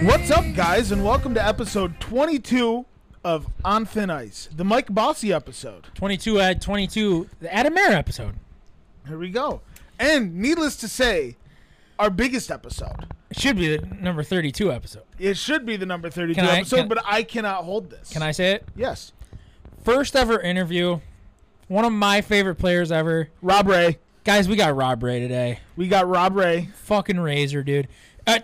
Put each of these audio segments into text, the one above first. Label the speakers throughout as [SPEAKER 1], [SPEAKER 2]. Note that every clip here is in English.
[SPEAKER 1] What's up, guys, and welcome to episode 22 of On Thin Ice, the Mike Bossy episode.
[SPEAKER 2] 22 at 22, the Adam Air episode.
[SPEAKER 1] Here we go. And needless to say, our biggest episode.
[SPEAKER 2] It should be the number 32 episode.
[SPEAKER 1] It should be the number 32
[SPEAKER 2] Can I-
[SPEAKER 1] episode,
[SPEAKER 2] can-
[SPEAKER 1] but I cannot hold this.
[SPEAKER 2] Can I say it?
[SPEAKER 1] Yes.
[SPEAKER 2] First ever interview. One of my favorite players ever.
[SPEAKER 1] Rob Ray.
[SPEAKER 2] Guys, we got Rob Ray today.
[SPEAKER 1] We got Rob Ray.
[SPEAKER 2] Fucking razor, dude. Uh,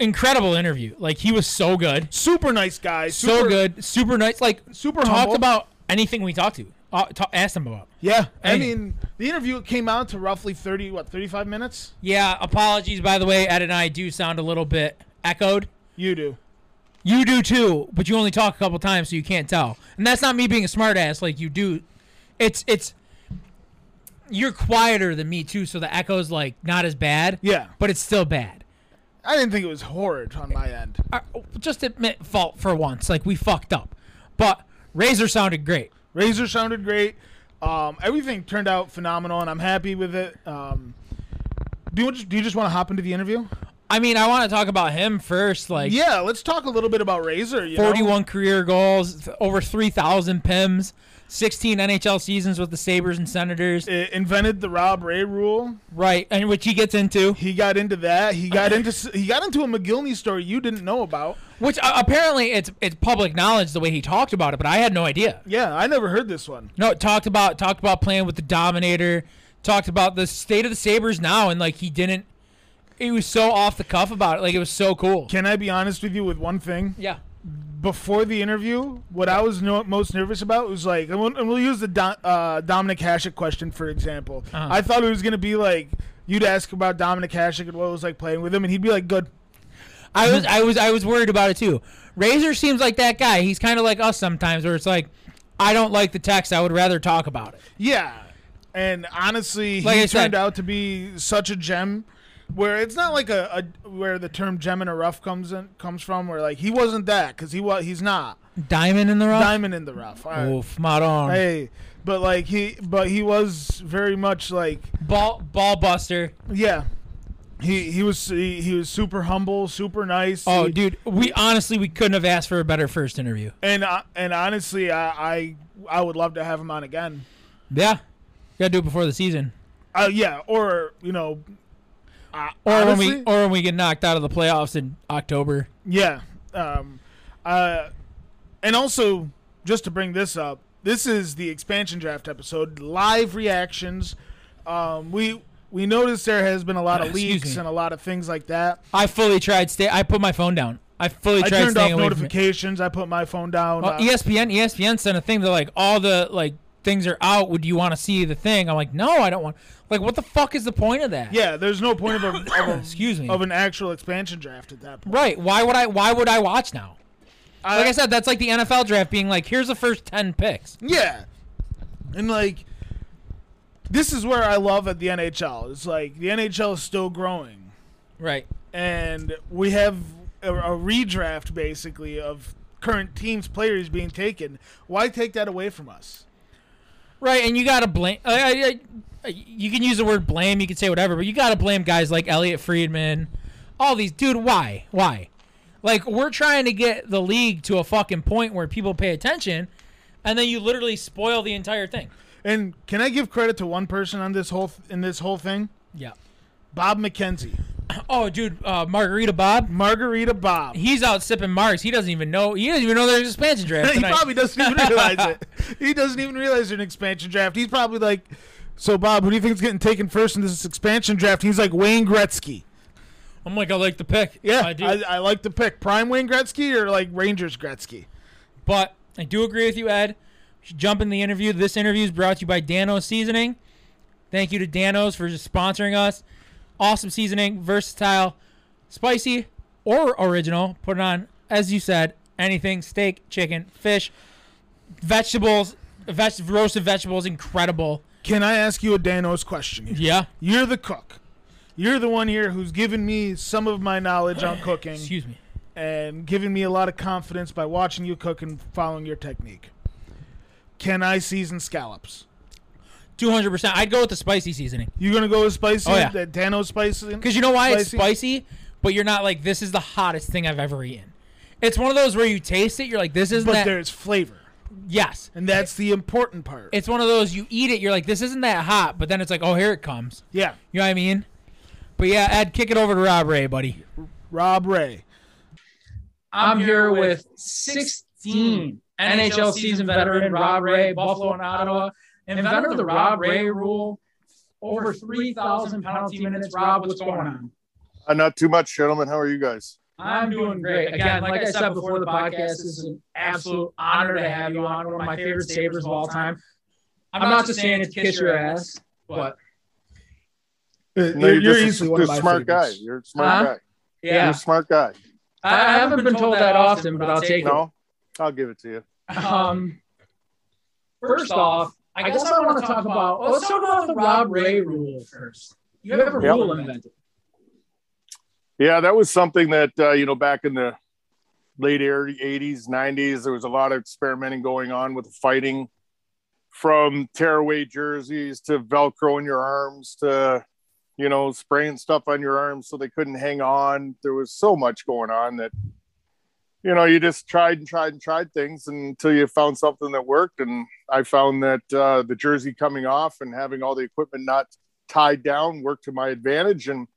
[SPEAKER 2] incredible interview. Like, he was so good.
[SPEAKER 1] Super nice guy. Super,
[SPEAKER 2] so good. Super nice. Like,
[SPEAKER 1] Super
[SPEAKER 2] talked
[SPEAKER 1] humble.
[SPEAKER 2] about anything we talked to. Uh, ta- asked him about.
[SPEAKER 1] Yeah. I
[SPEAKER 2] Hey.
[SPEAKER 1] mean, the interview came out to roughly 30, what, 35 minutes?
[SPEAKER 2] Yeah, apologies, by the way. Ed and I do sound a little bit echoed.
[SPEAKER 1] You do.
[SPEAKER 2] You do too, but you only talk a couple times, so you can't tell. And that's not me being a smartass. Like you do, it's it's. You're quieter than me too, so the echo's like not as bad.
[SPEAKER 1] Yeah.
[SPEAKER 2] but it's still bad.
[SPEAKER 1] I didn't think it was horrid on my end.
[SPEAKER 2] Uh, Just admit fault for once. Like we fucked up, but Razor sounded great.
[SPEAKER 1] Razor sounded great. Um, everything turned out phenomenal, and I'm happy with it. Um, do you do you just want to hop into the interview?
[SPEAKER 2] I mean, I want to talk about him first. Like
[SPEAKER 1] Yeah, let's talk a little bit about Razor. You know?
[SPEAKER 2] 41 career goals, th- over 3,000 pims, 16 NHL seasons with the Sabers and Senators.
[SPEAKER 1] I- invented the Rob Ray rule.
[SPEAKER 2] Right, and which he gets into.
[SPEAKER 1] He got into that. He got into s- he got into a McGillney story you didn't know about.
[SPEAKER 2] Which uh, apparently it's it's public knowledge the way he talked about it, but I had no idea.
[SPEAKER 1] Yeah, I never heard this one.
[SPEAKER 2] No, talked about talked about playing with the Dominator, talked about the state of the Sabers now, and like he didn't. He was so off the cuff about it, like it was so cool.
[SPEAKER 1] Can I be honest with you with one thing?
[SPEAKER 2] Yeah,
[SPEAKER 1] Before the interview, what I was no- most nervous about was like, and we'll, and we'll use the Do- uh, Dominic Hasek question for example.
[SPEAKER 2] Uh-huh.
[SPEAKER 1] I thought it was gonna be like you'd ask about Dominic Hasek and what it was like playing with him, and he'd be like, "Good."
[SPEAKER 2] I was I was I was worried about it too. Razor seems like that guy. He's kind of like us sometimes, where it's like, I don't like the text. I would rather talk about it.
[SPEAKER 1] Yeah. And honestly,
[SPEAKER 2] Like
[SPEAKER 1] he
[SPEAKER 2] I said-
[SPEAKER 1] turned out to be such a gem where it's not like a, a where the term gem in a rough comes in, comes from where like he wasn't that cuz he was he's not
[SPEAKER 2] Diamond in the rough.
[SPEAKER 1] diamond in the rough. All right.
[SPEAKER 2] Oof, Maron.
[SPEAKER 1] Hey, but like he but he was very much like
[SPEAKER 2] Ball ball buster.
[SPEAKER 1] yeah. He he was he, he was super humble, super nice.
[SPEAKER 2] Oh,
[SPEAKER 1] He-
[SPEAKER 2] dude, we honestly we couldn't have asked for a better first interview.
[SPEAKER 1] and uh, and honestly, I, I I would love to have him on again.
[SPEAKER 2] Yeah, gotta do it before the season.
[SPEAKER 1] Uh, yeah, or you know, uh,
[SPEAKER 2] Or
[SPEAKER 1] honestly,
[SPEAKER 2] when we or when we get knocked out of the playoffs in October.
[SPEAKER 1] Yeah. Um, uh, and also, just to bring this up, this is the expansion draft episode, live reactions. Um, we we noticed there has been a lot of
[SPEAKER 2] Excuse
[SPEAKER 1] leaks
[SPEAKER 2] me.
[SPEAKER 1] and a lot of things like that.
[SPEAKER 2] I fully tried stay. I put my phone down. I fully
[SPEAKER 1] I
[SPEAKER 2] tried
[SPEAKER 1] turned off
[SPEAKER 2] staying away from it. Oh, E
[SPEAKER 1] notifications. I put my phone down.
[SPEAKER 2] Well,
[SPEAKER 1] uh,
[SPEAKER 2] ESPN, ESPN sent a thing. They're like, all the like things are out. Would you want to see the thing? I'm like, no, I don't want. Like, what the fuck is the point of that?
[SPEAKER 1] yeah, there's no point of, a, of,
[SPEAKER 2] Excuse me.
[SPEAKER 1] a, of an actual expansion draft at that point.
[SPEAKER 2] right. Why would I? Why would I watch now?
[SPEAKER 1] I-
[SPEAKER 2] Like I said, that's like the NFL draft being like, here's the first ten picks.
[SPEAKER 1] Yeah. And like this is where I love at the NHL. It's like the NHL is still growing.
[SPEAKER 2] Right.
[SPEAKER 1] and we have a, a redraft basically of current teams players being taken why take that away from us
[SPEAKER 2] Right, and you gotta blame. I, I, I, you can use the word blame. You can say whatever, but you gotta blame guys like Elliot Friedman, all these dude. Why? Why? Like we're trying to get the league to a fucking point where people pay attention, and then you literally spoil the entire thing.
[SPEAKER 1] and can i give credit to one person on this whole in this whole thing
[SPEAKER 2] Yeah.
[SPEAKER 1] bob mckenzie
[SPEAKER 2] Oh, dude, uh, Margarita Bob.
[SPEAKER 1] margarita bob he
[SPEAKER 2] He's out sipping Mars. He doesn't even know. He doesn't even know there's an expansion draft. tonight.
[SPEAKER 1] probably doesn't even realize it he doesn't even realize there's an expansion draft he's probably like so bob who do you think's getting taken first in this expansion draft he's like wayne gretzky
[SPEAKER 2] I'm like, I like the pick.
[SPEAKER 1] yeah
[SPEAKER 2] I do.
[SPEAKER 1] I, I like to pick prime wayne gretzky or like rangers gretzky
[SPEAKER 2] But I do agree with you, Ed. We should Jump in the interview. This interview is brought to you by Dano's Seasoning. Thank you to Dano's for just sponsoring us. Awesome seasoning, versatile, spicy, or original. Put it on, as you said, anything steak, chicken, fish, vegetables, veg- roasted vegetables, incredible.
[SPEAKER 1] can i ask you a danos question here?
[SPEAKER 2] Yeah.
[SPEAKER 1] You're the cook. You're the one here who's given me some of my knowledge on cooking
[SPEAKER 2] Excuse me.
[SPEAKER 1] and given me a lot of confidence by watching you cook and following your technique. Can I season scallops?
[SPEAKER 2] 200%. I'd go with the spicy seasoning.
[SPEAKER 1] You gonna go with spicy?
[SPEAKER 2] Oh, yeah.
[SPEAKER 1] The Dano spicy?
[SPEAKER 2] Because you know why it's
[SPEAKER 1] Spicy?
[SPEAKER 2] spicy? but you're not like this is the hottest thing I've ever eaten. It's one of those where you taste it, you're like this isn't
[SPEAKER 1] but
[SPEAKER 2] that.
[SPEAKER 1] there's flavor,
[SPEAKER 2] yes,
[SPEAKER 1] and that's the important part.
[SPEAKER 2] it's one of those you eat it, you're like this isn't that hot, but then it's like oh here it comes.
[SPEAKER 1] yeah,
[SPEAKER 2] You know what I mean? But yeah, Ed, kick it over to Rob Ray, buddy.
[SPEAKER 1] Rob Ray.
[SPEAKER 3] I'm here with 16 NHL season veteran Rob Ray, Buffalo and Ottawa, inventor of the Rob Ray rule, over 3,000 penalty minutes. Rob, what's going on?
[SPEAKER 4] Uh, not too much, gentlemen. How are you guys?
[SPEAKER 3] I'm doing great. Again, like I said before the podcast, this is an absolute honor to have you on. One of my favorite Sabres of all time. I'm not just saying it to kiss your ass, but
[SPEAKER 1] Uh, you're,
[SPEAKER 4] No, you're,
[SPEAKER 1] you're
[SPEAKER 4] just
[SPEAKER 1] easily
[SPEAKER 4] a- just a,
[SPEAKER 1] one of my
[SPEAKER 4] smart guy.
[SPEAKER 1] favorites.
[SPEAKER 4] You're a smart
[SPEAKER 3] Huh?
[SPEAKER 4] guy. You're a
[SPEAKER 3] yeah,
[SPEAKER 4] smart guy.
[SPEAKER 3] I I haven't been told that often, but I'll take it.
[SPEAKER 4] No, I'll give it to you.
[SPEAKER 3] Um, first off, I guess I want to talk about. Let's talk about the Rob Ray rule first. You have a
[SPEAKER 4] Yep.
[SPEAKER 3] rule invented.
[SPEAKER 4] Yeah, that was something that uh, you know back in the late ear- '80s, '90s, there was a lot of experimenting going on with fighting, from tearaway jerseys to Velcro in your arms to you know spraying stuff on your arms so they couldn't hang on. There was so much going on that you know you just tried and tried and tried things until you found something that worked. And I found that uh, the jersey coming off and having all the equipment not tied down worked to my advantage and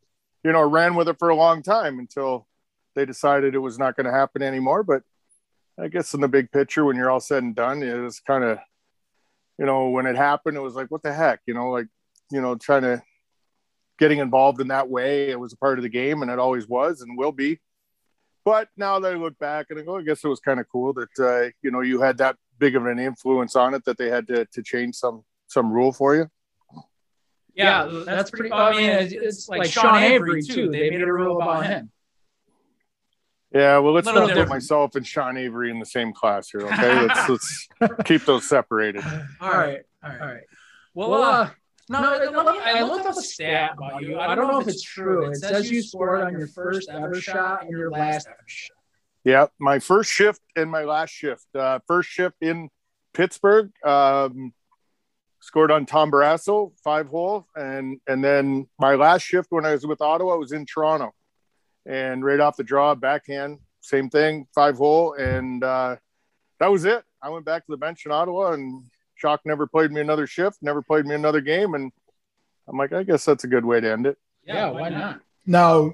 [SPEAKER 4] you know, ran with it for a long time until they decided it was not going to happen anymore. But I guess in the big picture, when you're all said and done, it was kind of, you know, when it happened, it was like, what the heck, you know, like, you know, trying to getting involved in that way. It was a part of the game, and it always was and will be. But now that I look back and I go, I guess it was kind of cool that uh, you know you had that big of an influence on it that they had to, to change some some rule for you.
[SPEAKER 3] Yeah, that's, pretty. I mean, it's, it's like Sean Avery too. They made a rule about him.
[SPEAKER 4] Yeah, well, let's
[SPEAKER 3] Little
[SPEAKER 4] not put
[SPEAKER 3] different.
[SPEAKER 4] myself and Sean Avery in the same class here, okay? let's let's keep those separated.
[SPEAKER 3] All right, all right, all right. Well, uh, no, I, I looked- I looked up a stat about you. I don't know if it's true. It says you scored on your first ever shot and your last ever shot.
[SPEAKER 4] Yeah, my first shift and my last shift. Uh, first shift in Pittsburgh, um, scored on Tom Barrasso, five hole, and and then my last shift when I was with Ottawa was in Toronto, and right off the draw, backhand, same thing, five hole, and uh, that was it. I went back to the bench in Ottawa, and Shock never played me another shift, never played me another game, and I'm like, I guess that's a good way to end it.
[SPEAKER 3] Yeah, why not?
[SPEAKER 1] Now,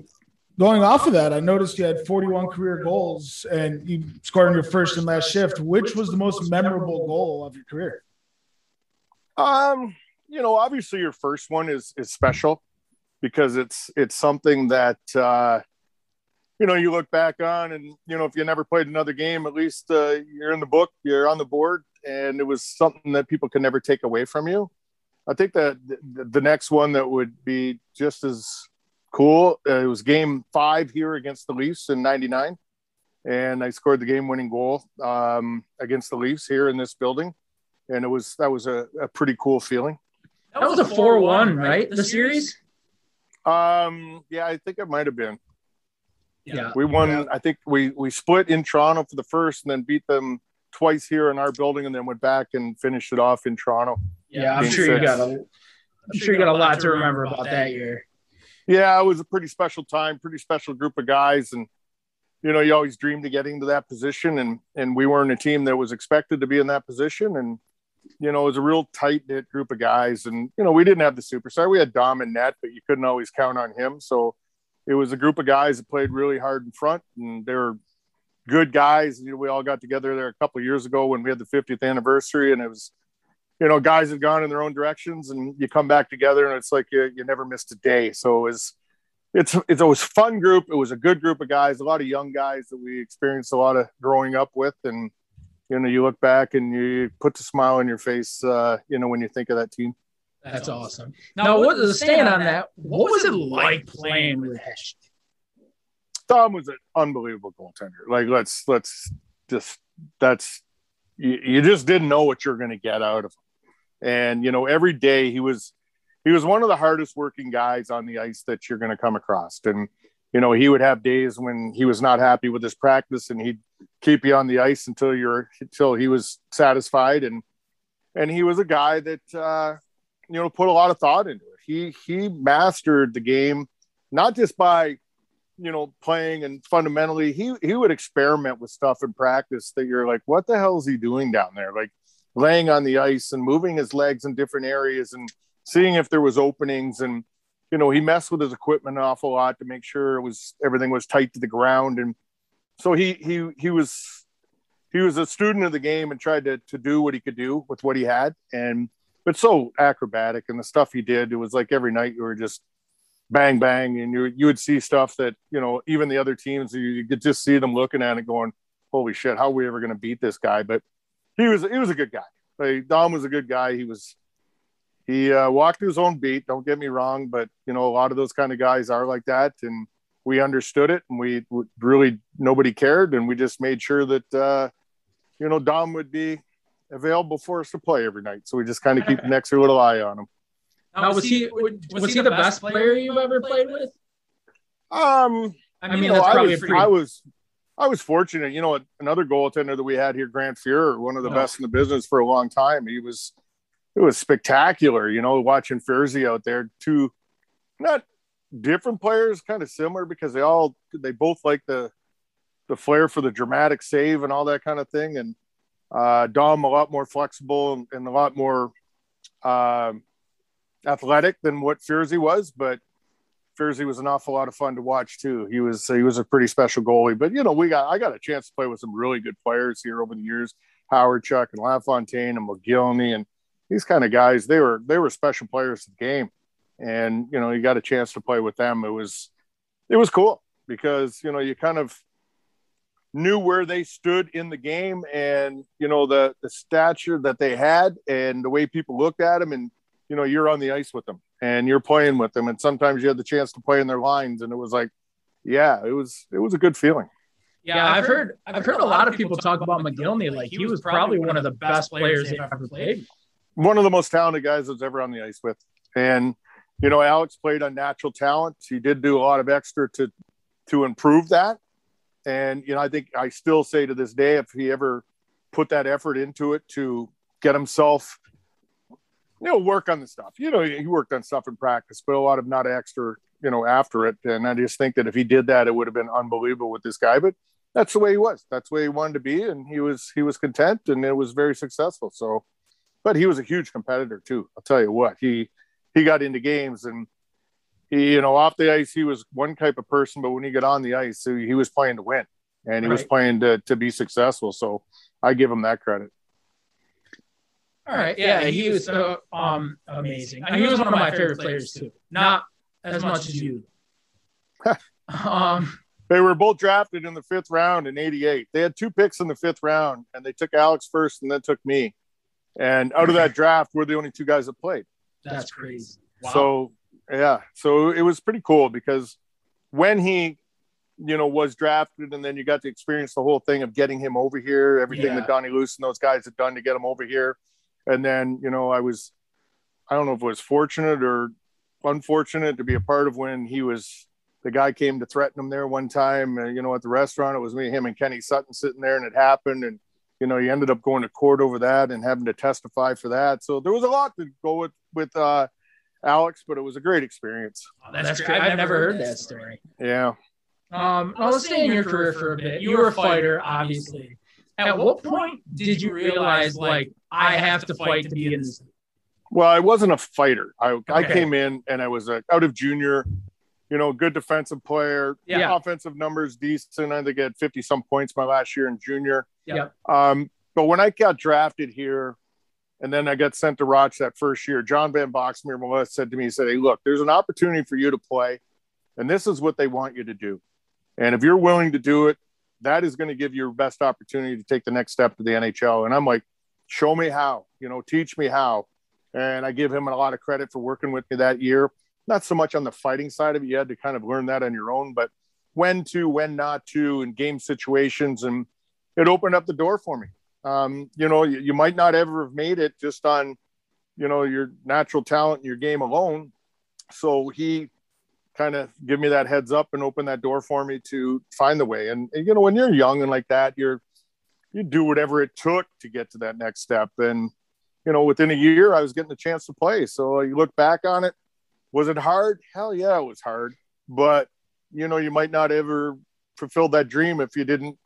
[SPEAKER 1] going off of that, I noticed you had 41 career goals and you scored on your first and last shift. Which was the most memorable goal of your career?
[SPEAKER 4] Um, you know, obviously your first one is is special because it's it's something that uh you know you look back on and you know if you never played another game at least uh, you're in the book you're on the board and it was something that people can never take away from you i think that the, the next one that would be just as cool uh, it was game five here against the leafs in 99 and i scored the game-winning goal um, against the leafs here in this building and it was that was a, a pretty cool feeling.
[SPEAKER 3] That was a four-one, right? The series.
[SPEAKER 4] Um, yeah, I think it might have been.
[SPEAKER 3] Yeah.
[SPEAKER 4] We won. I think we we split in Toronto for the first, and then beat them twice here in our building, and then went back and finished it off in Toronto.
[SPEAKER 3] Yeah, I'm
[SPEAKER 4] Game
[SPEAKER 3] sure you
[SPEAKER 4] six.
[SPEAKER 3] got a. I'm sure you got a lot to remember about that year.
[SPEAKER 4] Yeah, it was a pretty special time, pretty special group of guys, and you know, you always dreamed of getting to that position, and and we weren't a team that was expected to be in that position, and you know, it was a real tight knit group of guys, and you know, we didn't have the superstar, we had Dom and Net, but you couldn't always count on him, so it was a group of guys that played really hard in front, and they were good guys. You know, we all got together there a couple of years ago when we had the 50th anniversary, and it was. You know, guys had gone in their own directions, and you come back together, and it's like you, you never missed a day. So it was, it's it's always fun group. It was a good group of guys, a lot of young guys that we experienced a lot of growing up with, and you know you look back and you put the smile on your face, uh, you know when you think of that team.
[SPEAKER 3] That's awesome. Now, what was the stand on that? What was it like playing with Hesh?
[SPEAKER 4] Tom was an unbelievable goaltender. Like let's let's just that's you, you just didn't know what you're going to get out of him, and you know every day he was he was one of the hardest working guys on the ice that you're going to come across, and you know he would have days when he was not happy with his practice, and he'd keep you on the ice until you're until he was satisfied, and and he was a guy that uh, you know put a lot of thought into it. He he mastered the game not just by you know, playing and fundamentally he he would experiment with stuff in practice that you're like, what the hell is he doing down there? Like laying on the ice and moving his legs in different areas and seeing if there was openings and you know, he messed with his equipment an awful lot to make sure it was everything was tight to the ground. And so he he he was he was a student of the game and tried to to do what he could do with what he had. And but so acrobatic and the stuff he did, it was like every night you were just bang bang and you you would see stuff that you know even the other teams you, you could just see them looking at it going holy shit how are we ever going to beat this guy but he was he was a good guy like, dom was a good guy he was he uh, walked his own beat don't get me wrong but you know a lot of those kind of guys are like that and we understood it and we we really nobody cared and we just made sure that uh, you know dom would be available for us to play every night so we just kind of keep an extra little eye on him
[SPEAKER 3] Now, was he was, was he the best player you ever played with?
[SPEAKER 4] um
[SPEAKER 3] I mean,
[SPEAKER 4] you know,
[SPEAKER 3] that's
[SPEAKER 4] I
[SPEAKER 3] probably a
[SPEAKER 4] was,
[SPEAKER 3] pretty.
[SPEAKER 4] I was, I was fortunate. You know, another goaltender that we had here, Grant Fuhrer, one of the
[SPEAKER 3] Oh.
[SPEAKER 4] best in the business for a long time. He was, it was spectacular. You know, watching Furzy out there, two not different players, kind of similar because they all they both like the the flair for the dramatic save and all that kind of thing. And uh, Dom a lot more flexible and, and a lot more um, athletic than what Furzy was, but Fierzy was an awful lot of fun to watch too. He was he was a pretty special goalie. But you know, we got I got a chance to play with some really good players here over the years. Howard Chuck and LaFontaine and McGillney and these kind of guys, they were they were special players to the game. And you know, you got a chance to play with them. It was it was cool because you know you kind of knew where they stood in the game and you know the the stature that they had and the way people looked at them and you know you're on the ice with them and you're playing with them and sometimes you had the chance to play in their lines and it was like yeah it was it was a good feeling
[SPEAKER 3] Yeah, I've heard I've heard a lot of people talk about McGillney. Like he was probably one of the best players they've ever played. with.
[SPEAKER 4] one of the most talented guys I was ever on the ice with. And you know, Alex played on natural talent. He did do a lot of extra to to improve that. And you know, I think I still say to this day, if he ever put that effort into it to get himself, you know, work on the stuff. You know, he worked on stuff in practice, but a lot of not extra, you know, after it. And I just think that if he did that, it would have been unbelievable with this guy. But that's the way he was. That's the way he wanted to be, and he was he was content, and it was very successful. So but he was a huge competitor too. I'll tell you what, he he got into games and he, you know, off the ice he was one type of person, but when he got on the ice, he, he was playing to win and he was
[SPEAKER 3] Right.
[SPEAKER 4] playing to to be successful. So I give him that credit.
[SPEAKER 3] All right, yeah, he was uh, um amazing. He was one of my favorite players too. Not as much as you. um,
[SPEAKER 4] They were both drafted in the fifth round in '88. They had two picks in the fifth round, and they took Alex first, and then took me. And out of that draft, we're the only two guys that played.
[SPEAKER 3] that's crazy.
[SPEAKER 4] So yeah, so it was pretty cool because when he, you know, was drafted, and then you got to experience the whole thing of getting him over here, everything
[SPEAKER 3] Yeah.
[SPEAKER 4] that Donnie Luce and those guys had done to get him over here, and then you know I was, I don't know if it was fortunate or unfortunate to be a part of when he was. The guy came to threaten him there one time, uh, you know, at the restaurant. It was me, him, and Kenny Sutton sitting there, and it happened. And you know, he ended up going to court over that and having to testify for that. So there was a lot to go with with uh, Alex, but it was a great experience.
[SPEAKER 3] that's, great. I've, never heard that story.
[SPEAKER 4] Yeah.
[SPEAKER 3] Um, now let's stay in your career for a bit. You were a fighter, obviously. At what point did you realize like I have to fight to be in this?
[SPEAKER 4] Well, I wasn't a fighter. I I
[SPEAKER 3] Okay.
[SPEAKER 4] came in and I was a, out of junior. You know, good defensive player.
[SPEAKER 3] Yeah.
[SPEAKER 4] Offensive numbers decent. I think I had fifty some points my last year in junior.
[SPEAKER 3] Yep.
[SPEAKER 4] Um, but when I got drafted here, and then I got sent to Roch that first year, John Van Boxmeer Melissa said to me, he said, Hey, look, there's an opportunity for you to play, and this is what they want you to do. And if you're willing to do it, that is going to give you your best opportunity to take the next step to the NHL. And I'm like, show me how, you know, teach me how. And I give him a lot of credit for working with me that year. Not so much on the fighting side of it. You had to kind of learn that on your own, but when to, when not to, and game situations and it opened up the door for me. Um, you know, you, you might not ever have made it just on, you know, your natural talent and your game alone. So he kind of gave me that heads up and opened that door for me to find the way. And, and, you know, when you're young and like that, you're you do whatever it took to get to that next step. And you know, within a year, I was getting a chance to play. So you look back on it. Was it hard? Hell yeah, it was hard. But you know you might not ever fulfill that dream if you didn't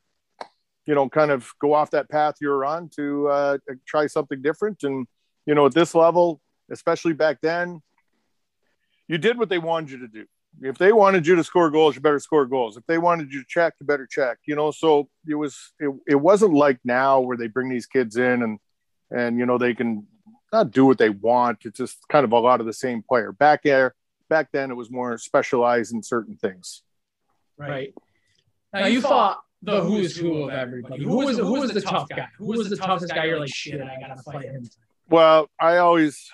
[SPEAKER 4] you know kind of go off that path you're on to uh, try something different and you know at this level especially back then you did what they wanted you to do if they wanted you to score goals you better score goals if they wanted you to check you better check you know so it was it, it wasn't like now where they bring these kids in and and you know they can not do what they want it's just kind of a lot of the same player back there back then it was more specialized in certain things
[SPEAKER 3] right now you fought the who's who of everybody who was who was the tough guy who was the toughest guy you're like shit i gotta fight him
[SPEAKER 4] well i always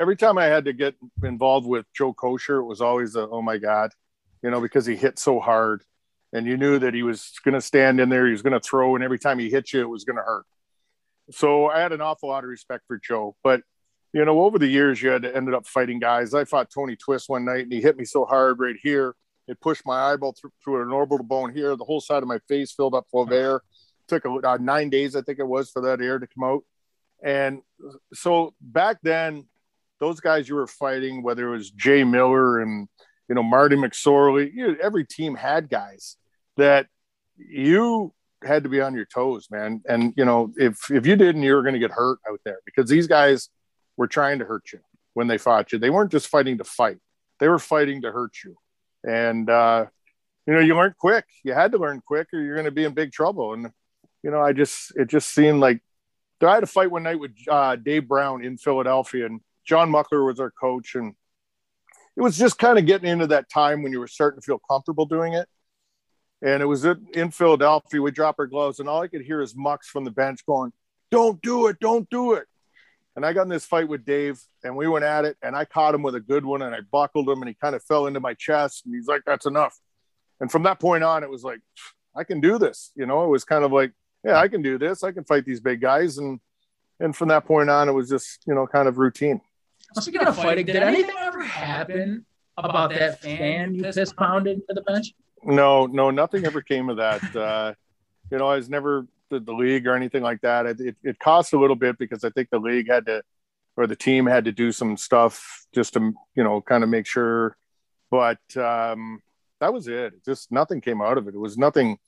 [SPEAKER 4] every time I had to get involved with Joe Kosher, it was always a, oh my God, you know, because he hit so hard and you knew that he was going to stand in there, he was going to throw, and every time he hit you, it was going to hurt. So I had an awful lot of respect for Joe. But, you know, over the years, you had ended up fighting guys. I fought Tony Twist one night and he hit me so hard right here, it pushed my eyeball through, through an orbital bone here. The whole side of my face filled up full of air. Took a, uh, nine days, I think it was, for that air to come out. And so back then, those guys you were fighting, whether it was Jay Miller and you know Marty McSorley, you know, every team had guys that you had to be on your toes, man. And you know if if you didn't, you were going to get hurt out there because these guys were trying to hurt you when they fought you. They weren't just fighting to fight; they were fighting to hurt you. And uh, you know you learned quick. You had to learn quick, or you're going to be in big trouble. And you know I just it just seemed like. I had a fight one night with uh, Dave Brown in Philadelphia, and John Muckler was our coach, and it was just kind of getting into that time when you were starting to feel comfortable doing it. And it was in Philadelphia. We drop our gloves, and all I could hear is Mucks from the bench going, "Don't do it! Don't do it!" And I got in this fight with Dave, and we went at it, and I caught him with a good one, and I buckled him, and he kind of fell into my chest, and he's like, "That's enough." And from that point on, it was like, "I can do this," you know. It was kind of like, "Yeah, I can do this. I can fight these big guys," and and from that point on, it was just you know kind of routine.
[SPEAKER 3] Speaking of fighting, did anything ever happen about that fan you fist pounded to the bench?
[SPEAKER 4] No, no, nothing ever came of that. Uh, you know, I was never the, the league or anything like that. It, it, it, cost a little bit because I think the league had to, or the team had to do some stuff just to, you know, kind of make sure. But um, that was it. Just nothing came out of it. It was nothing.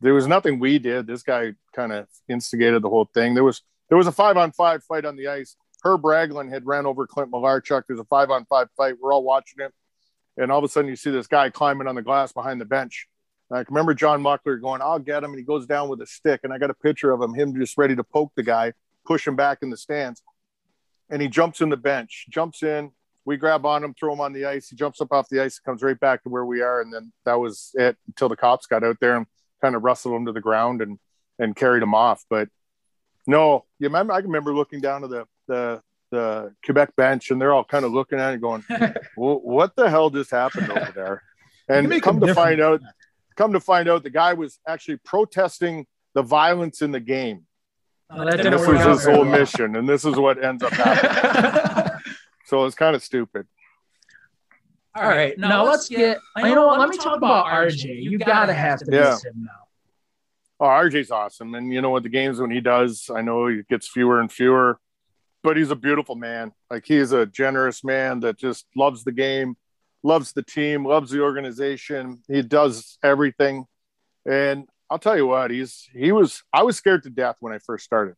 [SPEAKER 4] There was nothing we did. This guy kind of instigated the whole thing. There was there was a five on five fight on the ice. Herb Ragland had ran over Clint Malarchuk. There's a five on five fight. We're all watching it. And all of a sudden, you see this guy climbing on the glass behind the bench. And I remember John Muckler going, I'll get him. And he goes down with a stick. And I got a picture of him, him just ready to poke the guy, push him back in the stands. And he jumps in the bench, jumps in. We grab on him, throw him on the ice. He jumps up off the ice, comes right back to where we are. And then that was it until the cops got out there and kind of wrestled him to the ground and, and carried him off. But no, you remember, I remember looking down to the, the the Quebec bench, and they're all kind of looking at it, going, well, "What the hell just happened over there?" And come to find out, come to find out, the guy was actually protesting the violence in the game.
[SPEAKER 3] Oh,
[SPEAKER 4] and this was his whole well. mission, and this is what ends up happening. so it's kind of stupid.
[SPEAKER 3] All right, now, now let's, let's get. I you know what? Let me talk about RJ. You gotta have to yeah. miss him now.
[SPEAKER 4] Oh, RJ's awesome, and you know what? The games when he does, I know he gets fewer and fewer but he's a beautiful man. Like he's a generous man that just loves the game, loves the team, loves the organization. He does everything. And I'll tell you what, he's he was I was scared to death when I first started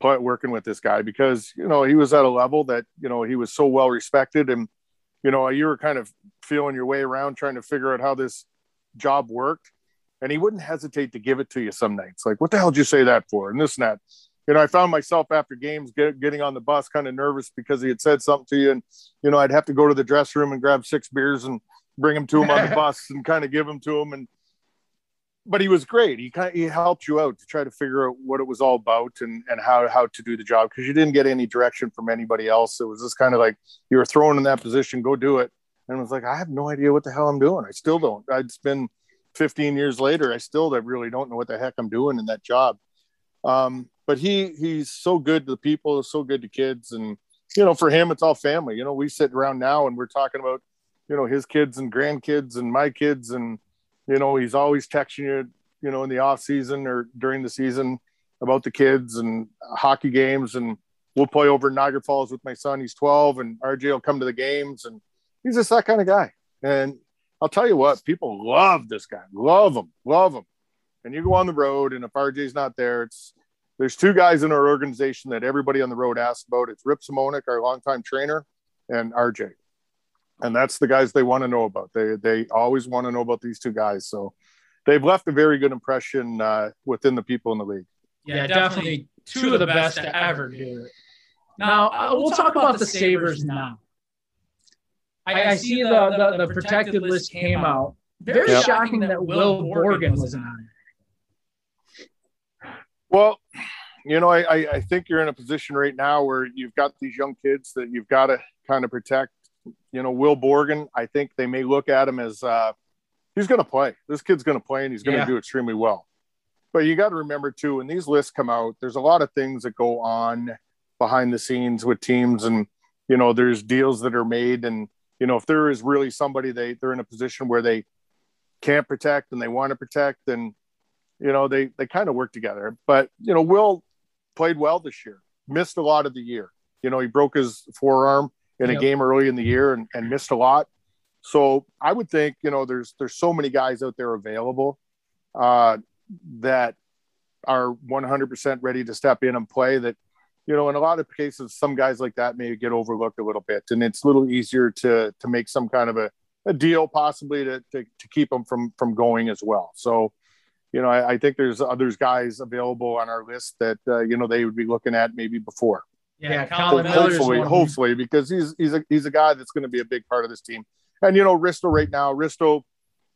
[SPEAKER 4] but working with this guy because you know he was at a level that you know he was so well respected and you know you were kind of feeling your way around trying to figure out how this job worked and he wouldn't hesitate to give it to you some nights like what the hell did you say that for and this and that you know, I found myself after games get, getting on the bus kind of nervous because he had said something to you, and you know, I'd have to go to the dress room and grab six beers and bring them to him on the bus and kind of give them to him. And but he was great. He kind of, he helped you out to try to figure out what it was all about and and how how to do the job because you didn't get any direction from anybody else. It was just kind of like you were thrown in that position, go do it. And it was like, I have no idea what the hell I'm doing. I still don't. It's been 15 years later. I still really don't know what the heck I'm doing in that job. Um, but he he's so good to the people, so good to kids, and you know, for him, it's all family. You know, we sit around now and we're talking about, you know, his kids and grandkids and my kids, and you know, he's always texting you, you know, in the off season or during the season about the kids and hockey games, and we'll play over in Niagara Falls with my son. He's twelve, and RJ will come to the games, and he's just that kind of guy, and I'll tell you what, people love this guy, love him, love him. And you go on the road, and if RJ's not there, it's there's two guys in our organization that everybody on the road asks about. It's Rip Simonic, our longtime trainer, and RJ. And that's the guys they want to know about. They they always want to know about these two guys. So they've left a very good impression uh, within the people in the league.
[SPEAKER 3] Yeah, definitely two of the best to ever do it. Now, uh, we'll talk about the Sabres now. I, I see the, the, the protected list came out. Very
[SPEAKER 4] Yeah.
[SPEAKER 3] shocking that Will Borgen was on it.
[SPEAKER 4] Well, you know, I, I, I think you're in a position right now where you've got these young kids that you've got to kind of protect. You know, Will Borgen, I think they may look at him as uh, he's going to play. This kid's going to play and he's going to
[SPEAKER 3] Yeah.
[SPEAKER 4] do extremely well. But you got to remember, too, when these lists come out, there's a lot of things that go on behind the scenes with teams. And, you know, there's deals that are made. And, you know, if there is really somebody they, they're in a position where they can't protect and they want to protect, then you know they they kind of work together but you know will played well this year missed a lot of the year you know he broke his forearm in
[SPEAKER 3] Yep.
[SPEAKER 4] a game early in the year and, and missed a lot so i would think you know there's there's so many guys out there available uh that are 100% ready to step in and play that you know in a lot of cases some guys like that may get overlooked a little bit and it's a little easier to to make some kind of a, a deal possibly to, to to keep them from from going as well so you know, I, I think there's others guys available on our list that uh, you know they would be looking at maybe before.
[SPEAKER 3] Yeah,
[SPEAKER 2] Yeah, Colin
[SPEAKER 3] Colin Miller's
[SPEAKER 4] hopefully,
[SPEAKER 3] one.
[SPEAKER 4] hopefully, because he's he's a he's a guy that's going to be a big part of this team. And you know, Risto right now, Risto,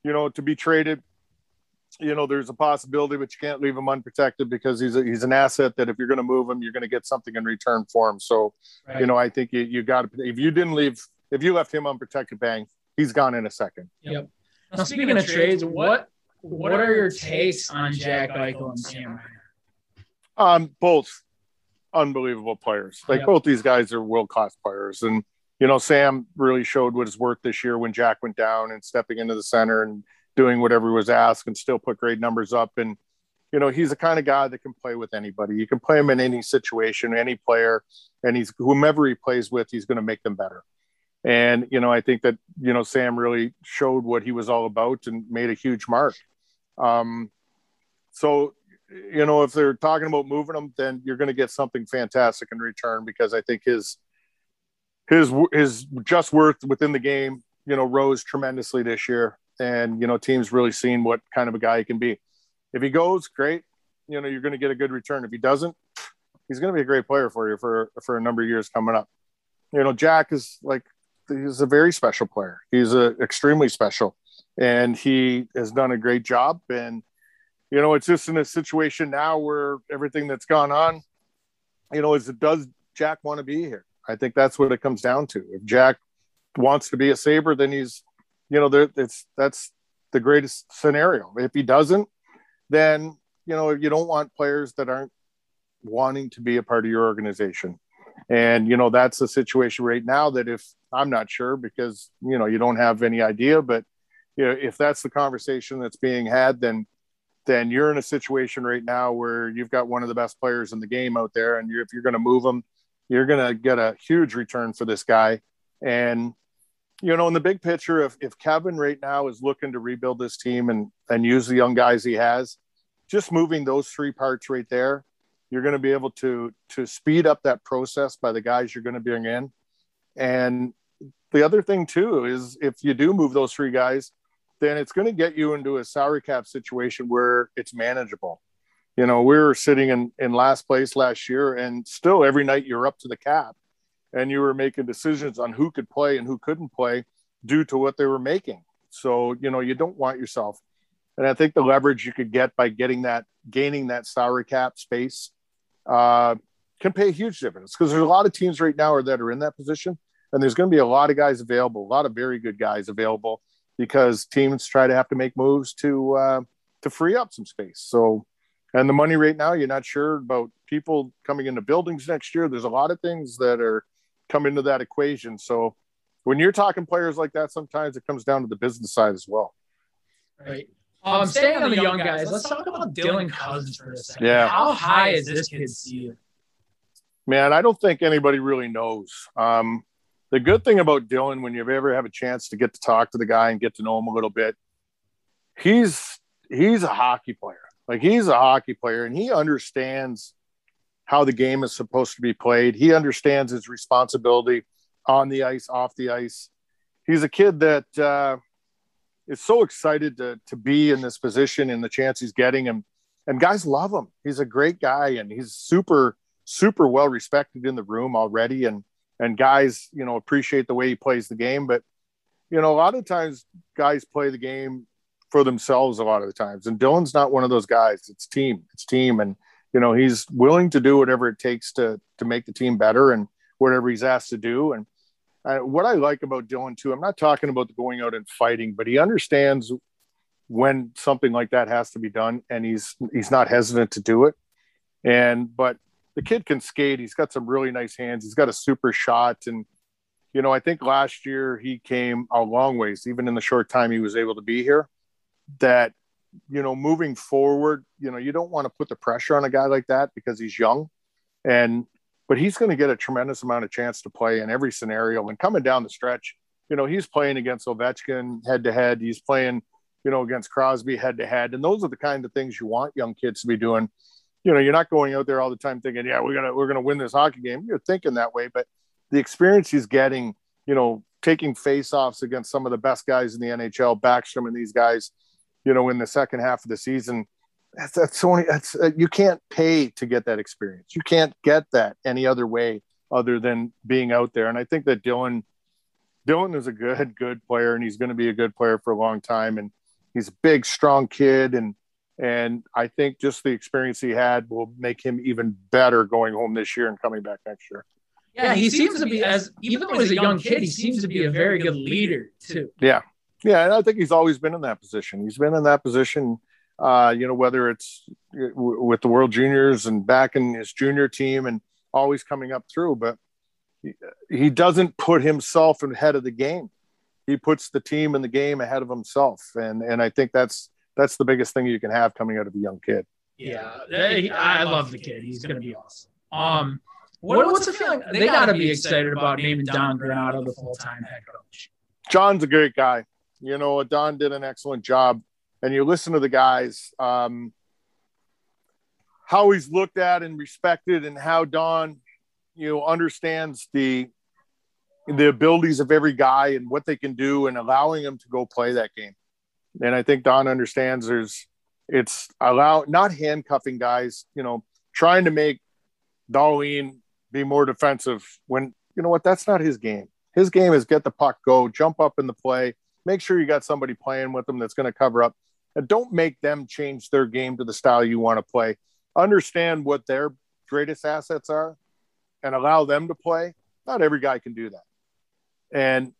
[SPEAKER 4] you know, to be traded, you know, there's a possibility, but you can't leave him unprotected because he's a, he's an asset that if you're going to move him, you're going to get something in return for him. So,
[SPEAKER 3] Right.
[SPEAKER 4] you know, I think you you got to if you didn't leave if you left him unprotected, bang, he's gone in a second.
[SPEAKER 3] Now, speaking of trades, what what are your takes on Jack Eichel and Sam? Reinhart?
[SPEAKER 4] Um, both unbelievable players. Like
[SPEAKER 3] Yeah.
[SPEAKER 4] both these guys are world class players, and you know Sam really showed what his worth this year when Jack went down and stepping into the center and doing whatever was asked and still put great numbers up. And you know he's the kind of guy that can play with anybody. You can play him in any situation, any player, and he's whomever he plays with, he's going to make them better. And you know I think that you know Sam really showed what he was all about and made a huge mark. Um, so you know, if they're talking about moving him, then you're going to get something fantastic in return because I think his his his just worth within the game, you know, rose tremendously this year, and you know, teams really seen what kind of a guy he can be. If he goes, great. You know, you're going to get a good return. If he doesn't, he's going to be a great player for you for for a number of years coming up. You know, Jack is like he's a very special player. He's a extremely special, and he has done a great job and you know, it's just in a situation now where everything that's gone on, you know, is it does Jack want to be here? I think that's what it comes down to. If Jack wants to be a Saber, then he's, you know, there it's that's the greatest scenario. If he doesn't, then you know you don't want players that aren't wanting to be a part of your organization. And you know that's the situation right now. That if I'm not sure because you know you don't have any idea, but you know if that's the conversation that's being had, then then you're in a situation right now where you've got one of the best players in the game out there, and you're, if you're going to move him, you're going to get a huge return for this guy. And you know, in the big picture, if if Kevin right now is looking to rebuild this team and and use the young guys he has, just moving those three parts right there, you're going to be able to to speed up that process by the guys you're going to bring in. And the other thing too is if you do move those three guys, then it's going to get you into a salary cap situation where it's manageable. You know, we were sitting in, in last place last year, and still every night you're up to the cap and you were making decisions on who could play and who couldn't play due to what they were making. So, you know, you don't want yourself. And I think the leverage you could get by getting that, gaining that salary cap space uh, can pay huge dividends because there's a lot of teams right now that are in that position. And there's going to be a lot of guys available, a lot of very good guys available because teams try to have to make moves to uh, to free up some space. So, and the money right now, you're not sure about people coming into buildings next year. There's a lot of things that are come into that equation. So, when you're talking players like that, sometimes it comes down to the business side as well.
[SPEAKER 3] Right. Um, staying on the young guys, let's talk about Dylan Cousins for a second.
[SPEAKER 4] Yeah.
[SPEAKER 3] How high is this kid's ceiling?
[SPEAKER 4] Man, I don't think anybody really knows. Um, the good thing about Dylan, when you ever have a chance to get to talk to the guy and get to know him a little bit, he's he's a hockey player. Like he's a hockey player, and he understands how the game is supposed to be played. He understands his responsibility on the ice, off the ice. He's a kid that uh, is so excited to to be in this position and the chance he's getting, and and guys love him. He's a great guy, and he's super super well respected in the room already, and and guys you know appreciate the way he plays the game but you know a lot of times guys play the game for themselves a lot of the times and dylan's not one of those guys it's team it's team and you know he's willing to do whatever it takes to to make the team better and whatever he's asked to do and uh, what i like about dylan too i'm not talking about the going out and fighting but he understands when something like that has to be done and he's he's not hesitant to do it and but the kid can skate. He's got some really nice hands. He's got a super shot. And, you know, I think last year he came a long ways, even in the short time he was able to be here. That, you know, moving forward, you know, you don't want to put the pressure on a guy like that because he's young. And, but he's going to get a tremendous amount of chance to play in every scenario. And coming down the stretch, you know, he's playing against Ovechkin head to head. He's playing, you know, against Crosby head to head. And those are the kind of things you want young kids to be doing you know you're not going out there all the time thinking yeah we're gonna we're gonna win this hockey game you're thinking that way but the experience he's getting you know taking face-offs against some of the best guys in the nhl backstrom and these guys you know in the second half of the season that's that's only that's uh, you can't pay to get that experience you can't get that any other way other than being out there and i think that dylan dylan is a good good player and he's going to be a good player for a long time and he's a big strong kid and and I think just the experience he had will make him even better going home this year and coming back next year.
[SPEAKER 3] Yeah, he, he seems, seems to be as even though he's a young kid, he seems to be a very good leader too.
[SPEAKER 4] Yeah, yeah, and I think he's always been in that position. He's been in that position, uh, you know, whether it's uh, with the World Juniors and back in his junior team, and always coming up through. But he, he doesn't put himself ahead of the game. He puts the team and the game ahead of himself, and and I think that's that's the biggest thing you can have coming out of a young kid.
[SPEAKER 3] Yeah, they, I love the kid. He's going to be awesome. Um, what, what's the feeling? They got to be excited about naming Don Granado the full time head coach.
[SPEAKER 4] John's a great guy. You know, Don did an excellent job. And you listen to the guys, um, how he's looked at and respected, and how Don, you know, understands the the abilities of every guy and what they can do, and allowing them to go play that game and I think Don understands there's it's allow not handcuffing guys, you know, trying to make Darlene be more defensive when you know what that's not his game. His game is get the puck, go, jump up in the play, make sure you got somebody playing with them that's going to cover up, and don't make them change their game to the style you want to play. Understand what their greatest assets are, and allow them to play. Not every guy can do that, and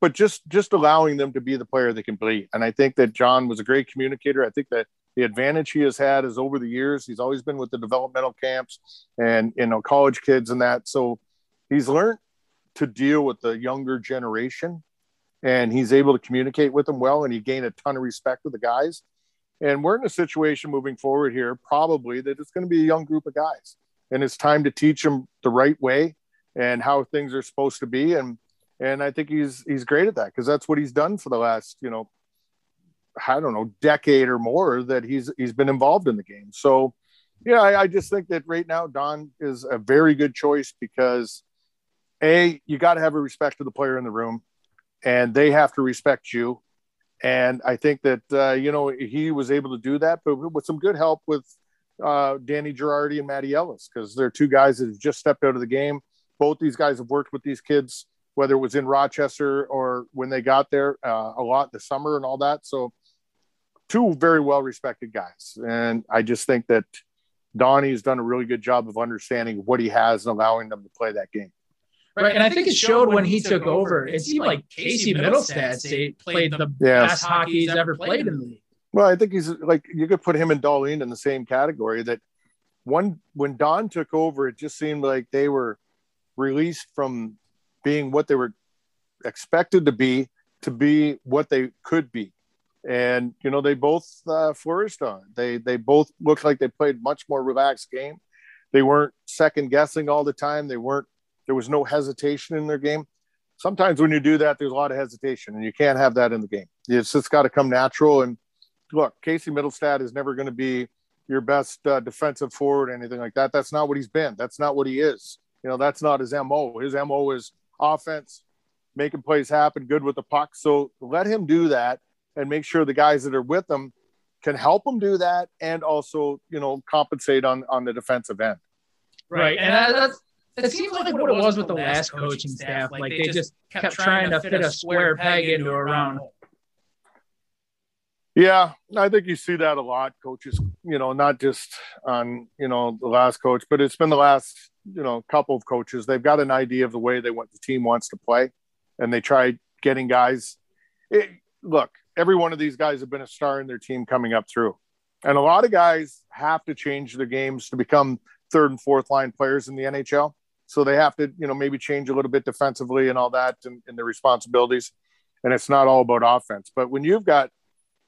[SPEAKER 4] but just just allowing them to be the player they can be. And I think that John was a great communicator. I think that the advantage he has had is over the years he's always been with the developmental camps and you know college kids and that. So he's learned to deal with the younger generation, and he's able to communicate with them well, and he gained a ton of respect with the guys. And we're in a situation moving forward here, probably that it's going to be a young group of guys, and it's time to teach them the right way and how things are supposed to be. And and I think he's he's great at that because that's what he's done for the last you know I don't know decade or more that he's he's been involved in the game. So yeah, I, I just think that right now Don is a very good choice because a you got to have a respect to the player in the room, and they have to respect you. And I think that uh, you know he was able to do that, but with some good help with uh, Danny Girardi and Matty Ellis because they're two guys that have just stepped out of the game. Both these guys have worked with these kids whether it was in Rochester or when they got there uh, a lot the summer and all that. So, two very well respected guys. And I just think that Donnie has done a really good job of understanding what he has and allowing them to play that game.
[SPEAKER 3] Right. And I think it showed when he took over, it seemed like Casey Middlestat played the yeah. best hockey he's ever played in the league.
[SPEAKER 4] Well, I think he's like, you could put him and Darlene in the same category that one, when Don took over, it just seemed like they were released from being what they were expected to be to be what they could be and you know they both uh, flourished on it. they they both looked like they played much more relaxed game they weren't second guessing all the time they weren't there was no hesitation in their game sometimes when you do that, there's a lot of hesitation, and you can't have that in the game. It's just got to come natural. And look, Casey Middlestad is never going to be your best uh, defensive forward, or anything like that. That's not what he's been. That's not what he is. You know, that's not his mo. His mo is offense, making plays happen, good with the puck. So let him do that, and make sure the guys that are with him can help him do that, and also you know compensate on on the defensive end.
[SPEAKER 3] Right, and, that, that's it seems like what it was with the last coaching staff. Like they just kept trying to fit a square peg into a round hole.
[SPEAKER 4] Yeah, I think you see that a lot, coaches. You know, not just on you know the last coach, but it's been the last you know couple of coaches. They've got an idea of the way they want the team wants to play, and they try getting guys. It, look, every one of these guys have been a star in their team coming up through, and a lot of guys have to change their games to become third and fourth line players in the NHL. So they have to, you know, maybe change a little bit defensively and all that and, and their responsibilities. And it's not all about offense. But when you've got,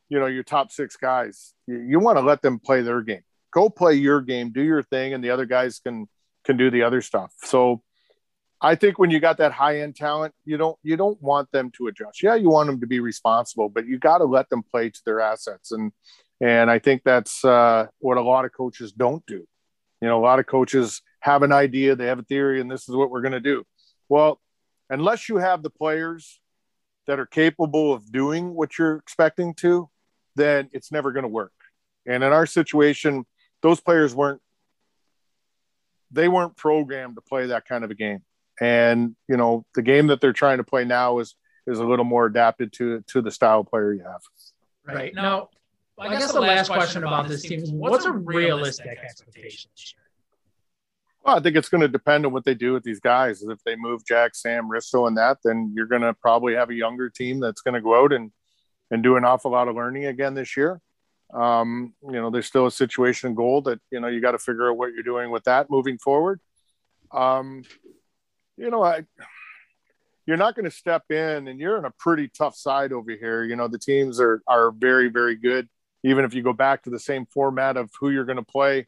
[SPEAKER 4] you know, your top six guys, you, you want to let them play their game. Go play your game, do your thing, and the other guys can can do the other stuff. So I think when you got that high end talent, you don't you don't want them to adjust. Yeah, you want them to be responsible, but you got to let them play to their assets. And and I think that's uh, what a lot of coaches don't do. You know, a lot of coaches have an idea, they have a theory, and this is what we're going to do. Well, unless you have the players that are capable of doing what you're expecting to, then it's never going to work. And in our situation, those players weren't they weren't programmed to play that kind of a game. And you know, the game that they're trying to play now is is a little more adapted to to the style player you have.
[SPEAKER 3] Right. Now, I guess, I guess the last question about this team is what's a realistic expectation this year?
[SPEAKER 4] Well, I think it's going to depend on what they do with these guys. If they move Jack, Sam, Risto, and that, then you're going to probably have a younger team that's going to go out and and do an awful lot of learning again this year. Um, you know, there's still a situation goal that you know you got to figure out what you're doing with that moving forward. Um, you know, I you're not going to step in, and you're in a pretty tough side over here. You know, the teams are are very very good even if you go back to the same format of who you're going to play,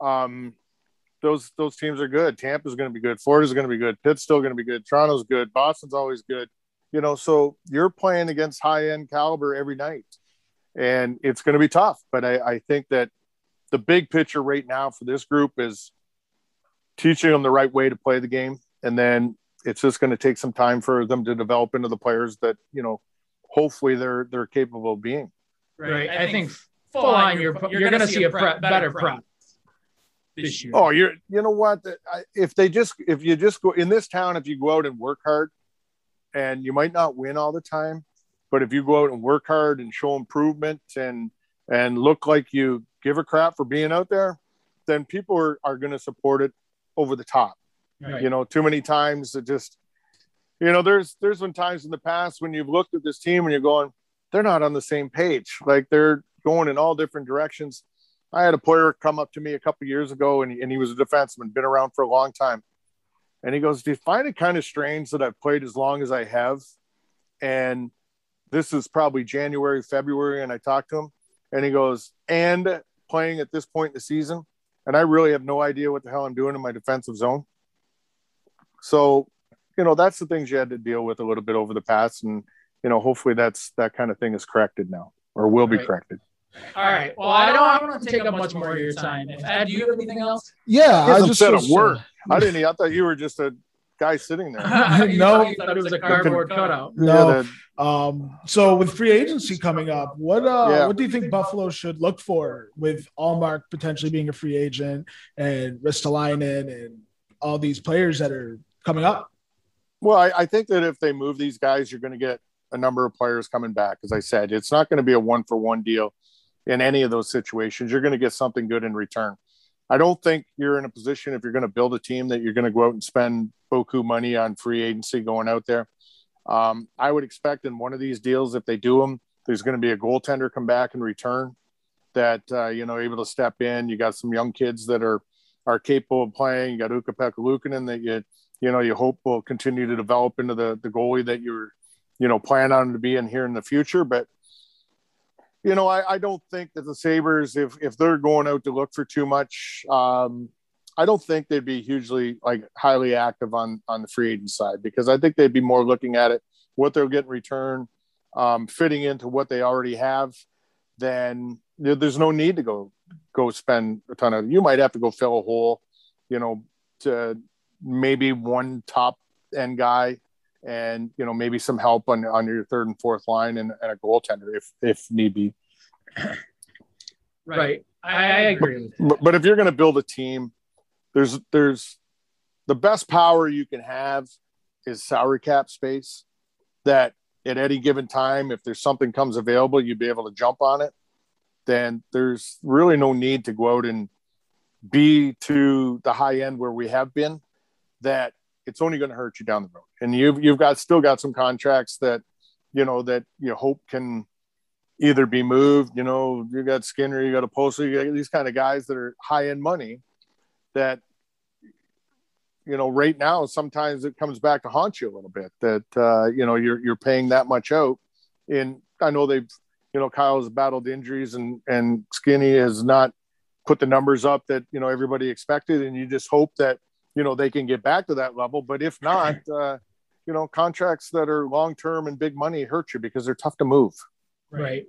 [SPEAKER 4] um, those those teams are good. Tampa's going to be good. Florida's going to be good. Pitt's still going to be good. Toronto's good. Boston's always good. You know, so you're playing against high end caliber every night, and it's going to be tough. But I, I think that the big picture right now for this group is teaching them the right way to play the game, and then it's just going to take some time for them to develop into the players that you know, hopefully they're they're capable of being.
[SPEAKER 3] Right. right? I, I think, think full on, you're, you're, you're going to see a pre- better product this year.
[SPEAKER 4] Oh, you're, you know what? If they just, if you just go in this town, if you go out and work hard, and you might not win all the time, but if you go out and work hard and show improvement and, and look like you give a crap for being out there, then people are, are going to support it over the top. Right. You know, too many times it just, you know, there's there's been times in the past when you've looked at this team and you're going, they're not on the same page. Like they're going in all different directions. I had a player come up to me a couple years ago, and, and he was a defenseman, been around for a long time. And he goes, Do you find it kind of strange that I've played as long as I have? And this is probably January, February. And I talked to him, and he goes, And playing at this point in the season. And I really have no idea what the hell I'm doing in my defensive zone. So, you know, that's the things you had to deal with a little bit over the past. And, you know, hopefully that's that kind of thing is corrected now or will be
[SPEAKER 3] Right.
[SPEAKER 4] corrected.
[SPEAKER 3] All right. Well, I don't, I don't want to take up much more of your time. If, Ed, do you have anything else?
[SPEAKER 1] Yeah,
[SPEAKER 4] I
[SPEAKER 1] I
[SPEAKER 4] just
[SPEAKER 1] just
[SPEAKER 4] said a
[SPEAKER 1] was-
[SPEAKER 4] word. I didn't. I thought you were just a guy sitting there.
[SPEAKER 3] You
[SPEAKER 1] No.
[SPEAKER 3] thought- you thought it was a cardboard cutout.
[SPEAKER 1] No.
[SPEAKER 4] Yeah, that-
[SPEAKER 1] Um, so with free agency coming up, what uh,
[SPEAKER 4] Yeah.
[SPEAKER 1] what do you think Buffalo should look for with Allmark potentially being a free agent and Ristolainen and all these players that are coming up?
[SPEAKER 4] well, I, I think that if they move these guys, you're going to get a number of players coming back. As I said, it's not going to be a one for one deal in any of those situations. You're going to get something good in return. I don't think you're in a position if you're going to build a team that you're going to go out and spend beaucoup money on free agency going out there. Um, I would expect in one of these deals, if they do them, there's going to be a goaltender come back in return that uh, you know able to step in. You got some young kids that are are capable of playing. You got Uka Pekalukinen that you you know you hope will continue to develop into the the goalie that you're you know plan on to be in here in the future. But you know I, I don't think that the Sabers if if they're going out to look for too much. Um, I don't think they'd be hugely like highly active on on the free agent side because I think they'd be more looking at it what they'll get in return, um, fitting into what they already have. Then there- there's no need to go go spend a ton of. You might have to go fill a hole, you know, to maybe one top end guy and you know maybe some help on on your third and fourth line and, and a goaltender if if need be.
[SPEAKER 3] Right. I, I agree with that.
[SPEAKER 4] But, but if you're going to build a team, there's there's the best power you can have is salary cap space. That at any given time, if there's something comes available, you'd be able to jump on it. Then there's really no need to go out and be to the high end where we have been. That it's only going to hurt you down the road, and you've you've got still got some contracts that you know that you hope can either be moved. You know, you got Skinner, you got a Postal, you got these kind of guys that are high end money that, you know, right now, sometimes it comes back to haunt you a little bit that, uh, you know, you're, you're paying that much out. And I know they've, you know, Kyle's battled injuries and, and Skinny has not put the numbers up that, you know, everybody expected. And you just hope that, you know, they can get back to that level. But if not, uh, you know, contracts that are long term and big money hurt you because they're tough to move.
[SPEAKER 3] Right.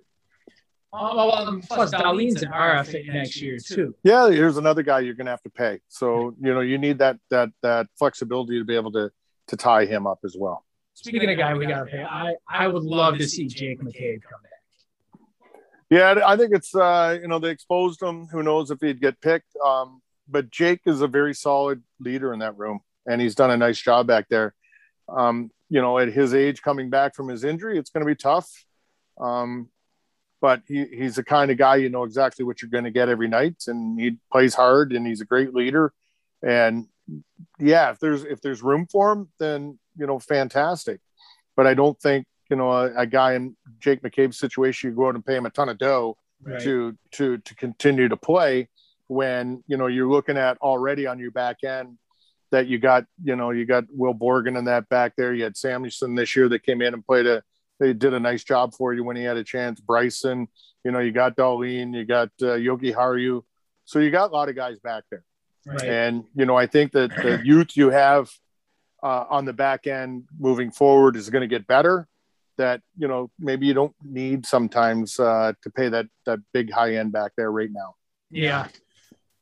[SPEAKER 3] Oh, well, um, plus, Darlene's an RFA next year, too.
[SPEAKER 4] yeah here's another guy you're gonna have to pay so you know you need that that that flexibility to be able to to tie him up as well
[SPEAKER 3] Speaking of guy we got to pay, I, I would love to see Jake McCabe come back.
[SPEAKER 4] yeah i think it's uh you know they exposed him who knows if he'd get picked um but jake is a very solid leader in that room and he's done a nice job back there um you know at his age coming back from his injury it's going to be tough um but he, he's the kind of guy you know exactly what you're going to get every night and he plays hard and he's a great leader and yeah, if there's if there's room for him, then you know, fantastic. But I don't think you know a, a guy in Jake McCabe's situation, you go out and pay him a ton of dough
[SPEAKER 3] Right.
[SPEAKER 4] to to to continue to play when you know you're looking at already on your back end that you got you know you got Will Borgen in that back there. You had Samuelson this year that came in and played a they did a nice job for you when he had a chance. Bryson, you know, you got Darlene, you got uh, Yogi Haru, so you got a lot of guys back there.
[SPEAKER 3] Right.
[SPEAKER 4] And you know, I think that the youth you have uh, on the back end moving forward is going to get better. That you know, maybe you don't need sometimes uh, to pay that that big high end back there right now.
[SPEAKER 3] Yeah.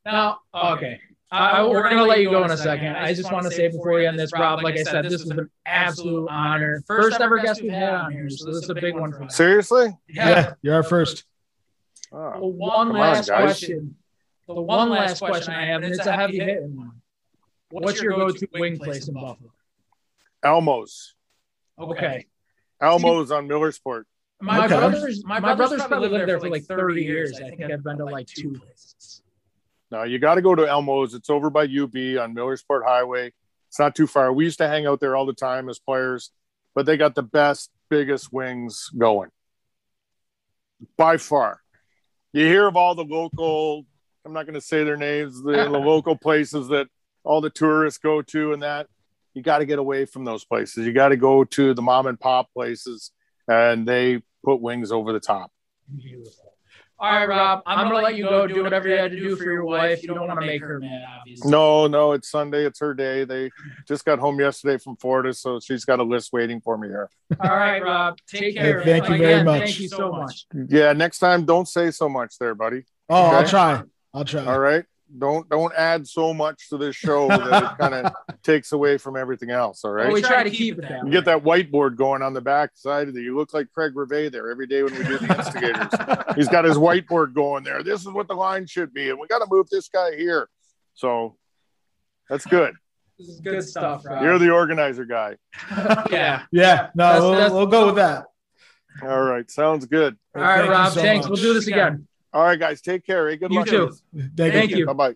[SPEAKER 3] Now, okay. I, we're going to let you go in a second. I just want to say before we end this, Rob, like I said, this was an absolute honor. First ever guest we've had on here, so this is a big one for us.
[SPEAKER 4] Seriously,
[SPEAKER 1] Yeah, you're our first.
[SPEAKER 4] oh,
[SPEAKER 3] The one
[SPEAKER 4] Come on,
[SPEAKER 3] last
[SPEAKER 4] guys.
[SPEAKER 3] question. The one last question I have, and it's a heavy hitting one. What's your go-to wing place in Buffalo?
[SPEAKER 4] Elmos,
[SPEAKER 3] Okay.
[SPEAKER 4] Elmos on Millersport.
[SPEAKER 3] My
[SPEAKER 1] Okay.
[SPEAKER 3] brothers, my brothers probably lived there for like 30 years. I think I've been to like two places.
[SPEAKER 4] No, you got to go to Elmos. It's over by UB on Millersport Highway. It's not too far. We used to hang out there all the time as players, but they got the best, biggest wings going by far. You hear of all the local, I'm not going to say their names, the, the local places that all the tourists go to and that. You got to get away from those places. You got to go to the mom and pop places, and they put wings over the top.
[SPEAKER 3] Beautiful. All right, Rob, I'm, gonna, let you go. Do whatever you had to do for your wife. You don't want to make her mad, obviously.
[SPEAKER 4] No, no, it's Sunday. It's her day. They just got home yesterday from Florida, so she's got a list waiting for me here.
[SPEAKER 3] All right, Rob. Take care.
[SPEAKER 1] Thank you very
[SPEAKER 3] Again,
[SPEAKER 1] much.
[SPEAKER 3] Thank you so much.
[SPEAKER 4] Yeah, next time, don't say so much there, buddy.
[SPEAKER 1] Oh, I'll
[SPEAKER 4] Okay.
[SPEAKER 1] try. I'll try.
[SPEAKER 4] All right, don't don't add so much to this show that it kind of takes away from everything else. All
[SPEAKER 3] Well, we
[SPEAKER 4] right.
[SPEAKER 3] try to keep it that
[SPEAKER 4] You
[SPEAKER 3] way.
[SPEAKER 4] get that whiteboard going on the back side of the. You look like Craig Reve there every day when we do the instigators. He's got his whiteboard going there. This is what the line should be, and we got to move this guy here. So that's good.
[SPEAKER 3] This is good stuff, Rob.
[SPEAKER 4] You're the organizer guy.
[SPEAKER 3] yeah.
[SPEAKER 1] Yeah, no,
[SPEAKER 3] That's-
[SPEAKER 1] we'll,
[SPEAKER 3] that's-
[SPEAKER 1] we'll go with that.
[SPEAKER 4] All right, sounds good.
[SPEAKER 3] All right,
[SPEAKER 1] Thank you
[SPEAKER 3] Rob.
[SPEAKER 1] so
[SPEAKER 3] thanks.
[SPEAKER 1] much.
[SPEAKER 3] We'll do this again.
[SPEAKER 4] All right, guys, take care. eh? Good
[SPEAKER 3] You
[SPEAKER 4] luck.
[SPEAKER 3] too.
[SPEAKER 1] Thank you.
[SPEAKER 3] Thank you.
[SPEAKER 4] Bye bye.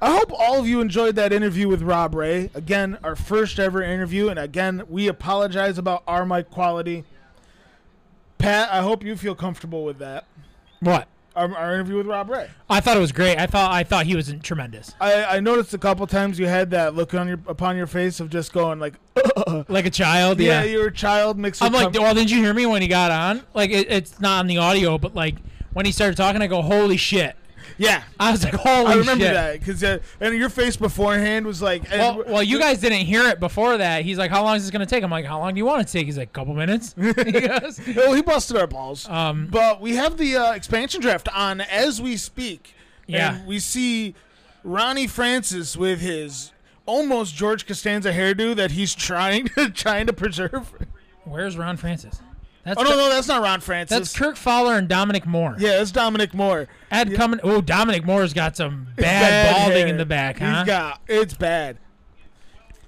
[SPEAKER 1] I hope all of you enjoyed that interview with Rob Ray. Again, our first ever interview, and again, we apologize about our mic quality. Pat, I hope you feel comfortable with that.
[SPEAKER 2] What?
[SPEAKER 1] Our, our interview with Rob Ray.
[SPEAKER 2] I thought it was great. I thought I thought he was tremendous,
[SPEAKER 1] I, I noticed a couple times you had that look on your upon your face of just going like,
[SPEAKER 2] like a child.
[SPEAKER 1] yeah,
[SPEAKER 2] Yeah.
[SPEAKER 1] you were a child mixing.
[SPEAKER 2] I'm like,
[SPEAKER 1] com-
[SPEAKER 2] well, didn't you hear me when he got on? Like, it, it's not on the audio, but like when he started talking, I go, holy shit.
[SPEAKER 1] Yeah,
[SPEAKER 2] I was like, holy
[SPEAKER 1] I remember
[SPEAKER 2] shit.
[SPEAKER 1] that because uh, and your face beforehand was like, and-
[SPEAKER 2] Well, well, you guys didn't hear it before that. He's like, "How long is this gonna take?" I'm like, "How long do you want to take?" He's like, "Couple minutes." He goes,
[SPEAKER 1] Oh, he busted our balls.
[SPEAKER 2] Um,
[SPEAKER 1] but we have the uh, expansion draft on as we speak.
[SPEAKER 2] Yeah.
[SPEAKER 1] And we see Ronnie Francis with his almost George Costanza hairdo that he's trying to trying to preserve.
[SPEAKER 2] "Where's Ron Francis?" That's
[SPEAKER 1] Oh no,
[SPEAKER 2] Kirk-
[SPEAKER 1] no, that's not Ron Francis.
[SPEAKER 2] that's Kirk Fowler and Dominic Moore.
[SPEAKER 1] Yeah, that's Dominic Moore.
[SPEAKER 2] Ed coming. Oh, Dominic Moore's got some bad, balding
[SPEAKER 1] hair.
[SPEAKER 2] in the back, huh?
[SPEAKER 1] He's got it's bad.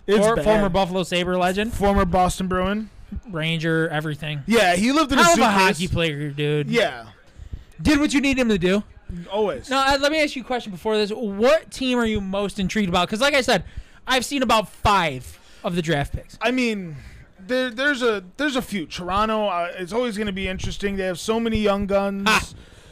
[SPEAKER 1] It's
[SPEAKER 2] For-
[SPEAKER 1] bad.
[SPEAKER 2] Former Buffalo Saber legend,
[SPEAKER 1] former Boston Bruin.
[SPEAKER 2] Ranger, everything.
[SPEAKER 1] Yeah, he lived in a
[SPEAKER 2] Hell of a
[SPEAKER 1] suitcase.
[SPEAKER 2] hockey player, dude.
[SPEAKER 1] Yeah,
[SPEAKER 2] Did what you need him to do.
[SPEAKER 1] always.
[SPEAKER 2] Now, uh, let me ask you a question before this. What team are you most intrigued about? Because, like I said, I've seen about five of the draft picks.
[SPEAKER 1] I mean, there, there's a there's a few. Toronto uh, it's always going to be interesting. They have so many young guns.
[SPEAKER 2] Ah,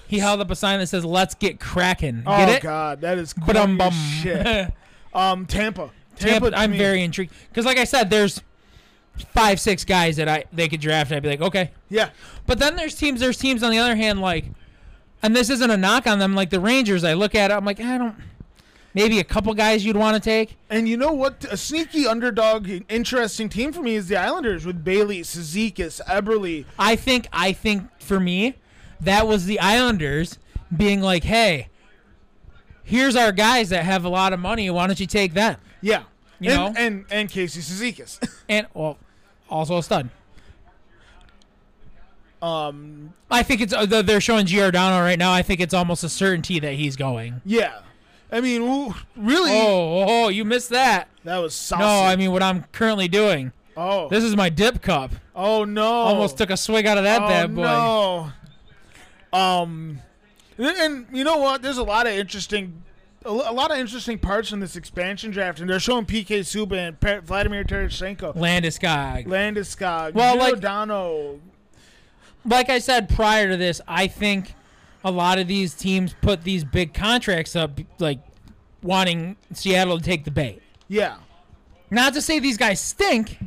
[SPEAKER 2] He held up a sign that says, "Let's get cracking."
[SPEAKER 1] oh
[SPEAKER 2] get it?
[SPEAKER 1] God, that is corny
[SPEAKER 2] Ba-dum bum.
[SPEAKER 1] as shit.
[SPEAKER 2] Tampa,
[SPEAKER 1] Um, Tampa, Tampa. to
[SPEAKER 2] I'm
[SPEAKER 1] me-
[SPEAKER 2] very intrigued because, like I said, there's five, six guys that I they could draft. I'd be like, okay.
[SPEAKER 1] yeah.
[SPEAKER 2] But then there's teams. There's teams on the other hand, like, and this isn't a knock on them. Like the Rangers, I look at it, I'm like, I don't. Maybe a couple guys you'd want to take.
[SPEAKER 1] And you know what? A sneaky underdog, interesting team for me is the Islanders with Bailey, Sezikis, Eberly.
[SPEAKER 2] I think I think for me, that was the Islanders being like, "Hey, here's our guys that have a lot of money. Why don't you take them?"
[SPEAKER 1] Yeah,
[SPEAKER 2] You
[SPEAKER 1] and,
[SPEAKER 2] know?
[SPEAKER 1] and and Casey Sezikis.
[SPEAKER 2] And well, also a stud.
[SPEAKER 1] um,
[SPEAKER 2] I think it's uh, they're they're showing Giordano right now. I think it's almost a certainty that he's going.
[SPEAKER 1] yeah. I mean, ooh, really,
[SPEAKER 2] Oh, oh, you missed that.
[SPEAKER 1] that was saucy.
[SPEAKER 2] No, I mean what I'm currently doing.
[SPEAKER 1] oh,
[SPEAKER 2] This is my dip cup.
[SPEAKER 1] oh no,
[SPEAKER 2] Almost took a swig out of that bad boy.
[SPEAKER 1] No. Oh, Um, and- and you know what? There's a lot of interesting, a lo- a lot of interesting parts in this expansion draft, and they're showing PK Subban, Pa- Vladimir Tarasenko,
[SPEAKER 2] Landeskog.
[SPEAKER 1] Landeskog,
[SPEAKER 2] Well, like-
[SPEAKER 1] Giordano.
[SPEAKER 2] like I said prior to this, I think a lot of these teams put these big contracts up, like wanting Seattle to take the bait.
[SPEAKER 1] yeah,
[SPEAKER 2] Not to say these guys stink,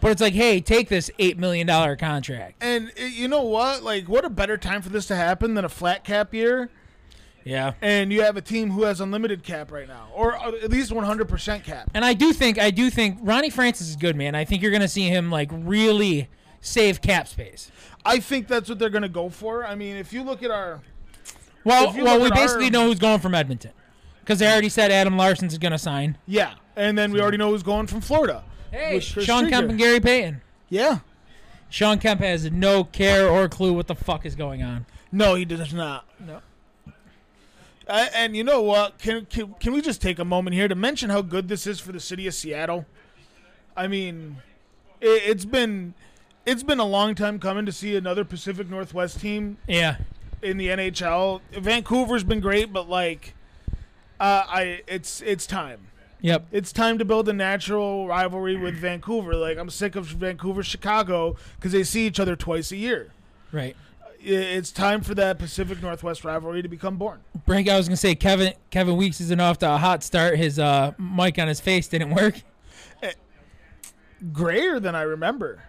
[SPEAKER 2] but it's like, hey, take this eight million dollar contract.
[SPEAKER 1] and uh, you know what? Like, what a better time for this to happen than a flat cap year,
[SPEAKER 2] Yeah.
[SPEAKER 1] and you have a team who has unlimited cap right now, or uh, at least 100% cap.
[SPEAKER 2] And I do think I do think Ronnie Francis is good, man. I think you're gonna see him like really save cap space.
[SPEAKER 1] I think that's what they're gonna go for. I mean, if you look at our
[SPEAKER 2] Well,
[SPEAKER 1] If you
[SPEAKER 2] well, we
[SPEAKER 1] look at
[SPEAKER 2] basically
[SPEAKER 1] our-
[SPEAKER 2] know who's going from Edmonton because they already said Adam Larson's gonna sign.
[SPEAKER 1] yeah, and then
[SPEAKER 2] Hmm.
[SPEAKER 1] we already know who's going from Florida.
[SPEAKER 2] Hey,
[SPEAKER 1] with Chris
[SPEAKER 2] Sean Kemp
[SPEAKER 1] Seeger.
[SPEAKER 2] and Gary Payton.
[SPEAKER 1] Yeah.
[SPEAKER 2] Sean Kemp has no care or clue what the fuck is going on.
[SPEAKER 1] No, he does not.
[SPEAKER 2] No.
[SPEAKER 1] Uh, and you know what? Can, can can we just take a moment here to mention how good this is for the city of Seattle? I mean, it, it's been it's been a long time coming to see another Pacific Northwest team
[SPEAKER 2] Yeah.
[SPEAKER 1] in the NHL. Vancouver's been great, but like, uh, I it's it's time.
[SPEAKER 2] Yep.
[SPEAKER 1] It's time to build a natural rivalry with Vancouver. Like I'm sick of Vancouver, Chicago, because they see each other twice a year.
[SPEAKER 2] Right.
[SPEAKER 1] I- It's time for that Pacific Northwest rivalry to become born.
[SPEAKER 2] Brink, I was gonna say Kevin Kevin Weeks isn't off to a hot start. His uh, mic on his face didn't work.
[SPEAKER 1] grayer than I remember.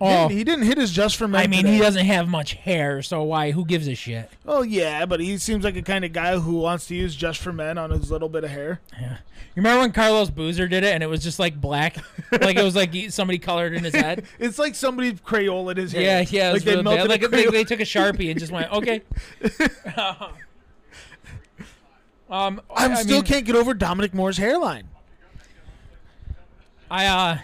[SPEAKER 2] Oh,
[SPEAKER 1] Didn't- he didn't hit his just for men.
[SPEAKER 2] I mean,
[SPEAKER 1] today.
[SPEAKER 2] he doesn't have much hair, so why? Who gives a shit?
[SPEAKER 1] Oh yeah, but he seems like a kind of guy who wants to use just for men on his little bit of hair.
[SPEAKER 2] You remember when Carlos Boozer did it, and it was just like black, like it was like he- somebody colored in his head.
[SPEAKER 1] It's like somebody crayolaed his hair.
[SPEAKER 2] Yeah, yeah, it was
[SPEAKER 1] like they
[SPEAKER 2] really bad.
[SPEAKER 1] melted
[SPEAKER 2] Like,
[SPEAKER 1] a
[SPEAKER 2] like
[SPEAKER 1] Crayola-
[SPEAKER 2] they took a sharpie and just went okay. um,
[SPEAKER 1] I'm
[SPEAKER 2] I
[SPEAKER 1] still
[SPEAKER 2] mean,
[SPEAKER 1] can't get over Dominic Moore's hairline.
[SPEAKER 2] I uh,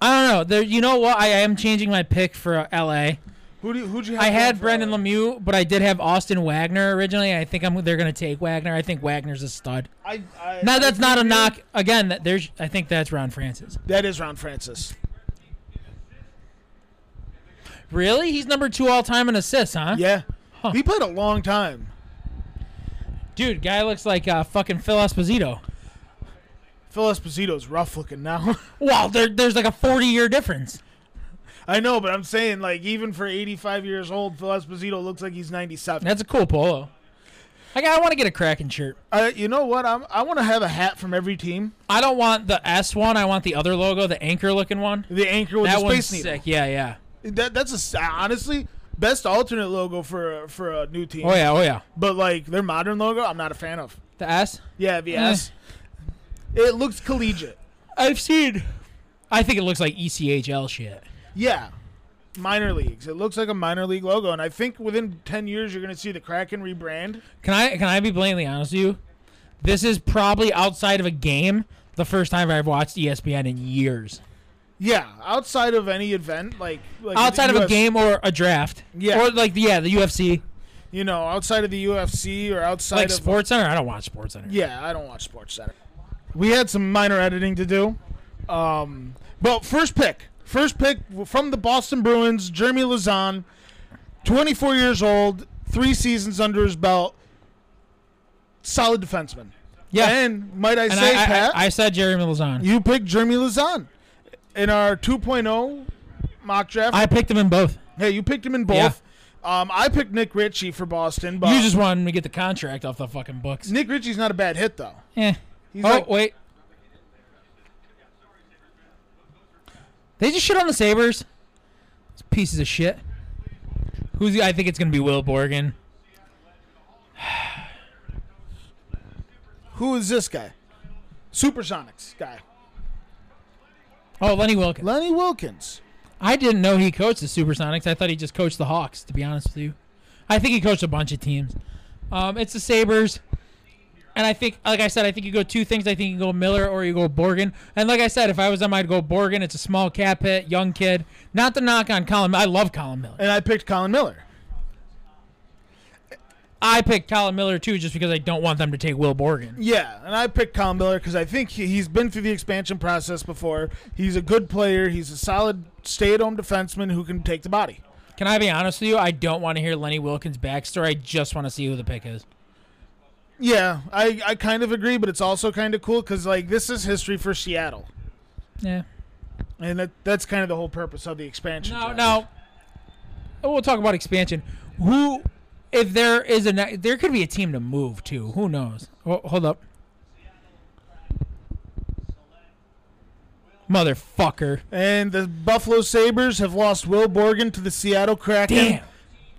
[SPEAKER 2] I don't know. There, you know what? I, I am changing my pick for uh, L.A.
[SPEAKER 1] Who do you, who'd you have?
[SPEAKER 2] I
[SPEAKER 1] going
[SPEAKER 2] had
[SPEAKER 1] for
[SPEAKER 2] Brendan
[SPEAKER 1] LA?
[SPEAKER 2] Lemieux, but I did have Austin Wagner originally. I think I'm they're gonna take Wagner. I think Wagner's a stud.
[SPEAKER 1] I, I,
[SPEAKER 2] Now that's not a
[SPEAKER 1] you-
[SPEAKER 2] knock. Again, that there's I think that's Ron Francis.
[SPEAKER 1] That is Ron Francis.
[SPEAKER 2] Really, he's number two all time in assists, huh?
[SPEAKER 1] Yeah, he played a long time.
[SPEAKER 2] Dude, guy looks like uh, fucking Phil Esposito.
[SPEAKER 1] Phil Esposito's rough looking now.
[SPEAKER 2] Well, there, there's like a 40 year difference.
[SPEAKER 1] I know, but I'm saying like even for 85 years old, Phil Esposito looks like he's 97.
[SPEAKER 2] That's a cool polo. Like I want to get a Kraken shirt.
[SPEAKER 1] Uh, you know what? I'm, I want to have a hat from every team.
[SPEAKER 2] I don't want the S one. I want the other logo, the anchor looking one.
[SPEAKER 1] The anchor with
[SPEAKER 2] that
[SPEAKER 1] the
[SPEAKER 2] one's
[SPEAKER 1] space needle.
[SPEAKER 2] sick. Yeah, yeah.
[SPEAKER 1] That, that's a s- honestly, best alternate logo for a- for a new team.
[SPEAKER 2] Oh yeah, oh yeah.
[SPEAKER 1] But like their modern logo, I'm not a fan of.
[SPEAKER 2] The S.
[SPEAKER 1] Yeah,
[SPEAKER 2] Eh.
[SPEAKER 1] the S. It looks collegiate.
[SPEAKER 2] I've seen. I think it looks like E ECHL shit.
[SPEAKER 1] Yeah. Minor leagues. It looks like a minor league logo, and I think within ten years you're gonna see the Kraken rebrand.
[SPEAKER 2] Can I can I be blatantly honest with you? This is probably outside of a game the first time I've watched E ESPN in years.
[SPEAKER 1] Yeah, outside of any event, like, like
[SPEAKER 2] Outside of
[SPEAKER 1] the
[SPEAKER 2] a
[SPEAKER 1] US
[SPEAKER 2] game or a draft.
[SPEAKER 1] Yeah.
[SPEAKER 2] Or like yeah, the UFC.
[SPEAKER 1] you know, outside of the UFC or outside
[SPEAKER 2] Like
[SPEAKER 1] of
[SPEAKER 2] Sports Center. I don't watch Sports Center.
[SPEAKER 1] Yeah, I don't watch Sports Center. We had some minor editing to do. Um, but first pick, first pick from the Boston Bruins, Jeremy Lazan, 24 years old, three seasons under his belt, solid defenseman.
[SPEAKER 2] Yeah.
[SPEAKER 1] and might I
[SPEAKER 2] and
[SPEAKER 1] say,
[SPEAKER 2] I, I-
[SPEAKER 1] Pat,
[SPEAKER 2] I, said Jeremy Lazan.
[SPEAKER 1] you picked Jeremy Lazan in our 2.0 mock draft.
[SPEAKER 2] I picked him in both.
[SPEAKER 1] hey, you picked him in both. Um, I picked Nick Ritchie for Boston, but
[SPEAKER 2] you just wanted me to get the contract off the fucking books.
[SPEAKER 1] Nick Ritchie's not a bad hit though.
[SPEAKER 2] Eh.
[SPEAKER 1] He's
[SPEAKER 2] Oh
[SPEAKER 1] like-
[SPEAKER 2] wait. They just shit on the Sabers. Pieces of shit. Who's the, I think it's gonna be Will Borgen.
[SPEAKER 1] Who is this guy? Supersonics guy.
[SPEAKER 2] Oh, Lenny Wilkins.
[SPEAKER 1] Lenny Wilkins.
[SPEAKER 2] I didn't know he coached the Supersonics. I thought he just coached the Hawks. To be honest with you, I think he coached a bunch of teams. Um, it's the Sabers, and I think, like I said, I think you go two things. I think you go Miller or you go Borgen. And like I said, if I was them, I'd go Borgen. It's a small cap hit, young kid. Not the knock on Colin. I love Colin Miller.
[SPEAKER 1] And I picked Colin Miller.
[SPEAKER 2] I picked Colin Miller too, just because I don't want them to take Will Borgen.
[SPEAKER 1] Yeah, and I picked Colin Miller because I think he, he's been through the expansion process before. He's a good player. He's a solid stay-at-home defenseman who can take the body.
[SPEAKER 2] Can I be honest with you? I don't want to hear Lenny Wilkins' backstory. I just want to see who the pick is.
[SPEAKER 1] Yeah, I, I kind of agree, but it's also kind of cool because like this is history for Seattle,
[SPEAKER 2] Yeah.
[SPEAKER 1] and that that's kind of the whole purpose of the expansion.
[SPEAKER 2] No,
[SPEAKER 1] draft.
[SPEAKER 2] no. We'll talk about expansion. Who, if there is a, ne- there could be a team to move to. Who knows? Ho- hold up, motherfucker!
[SPEAKER 1] And the Buffalo Sabers have lost Will Borgen to the Seattle Kraken.
[SPEAKER 2] Damn.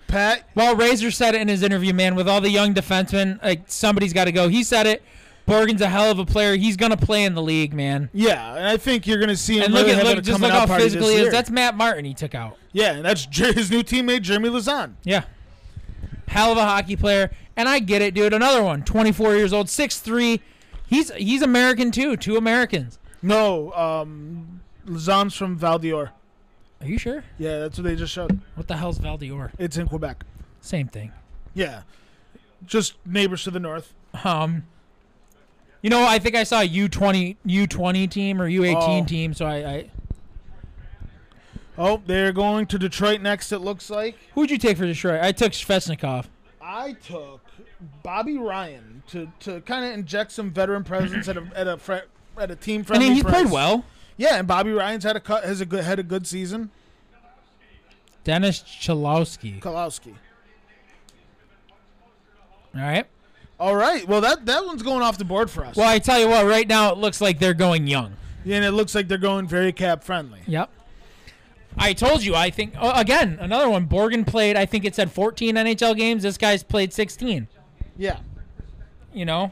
[SPEAKER 1] Pat,
[SPEAKER 2] Well, Razor said it in his interview, man. With all the young defensemen, like somebody's got to go. He said it. Borgen's a hell of a player. He's gonna play in the league, man.
[SPEAKER 1] yeah, and I think you're going to see him
[SPEAKER 2] And
[SPEAKER 1] really
[SPEAKER 2] look at
[SPEAKER 1] having
[SPEAKER 2] look,
[SPEAKER 1] a
[SPEAKER 2] just
[SPEAKER 1] coming
[SPEAKER 2] look
[SPEAKER 1] out
[SPEAKER 2] how
[SPEAKER 1] party this
[SPEAKER 2] physical he is.
[SPEAKER 1] year.
[SPEAKER 2] That's Matt Martin. He took out.
[SPEAKER 1] yeah, and that's Jer- his new teammate Jeremy Lazan.
[SPEAKER 2] Yeah. Hell of a hockey player. And I get it, dude. Another one. 24 years old, 6'3. He's he's American too. Two Americans.
[SPEAKER 1] No, um, Lazan's from Val d'Or.
[SPEAKER 2] Are you sure?
[SPEAKER 1] Yeah, that's what they just showed.
[SPEAKER 2] What the hell's Val d'Or?
[SPEAKER 1] It's in Quebec.
[SPEAKER 2] Same thing.
[SPEAKER 1] Yeah, just neighbors to the north.
[SPEAKER 2] Um You know, I think I saw a U20 U20 team or U18
[SPEAKER 1] Oh.
[SPEAKER 2] team, so I, I
[SPEAKER 1] Oh, they're going to Detroit next. It looks like
[SPEAKER 2] Who'd you take for Detroit? I took Sveshnikov.
[SPEAKER 1] I took Bobby Ryan to to kind of inject some veteran presence at a at a fr- at a team
[SPEAKER 2] I
[SPEAKER 1] friendly.
[SPEAKER 2] mean, he played well.
[SPEAKER 1] Yeah, and Bobby Ryan's had a cut has a good had a good season.
[SPEAKER 2] Dennis Chalowski.
[SPEAKER 1] Kalowski.
[SPEAKER 2] All right.
[SPEAKER 1] All right, well that that one's going off the board for us.
[SPEAKER 2] Well, I tell you what, right now it looks like they're going young.
[SPEAKER 1] and it looks like they're going very cap friendly.
[SPEAKER 2] Yep. I told you. I think oh, again another one. Borgen played. I think it said 14 NHL games. This guy's played 16.
[SPEAKER 1] Yeah.
[SPEAKER 2] You know.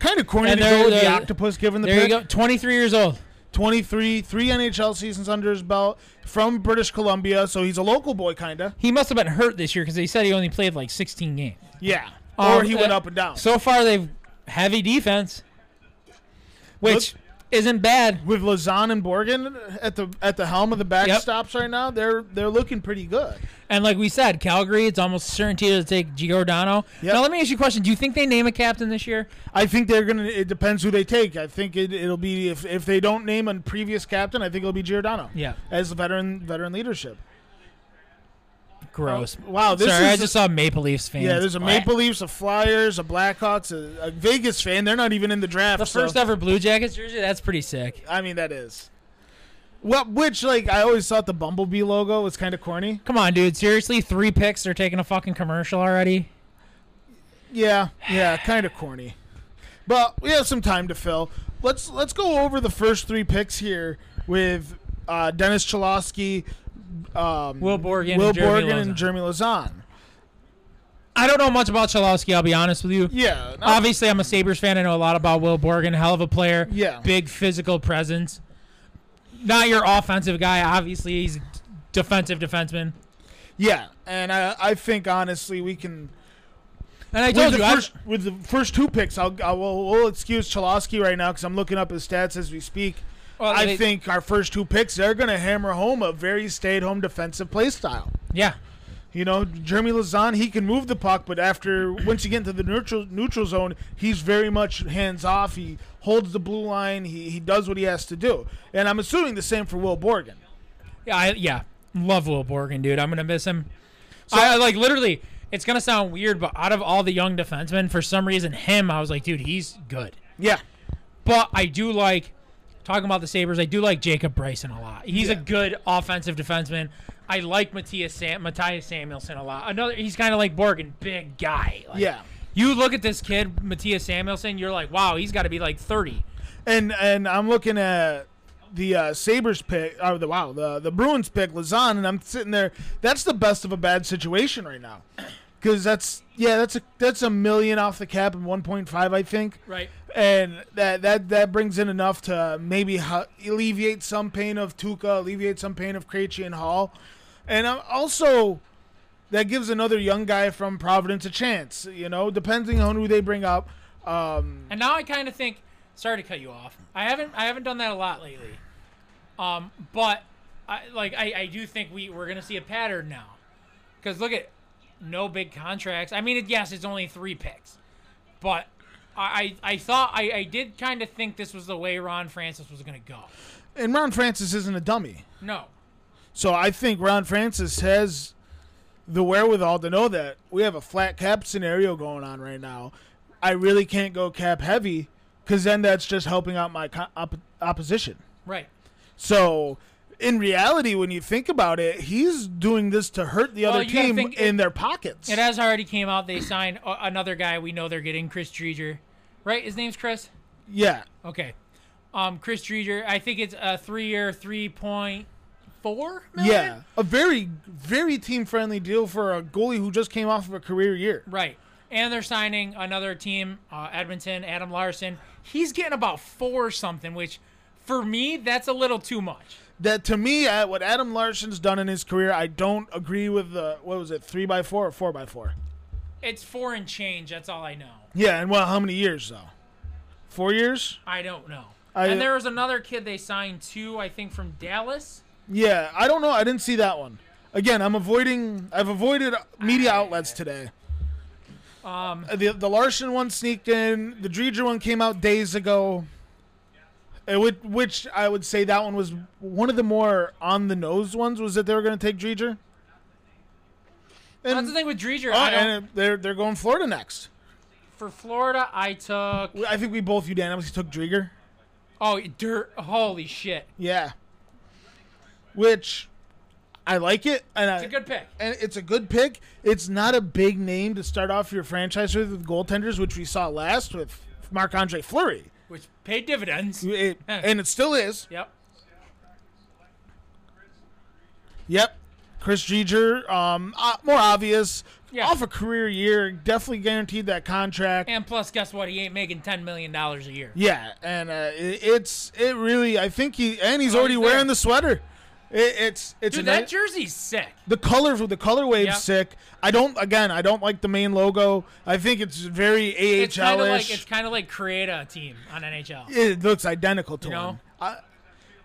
[SPEAKER 1] Kind of corny
[SPEAKER 2] And
[SPEAKER 1] to
[SPEAKER 2] they're-
[SPEAKER 1] go with the
[SPEAKER 2] they're-
[SPEAKER 1] octopus given the
[SPEAKER 2] There you
[SPEAKER 1] pick.
[SPEAKER 2] go. 23 years old.
[SPEAKER 1] 23, three NHL seasons under his belt from British Columbia, so he's a local boy, kinda.
[SPEAKER 2] He must have been hurt this year because they said he only played like 16 games.
[SPEAKER 1] Yeah. or
[SPEAKER 2] Um,
[SPEAKER 1] he went
[SPEAKER 2] uh,
[SPEAKER 1] up and down
[SPEAKER 2] So far they've heavy defense, which isn't bad.
[SPEAKER 1] with Lazan and Borgen at the at the helm of the backstops right now. They're they're looking pretty good.
[SPEAKER 2] And like we said, Calgary, it's almost certainty to take Giordano.
[SPEAKER 1] Yep.
[SPEAKER 2] Now let me ask you a question. Do you think they name a captain this year?
[SPEAKER 1] I think they're gonna. It depends who they take. I think it, it'll be if, if they don't name a previous captain, I think it'll be Giordano.
[SPEAKER 2] Yeah.
[SPEAKER 1] as veteran veteran leadership.
[SPEAKER 2] Gross.
[SPEAKER 1] Wow, this
[SPEAKER 2] Sorry,
[SPEAKER 1] is
[SPEAKER 2] I just saw Maple Leafs fans.
[SPEAKER 1] yeah. There's a
[SPEAKER 2] Blah.
[SPEAKER 1] Maple Leafs, a Flyers, a Blackhawks, a, a Vegas fan. They're not even in the draft.
[SPEAKER 2] The
[SPEAKER 1] so-
[SPEAKER 2] first ever Blue Jackets jersey. That's pretty sick.
[SPEAKER 1] I mean, that is. Well, which like I always thought the bumblebee logo was kind of corny.
[SPEAKER 2] Come on, dude. Seriously, three picks. They're taking a fucking commercial already.
[SPEAKER 1] Yeah, yeah, kind of corny. But we have some time to fill. Let's let's go over the first three picks here with uh, Dennis Chalosky, um,
[SPEAKER 2] Will Borgen
[SPEAKER 1] Will
[SPEAKER 2] and Jeremy
[SPEAKER 1] Borgen
[SPEAKER 2] Lozon.
[SPEAKER 1] and Jeremy Lozan.
[SPEAKER 2] I don't know much about Chalowski, I'll be honest with you.
[SPEAKER 1] Yeah, no,
[SPEAKER 2] Obviously, I'm a Sabres fan. I know a lot about Will Borgen. Hell of a player.
[SPEAKER 1] Yeah.
[SPEAKER 2] Big physical presence. Not your offensive guy. Obviously, he's a defensive defenseman.
[SPEAKER 1] yeah. And I, I think honestly, we can.
[SPEAKER 2] And I
[SPEAKER 1] With
[SPEAKER 2] told
[SPEAKER 1] the,
[SPEAKER 2] you, I-
[SPEAKER 1] first, with the first two picks, I'll, I will we'll excuse Chalosky right now because I'm looking up his stats as we speak.
[SPEAKER 2] Well,
[SPEAKER 1] I
[SPEAKER 2] they-
[SPEAKER 1] think our first two picks they're going to hammer home a very stay-at-home defensive play style.
[SPEAKER 2] yeah.
[SPEAKER 1] You know, Jeremy Lazan, he can move the puck, but after once you get into the neutral neutral zone, he's very much hands off. He holds the blue line. He he does what he has to do. And I'm assuming the same for Will Borgen.
[SPEAKER 2] Yeah, I, yeah. Love Will Borgen, dude. I'm gonna miss him. I I, like literally. It's gonna sound weird, but out of all the young defensemen, for some reason, him, I was like, dude, he's good.
[SPEAKER 1] Yeah,
[SPEAKER 2] But I do like talking about the Sabres. I do like Jacob Bryson a lot. He's a
[SPEAKER 1] Yeah.
[SPEAKER 2] good offensive defenseman. I like Matthias Sam- Matthias Samuelson a lot. Another, he's kind of like Borgen, big guy. Like,
[SPEAKER 1] yeah.
[SPEAKER 2] You look at this kid, Matthias Samuelson. You're like, wow, he's got to be like 30.
[SPEAKER 1] And and I'm looking at the uh, Sabers pick, or the wow, the the Bruins pick, Lazan, and I'm sitting there. That's the best of a bad situation right now, because that's yeah, that's a that's a million off the cap and 1.5, I think.
[SPEAKER 2] Right.
[SPEAKER 1] and that that that brings in enough to maybe ho- alleviate some pain of Tuca, alleviate some pain of Krejci and Hall, and um, also that gives another young guy from Providence a chance. You know, depending on who they bring up. Um,
[SPEAKER 2] And now I kind of think, sorry to cut you off. I haven't I haven't done that a lot lately. Um, but I like I, I do think we we're gonna see a pattern now, because look at no big contracts. I mean, it, yes, it's only three picks, but I I, I thought I, I did kind of think this was the way Ron Francis was gonna go.
[SPEAKER 1] and Ron Francis isn't a dummy,
[SPEAKER 2] No,
[SPEAKER 1] so I think Ron Francis has the wherewithal to know that we have a flat cap scenario going on right now. I really can't go cap heavy because then that's just helping out my co- op- opposition.
[SPEAKER 2] right.
[SPEAKER 1] So in reality, when you think about it, he's doing this to hurt the
[SPEAKER 2] Well,
[SPEAKER 1] other
[SPEAKER 2] you gotta
[SPEAKER 1] team
[SPEAKER 2] think
[SPEAKER 1] in
[SPEAKER 2] it-
[SPEAKER 1] their pockets.
[SPEAKER 2] It has already came out. They signed a- another guy. We know they're getting Chris Dreger, right? His name's Chris.
[SPEAKER 1] yeah,
[SPEAKER 2] Okay. Um, Chris Dreger, I think it's a three-year, three point four million.
[SPEAKER 1] yeah, a very, very team-friendly deal for a goalie who just came off of a career year.
[SPEAKER 2] Right. And they're signing another team, uh, Edmonton, Adam Larson. He's getting about four something, which for me, that's a little too much.
[SPEAKER 1] That to me, uh, what Adam Larson's done in his career, I don't agree with the what was it, three by four or four by four?
[SPEAKER 2] It's four and change. That's all I know.
[SPEAKER 1] Yeah, and well, how many years though? Four years?
[SPEAKER 2] I don't know.
[SPEAKER 1] I-
[SPEAKER 2] and there was another kid they signed too, I think from Dallas.
[SPEAKER 1] Yeah, I don't know. I didn't see that one. Again, I'm avoiding. I've avoided media outlets today. Um, the the Larson one sneaked in. The Dreger one came out days ago. It would, which I would say that one was one of the more on the nose ones. Was that they were going to take Dreger?
[SPEAKER 2] That's
[SPEAKER 1] And,
[SPEAKER 2] the thing with Dreger.
[SPEAKER 1] oh,
[SPEAKER 2] I don't,
[SPEAKER 1] and they're they're going Florida next.
[SPEAKER 2] for Florida, I took
[SPEAKER 1] I think we both unanimously took Dreger.
[SPEAKER 2] oh dirt. Holy shit!
[SPEAKER 1] Yeah, which I like it, and I,
[SPEAKER 2] It's a good pick.
[SPEAKER 1] and it's a good pick. It's not a big name to start off your franchise with with goaltenders, which we saw last with Marc Andre Fleury,
[SPEAKER 2] Which paid dividends.
[SPEAKER 1] It- and it still is.
[SPEAKER 2] Yep.
[SPEAKER 1] Yep, Chris Dreger, um, uh, more obvious,
[SPEAKER 2] Yeah.
[SPEAKER 1] off a career year, definitely guaranteed that contract.
[SPEAKER 2] And plus, guess what? He ain't making ten million dollars a year.
[SPEAKER 1] yeah, and uh, it, it's it really. I think he and he's already
[SPEAKER 2] Oh, he's there.
[SPEAKER 1] wearing the sweater. It, it's it's
[SPEAKER 2] Dude,
[SPEAKER 1] a
[SPEAKER 2] that
[SPEAKER 1] nice-
[SPEAKER 2] jersey's sick.
[SPEAKER 1] the colors with the color wave's
[SPEAKER 2] Yeah.
[SPEAKER 1] sick. I don't again. I don't like the main logo. I think it's very AHL
[SPEAKER 2] It's kind of like it's kind of like create a team on NHL.
[SPEAKER 1] it looks identical to
[SPEAKER 2] You
[SPEAKER 1] him.
[SPEAKER 2] know?
[SPEAKER 1] I,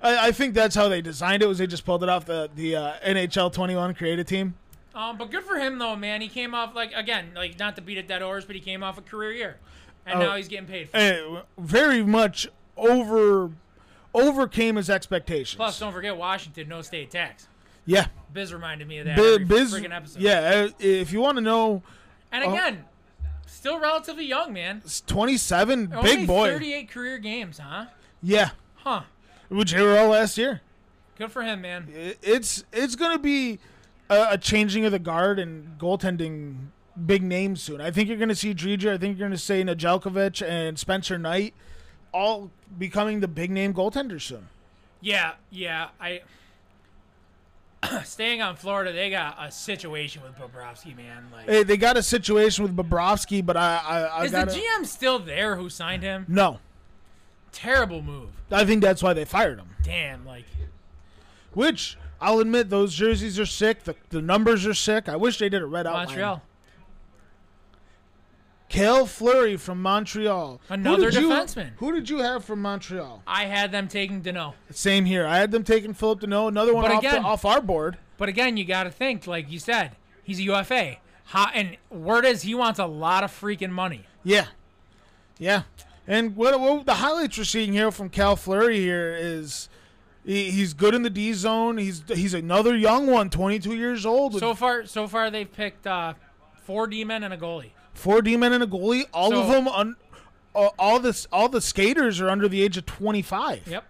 [SPEAKER 1] I I think that's how they designed it. Was they just pulled it off the the uh, NHL 21 creative team?
[SPEAKER 2] Um, but good for him though, man. He came off like again, like not to beat a dead horse, but he came off a career year, and
[SPEAKER 1] Oh.
[SPEAKER 2] now he's getting paid. for it.
[SPEAKER 1] Eh, very much over overcame his expectations.
[SPEAKER 2] Plus, don't forget Washington, no state tax.
[SPEAKER 1] yeah,
[SPEAKER 2] Biz reminded me of that
[SPEAKER 1] Bi-
[SPEAKER 2] every
[SPEAKER 1] Biz.
[SPEAKER 2] freaking episode.
[SPEAKER 1] Yeah, Oh. eh, if you want to know,
[SPEAKER 2] and again, still relatively young, man.
[SPEAKER 1] it's 27,
[SPEAKER 2] Only
[SPEAKER 1] big boy.
[SPEAKER 2] Thirty-eight career games, huh?
[SPEAKER 1] Yeah,
[SPEAKER 2] Huh.
[SPEAKER 1] which they were all last year.
[SPEAKER 2] Good for him, man.
[SPEAKER 1] I- It's it's gonna be a, a changing of the guard and goaltending big names soon. I think you're gonna see Dreger. I think you're gonna see Nedeljkovic and Spencer Knight all becoming the big name goaltenders soon.
[SPEAKER 2] Yeah, yeah. I staying on Florida, they got a situation with Bobrovsky, man. Like,
[SPEAKER 1] Hey, they got a situation with Bobrovsky, but I, I, I
[SPEAKER 2] is the
[SPEAKER 1] got
[SPEAKER 2] GM still there who signed him?
[SPEAKER 1] no.
[SPEAKER 2] Terrible move.
[SPEAKER 1] I think that's why they fired him.
[SPEAKER 2] Damn, like
[SPEAKER 1] Which I'll admit, those jerseys are sick. The, the numbers are sick. I wish they did a red outline.
[SPEAKER 2] Montreal.
[SPEAKER 1] Kale Flurry from Montreal. Who
[SPEAKER 2] Another
[SPEAKER 1] did you-
[SPEAKER 2] defenseman.
[SPEAKER 1] who did you have from Montreal?
[SPEAKER 2] I had them taking Dano.
[SPEAKER 1] Same here. I had them taking Philip Deneau, another one
[SPEAKER 2] But
[SPEAKER 1] off, the-
[SPEAKER 2] again-
[SPEAKER 1] off our board.
[SPEAKER 2] But again, you got to think, like you said, he's a UFA. How, and word is he wants a lot of freaking money.
[SPEAKER 1] Yeah, yeah. And what, what the highlights we're seeing here from Cal Flurry here is he, he's good in the D zone. He's he's another young one, 22 years old, with
[SPEAKER 2] So far, so far they've picked uh, four D men and a goalie.
[SPEAKER 1] four D men and a goalie. All of
[SPEAKER 2] So-
[SPEAKER 1] them, un, all all this, all the skaters are under the age of 25.
[SPEAKER 2] Yep.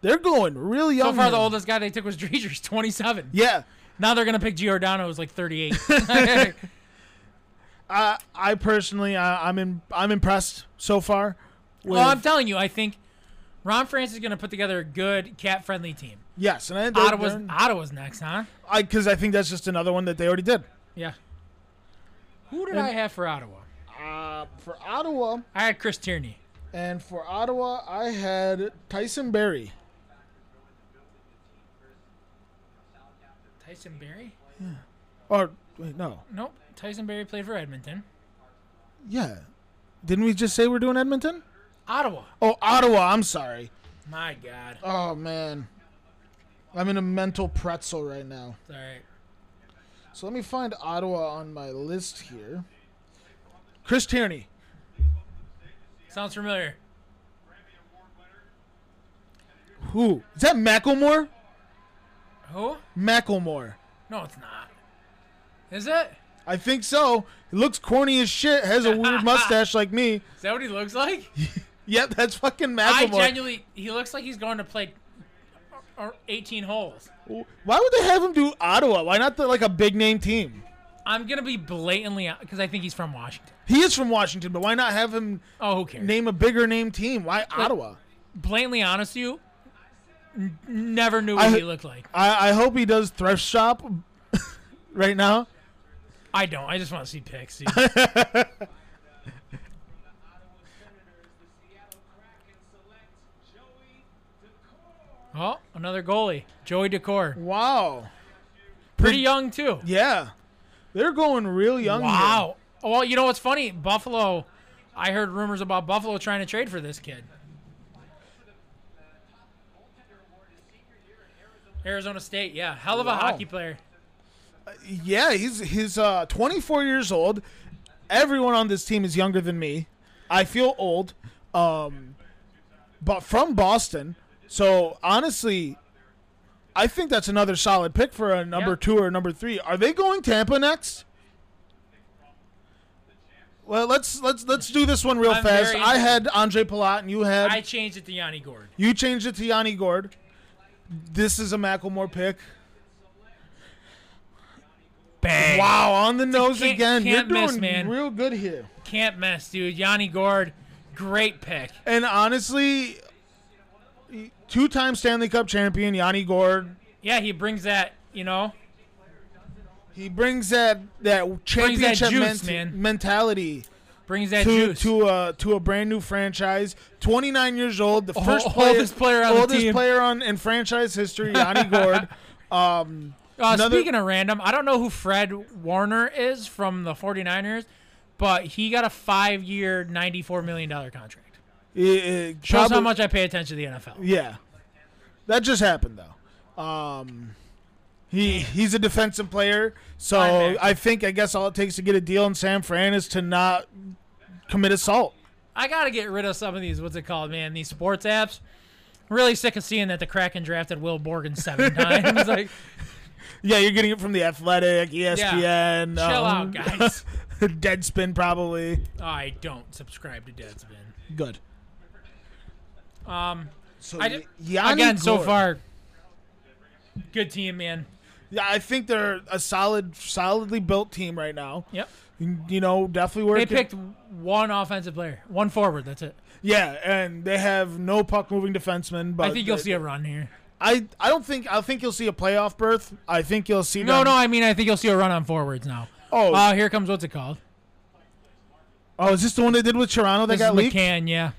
[SPEAKER 1] They're going really
[SPEAKER 2] So
[SPEAKER 1] young.
[SPEAKER 2] far, the
[SPEAKER 1] here.
[SPEAKER 2] oldest guy they took was Dreger's, twenty-seven.
[SPEAKER 1] Yeah,
[SPEAKER 2] Now they're gonna pick Giordano, who's like thirty-eight.
[SPEAKER 1] I I personally I, I'm in I'm impressed so far. With,
[SPEAKER 2] well, I'm telling you, I think Ron France is gonna put together a good cat-friendly team.
[SPEAKER 1] yes, and I, they're,
[SPEAKER 2] Ottawa's
[SPEAKER 1] they're-
[SPEAKER 2] Ottawa's next, huh?
[SPEAKER 1] I because I think that's just another one that they already did.
[SPEAKER 2] Yeah. Who did I have for Ottawa?
[SPEAKER 1] Uh, for Ottawa,
[SPEAKER 2] I had Chris Tierney.
[SPEAKER 1] and for Ottawa, I had Tyson Berry.
[SPEAKER 2] Tyson Berry?
[SPEAKER 1] Or wait, no,
[SPEAKER 2] Nope. Tyson Berry played for Edmonton.
[SPEAKER 1] yeah, didn't we just say we're doing Edmonton?
[SPEAKER 2] Ottawa.
[SPEAKER 1] Oh, Ottawa. I'm sorry.
[SPEAKER 2] My God.
[SPEAKER 1] Oh man, I'm in a mental pretzel right now.
[SPEAKER 2] It's all right.
[SPEAKER 1] So let me find Ottawa on my list here. Chris Tierney.
[SPEAKER 2] Sounds familiar.
[SPEAKER 1] Who is that? Macklemore.
[SPEAKER 2] Who?
[SPEAKER 1] Macklemore.
[SPEAKER 2] No, it's not. Is it?
[SPEAKER 1] I think so. He looks corny as shit. Has a weird mustache like me.
[SPEAKER 2] Is that what he looks like?
[SPEAKER 1] Yep, that's fucking
[SPEAKER 2] I
[SPEAKER 1] Macklemore.
[SPEAKER 2] genuinely, he looks like he's going to play or- or 18 holes.
[SPEAKER 1] Why would they have him do Ottawa? Why not the, like a big name team?
[SPEAKER 2] I'm gonna be blatantly because I think he's from Washington.
[SPEAKER 1] He is from Washington, but why not have him
[SPEAKER 2] Oh, who cares?
[SPEAKER 1] name a bigger name team? Why Ottawa?
[SPEAKER 2] blatantly honest, with you n- never knew
[SPEAKER 1] I-
[SPEAKER 2] what he looked like.
[SPEAKER 1] I, I hope he does thrift shop right now.
[SPEAKER 2] I don't. I just want to see pics. dude. oh, another goalie, Joey Decor.
[SPEAKER 1] Wow.
[SPEAKER 2] Pretty young too.
[SPEAKER 1] Yeah. They're going real young. Here.
[SPEAKER 2] Wow. Oh, Well, you know what's funny? Buffalo. I heard rumors about Buffalo trying to trade for this kid. Arizona State, yeah, hell of a
[SPEAKER 1] Wow.
[SPEAKER 2] hockey player.
[SPEAKER 1] Yeah, he's he's uh, 24 years old. Everyone on this team is younger than me. I feel old, um, but from Boston. So honestly, I think that's another solid pick for a number
[SPEAKER 2] Yeah.
[SPEAKER 1] two or number three. Are they going Tampa next? Well, let's let's let's do this one real
[SPEAKER 2] I'm
[SPEAKER 1] fast.
[SPEAKER 2] very-
[SPEAKER 1] I had Andre Palat, and you had
[SPEAKER 2] I changed it to Yanni Gord.
[SPEAKER 1] you changed it to Yanni Gord. This is a Macklemore pick.
[SPEAKER 2] Bang.
[SPEAKER 1] Wow, on the nose
[SPEAKER 2] can't-
[SPEAKER 1] again.
[SPEAKER 2] can't
[SPEAKER 1] You're doing
[SPEAKER 2] miss, man.
[SPEAKER 1] real good here.
[SPEAKER 2] Can't miss, dude. Yanni Gord, great pick.
[SPEAKER 1] And honestly, two-time Stanley Cup champion Yanni Gord,
[SPEAKER 2] Yeah, he brings that, you know,
[SPEAKER 1] he brings that that championship
[SPEAKER 2] juice,
[SPEAKER 1] ment-
[SPEAKER 2] man.
[SPEAKER 1] mentality
[SPEAKER 2] brings that
[SPEAKER 1] to
[SPEAKER 2] juice.
[SPEAKER 1] to a to a brand new franchise. 29 years old, the first
[SPEAKER 2] Oh, oldest
[SPEAKER 1] player,
[SPEAKER 2] player on the
[SPEAKER 1] oldest
[SPEAKER 2] team.
[SPEAKER 1] player on in franchise history, Yanni Gord. Um,
[SPEAKER 2] uh,
[SPEAKER 1] another-
[SPEAKER 2] Speaking of random, I don't know who Fred Warner is from the 49ers, but he got a five year, $94 million contract.
[SPEAKER 1] it- it
[SPEAKER 2] Shows how
[SPEAKER 1] probably-
[SPEAKER 2] much I pay attention to the NFL.
[SPEAKER 1] Yeah, that just happened though. Um, he he's a defensive player, so
[SPEAKER 2] Linebacker.
[SPEAKER 1] I think I guess all it takes to get a deal in San Fran is to not commit assault.
[SPEAKER 2] I got to get rid of some of these, what's it called, man? These sports apps. Really sick of seeing that the Kraken drafted Will Borgen seven times. like,
[SPEAKER 1] Yeah, you're getting it from the Athletic, E ESPN,
[SPEAKER 2] chill
[SPEAKER 1] um,
[SPEAKER 2] out, guys.
[SPEAKER 1] Deadspin probably.
[SPEAKER 2] I don't subscribe to Deadspin.
[SPEAKER 1] Good.
[SPEAKER 2] Um,
[SPEAKER 1] So
[SPEAKER 2] I ju-
[SPEAKER 1] Yanni
[SPEAKER 2] again, so
[SPEAKER 1] Gord.
[SPEAKER 2] far, good team, man.
[SPEAKER 1] yeah, I think they're a solid, solidly built team right now.
[SPEAKER 2] Yep.
[SPEAKER 1] You know, definitely worth
[SPEAKER 2] They
[SPEAKER 1] it.
[SPEAKER 2] picked one offensive player, one forward. That's it.
[SPEAKER 1] Yeah, and they have no puck moving defensemen. But
[SPEAKER 2] I think you'll
[SPEAKER 1] Oh, they-
[SPEAKER 2] see a run here.
[SPEAKER 1] I, I don't think I think you'll see a playoff berth. I think you'll see
[SPEAKER 2] No,
[SPEAKER 1] them-
[SPEAKER 2] no, I mean I think you'll see a run on forwards now.
[SPEAKER 1] Oh,
[SPEAKER 2] Uh, here comes what's it called?
[SPEAKER 1] oh, is this the one they did with Toronto that
[SPEAKER 2] This is
[SPEAKER 1] got leaked?
[SPEAKER 2] McCann, yeah.